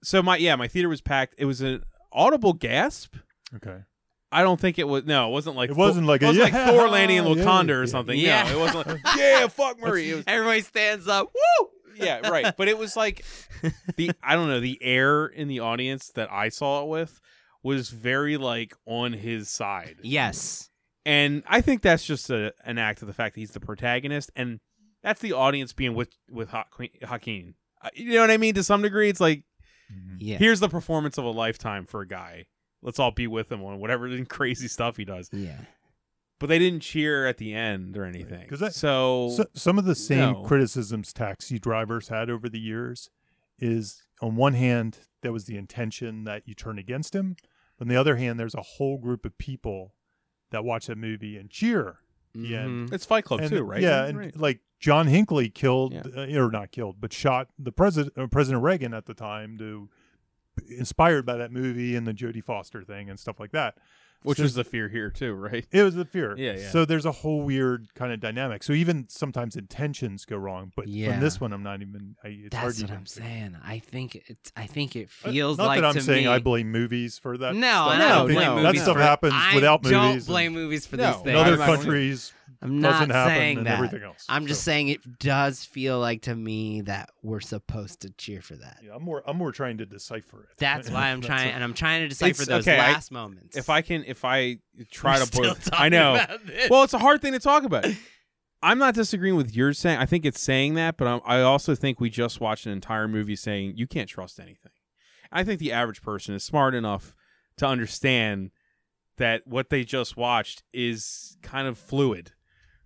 S2: So my yeah, my theater was packed. It was an audible gasp.
S4: Okay.
S2: I don't think it was. No, it wasn't like
S4: It wasn't like a,
S2: it wasn't
S4: "Yeah, [laughs]
S2: like Thor landing in
S4: yeah,
S2: Wakanda or
S4: yeah."
S2: something.
S3: Yeah.
S2: No, it wasn't
S4: [laughs]
S2: like yeah, fuck Murray. It was
S3: everybody stands up. Woo!
S2: [laughs] yeah, right. But it was like the I don't know, the air in the audience that I saw it with was very like on his side.
S3: Yes.
S2: and I think that's just a, an act of the fact that he's the protagonist, and that's the audience being with with Ha- Queen- Hakeem. Uh, You know what I mean? To some degree, it's like
S4: Mhm.
S3: Yeah.
S2: here's the performance of a lifetime for a guy. Let's all be with him on whatever [laughs] crazy stuff he does.
S3: yeah.
S2: But they didn't cheer at the end or anything.
S4: 'Cause that-
S2: so,
S4: So, some of the same
S2: No.
S4: criticisms taxi drivers had over the years is on one hand, there was the intention that you turn against him. On the other hand, there's a whole group of people that watch that movie and cheer. Yeah.
S3: Mhm.
S2: it's Fight Club
S4: And-
S2: too, right?
S4: Yeah, and
S2: Right.
S4: like John Hinckley killed,
S2: Yeah.
S4: uh, or not killed, but shot the president, uh, President Reagan at the time, to inspired by that movie and the Jodie Foster thing and stuff like that.
S2: which
S4: so-
S2: was the fear here too, right?
S4: It was the fear.
S2: Yeah, yeah.
S4: So there's a whole weird kind of dynamic. So even sometimes intentions go wrong, but
S3: Yeah.
S4: on this one, I'm not even. I, it's hard
S3: That's
S4: to
S3: what
S4: even
S3: I'm saying. I think it. I think it
S4: Uh,
S3: feels
S4: not
S3: like
S4: that I'm
S3: to
S4: saying
S3: me.
S4: I blame movies for that.
S3: no,
S4: stuff.
S3: and
S2: No,
S3: I don't
S4: think
S3: blame
S2: no,
S4: that
S3: movies
S4: stuff
S3: for,
S4: happens
S3: I
S4: without
S3: don't
S4: movies. and
S3: blame movies for
S2: No,
S3: these things.
S4: other
S2: I'm not-
S4: countries.
S3: I'm
S4: doesn't
S3: not
S4: happen
S3: saying
S4: and
S3: that.
S4: everything else.
S3: I'm just
S4: So-
S3: saying it does feel like to me that we're supposed to cheer for that.
S4: Yeah, I'm more. I'm more trying to decipher it.
S3: That's why I'm
S4: [laughs] That's
S3: trying,
S4: it.
S3: and I'm trying to decipper
S2: It's-
S3: those
S2: okay, I-
S3: last moments.
S2: If I can, if I
S3: We're
S2: try to
S3: still
S2: boil,
S3: talking
S2: I know.
S3: about [laughs] this.
S2: well, it's a hard thing to talk about. I'm not disagreeing with your saying. I think it's saying that, but i I also think we just watched an entire movie saying you can't trust anything. I think the average person is smart enough to understand that what they just watched is kind of fluid.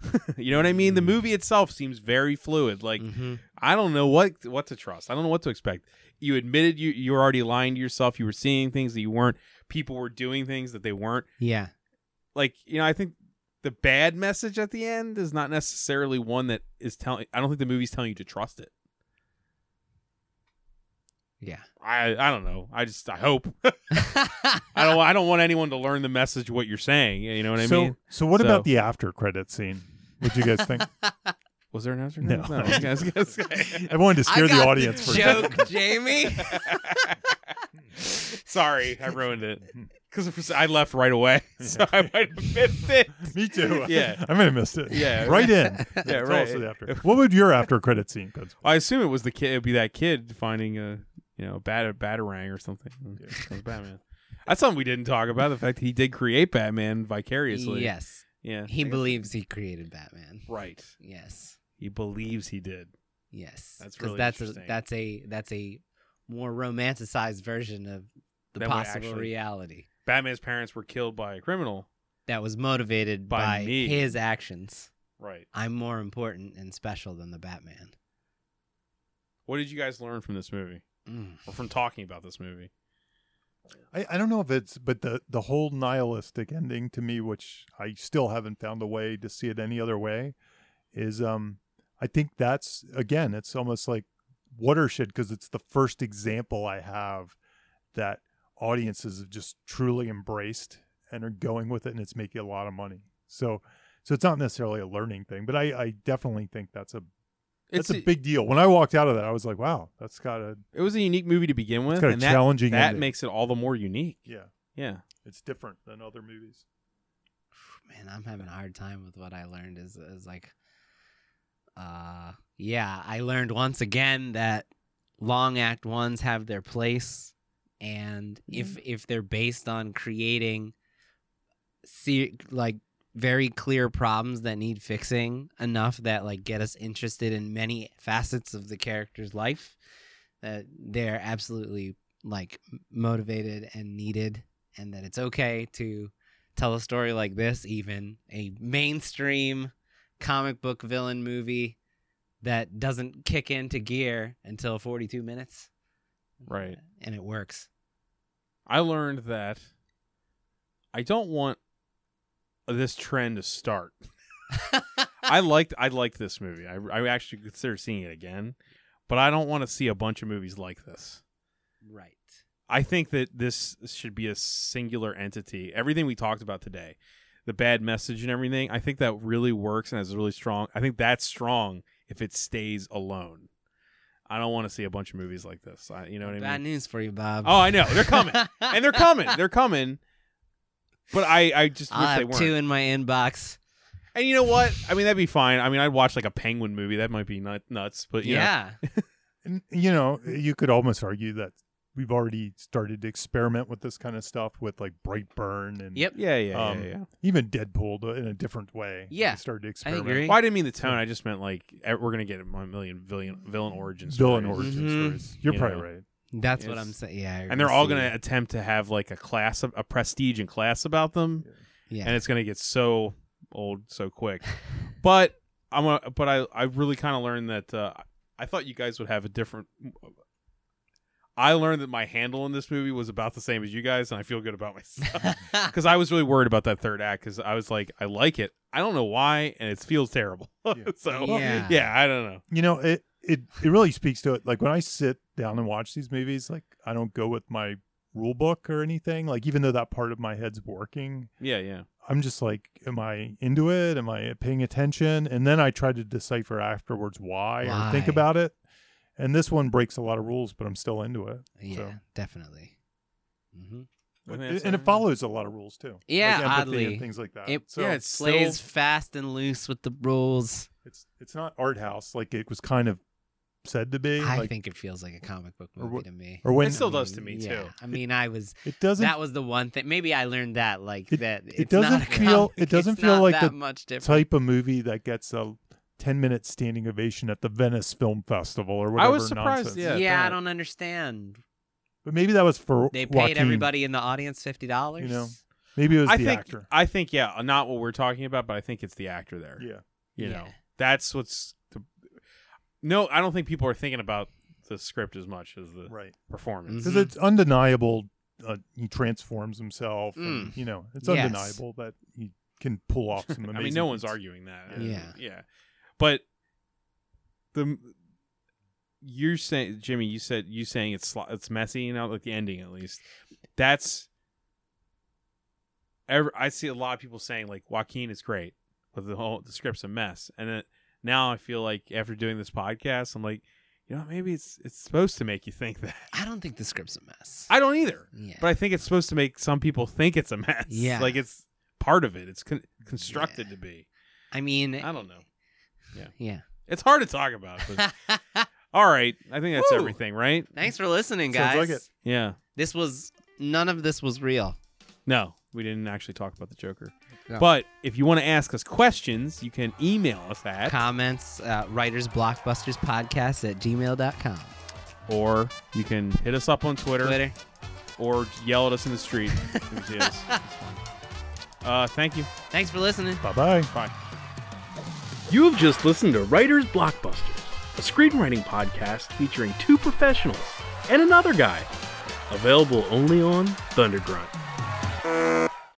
S2: [laughs] you know what I mean? The
S4: Mm.
S2: movie itself seems very fluid. Like
S3: Mhm.
S2: I don't know what what to trust. I don't know what to expect. You admitted you you were already lying to yourself. You were seeing things that you weren't. People were doing things that they weren't
S3: yeah,
S2: like you know i think the bad message at the end is not necessarily one that is telling i don't think the movie's telling you to trust it
S3: yeah.
S2: i i don't know i just i hope [laughs] i don't i don't want anyone to learn the message what you're saying you know what i
S4: so,
S2: mean
S4: so what about
S2: So-
S4: the after credit scene? What do you guys
S2: [laughs]
S4: think?
S2: was there an answer
S4: No.
S2: okay, I was gonna
S4: [laughs]
S2: say.
S4: I wanted to
S3: I
S4: scare
S3: got
S4: the audience [laughs] for a second.
S3: joke, Jamie.
S4: Hmm.
S2: sorry i ruined it Because I left right away, [laughs] so [laughs] I might have missed it.
S4: Me too.
S2: Yeah.
S4: [laughs] I might have missed it.
S2: Yeah,
S4: Right in.
S2: [laughs] Yeah,
S4: Tell
S2: right.
S4: us the after. What would your after credit scene be?
S2: I assume it was the kid. It'd be that kid finding a you know bat a batarang or something. [laughs] From Batman. That's something we didn't talk about. The fact that he did create Batman vicariously.
S3: Yes.
S2: Yeah.
S3: He believes he created Batman.
S2: Right.
S3: Yes.
S2: He believes he did.
S3: Yes.
S2: That's
S3: 'Cause
S2: really
S3: that's a,
S2: interesting.
S3: that's a that's a more romanticized version of the
S2: Than what
S3: possible
S2: actually-
S3: reality
S2: Batman's parents were killed by a criminal.
S3: that was motivated
S2: By
S3: by,
S2: me.
S3: his actions.
S2: Right.
S3: I'm more important and special than the Batman.
S2: What did you guys learn from this movie,
S3: Mm.
S2: or from talking about this movie?
S4: I, I don't know if it's, but the, the whole nihilistic ending to me, which I still haven't found a way to see it any other way, is um, I think that's, again, it's almost like watershed because it's the first example I have that audiences have just truly embraced and are going with it and it's making a lot of money. So, so it's not necessarily a learning thing, but I, I definitely think that's a that's a big deal. When I walked out of that, I was like, wow, that's got a,
S2: It was a unique movie to begin with,
S4: it's got a
S2: and that
S4: challenging
S2: that
S4: ending.
S2: makes it all the more unique.
S4: yeah,
S2: Yeah.
S4: it's different than other movies.
S3: [sighs] Man, I'm having a hard time with what I learned is is like uh yeah, I learned once again that long act ones have their place and if if they're based on creating see like very clear problems that need fixing enough that like get us interested in many facets of the character's life that they're absolutely like m- motivated and needed and that it's okay to tell a story like this even a mainstream comic book villain movie that doesn't kick into gear until 42 minutes
S2: Right.
S3: and it works [laughs]
S2: I learned that I don't want this trend to start. I liked I liked this movie. I I actually consider seeing it again, but I don't want to see a bunch of movies like this.
S3: right
S2: I think that this should be a singular entity. Everything we talked about today, the bad message and everything, I think that really works and is really strong. I think that's strong if it stays alone. I don't want to see a bunch of movies like this. I, you know what I mean?
S3: bad news for you bob
S2: Oh, I know. They're coming. and they're
S3: [laughs]
S2: coming. They're coming. But I, I just wish
S3: I
S2: they
S3: have
S2: weren't.
S3: two in my inbox.
S2: And you know what? I mean, that'd be fine. I mean, I'd watch like a penguin movie. That might be nut- nuts, but you know. [laughs]
S3: yeah,
S4: And, you know, you could almost argue that we've already started to experiment with this kind of stuff with like Brightburn and
S3: Yep.
S2: yeah, yeah, yeah,
S4: Um,
S2: yeah, yeah.
S4: even Deadpool to- in a different way.
S3: Yeah.
S4: We started to experiment.
S3: agree.
S2: Well, I didn't mean the tone. I just meant like eh, we're gonna get a million villain villain origins,
S4: Villain origin
S3: Mhm.
S4: stories. You're
S2: You
S4: probably
S2: know.
S4: right.
S3: that's what
S2: Yes.
S3: I'm saying. Yeah, you're
S2: and they're
S3: gonna
S2: all
S3: see
S2: gonna
S3: it.
S2: attempt to have like a class, of, a prestige and class about them,
S3: Yeah,
S2: and it's gonna get so old so quick. but I'm a, but I I really kind of learned that uh, I thought you guys would have a different. I learned that my handle in this movie was about the same as you guys, and I feel good about
S3: [laughs]
S2: myself. because I was really worried about that third act because I was like, I like it. I don't know why, and it feels terrible. [laughs] [laughs] so yeah.
S3: Yeah.
S2: I don't know.
S4: You know, it, it, it really speaks to it. Like when I sit down and watch these movies, like I don't go with my rule book or anything. Like even though that part of my head's working,
S2: Yeah, yeah,
S4: I'm just like, am I into it? Am I paying attention? And then I try to decipher afterwards why, or think
S3: Why?
S4: about it. And this one breaks a lot of rules, but I'm still into it.
S3: yeah,
S4: so.
S3: definitely. hmm
S2: I think
S4: And
S2: that's
S4: and
S2: it.
S4: it follows a lot of rules too.
S3: Yeah,
S4: like empathy
S3: oddly.
S4: and things like that.
S3: It-
S4: so
S2: yeah,
S4: it's,
S2: Uh, it's
S3: Plays
S2: still-
S3: fast and loose with the rules.
S4: it's not art house like it was kind of said to be.
S3: I
S4: like-
S3: think it feels like a comic book
S4: Or
S3: movie
S4: what-
S3: to me.
S4: or when
S2: It
S4: it,
S2: still does to me,
S3: yeah.
S2: too.
S3: I mean, I was
S4: doesn't.
S3: that was the one thing. Maybe I learned that like
S4: It-
S3: that.
S4: it
S3: it's not
S4: doesn't
S3: a
S4: feel-
S3: comic,
S4: it doesn't
S3: it's
S4: feel
S3: not
S4: like
S3: that
S4: the
S3: much different.
S4: type of movie that gets a ten minute standing ovation at the Venice Film Festival or whatever.
S2: I was surprised,
S4: nonsense.
S2: yeah,
S3: Yeah,
S2: that-
S3: I don't understand.
S4: but maybe that was for
S3: They paid
S4: Joaquin.
S3: everybody in the audience fifty dollars.
S4: You know, Maybe it was
S2: I
S4: the
S2: think
S4: actor.
S2: I think yeah, not what we're talking about, but I think it's the actor there.
S4: Yeah,
S2: You know,
S3: Yeah.
S2: that's what's. The... No, I don't think people are thinking about the script as much as the
S4: right.
S2: performance.
S4: Because
S3: Mhm.
S4: it's undeniable. Uh, he transforms himself. And, you know, it's
S3: Yes.
S4: undeniable that he can
S2: [laughs]
S4: pull off some. Amazing
S2: I mean, no one's
S4: feats.
S2: arguing that.
S4: Yeah.
S2: And-
S3: Yeah.
S2: yeah. But the you're saying, Jimmy, you said you saying it's sli- it's messy, you know, like the ending at least. That's. ev- I see a lot of people saying like Joaquin is great, but the whole the script's a mess, and it, now I feel like after doing this podcast, I'm like, you know, maybe it's it's supposed to make you think that.
S3: I don't think the script's a mess.
S2: I don't either,
S3: yeah.
S2: but I think it's supposed to make some people think it's a mess.
S3: Yeah.
S2: like it's part of it. It's con- constructed to be.
S3: I mean,
S2: I
S3: [laughs]
S2: don't know.
S4: [laughs]
S3: yeah. [laughs]
S2: It's hard to talk about. But all right, I think that's
S3: Woo.
S2: everything, right?
S3: Thanks for listening, guys.
S4: Sounds like it.
S2: Yeah.
S3: This was none of this was real.
S2: No, we didn't actually talk about the Joker.
S3: No.
S2: But if you want to ask us questions, you can email us at
S3: Comments, uh, writers, blockbusters, podcast at gmail.com.
S2: or you can hit us up on Twitter,
S3: Twitter.
S2: or yell at us in the
S3: [laughs]
S2: street. if you see us. It's fine. uh, thank you.
S3: Thanks for listening.
S4: Bye bye.
S2: Bye.
S1: You've just listened to Writers Blockbusters, a screenwriting podcast featuring two professionals and another guy. Available only on Thundergrunt.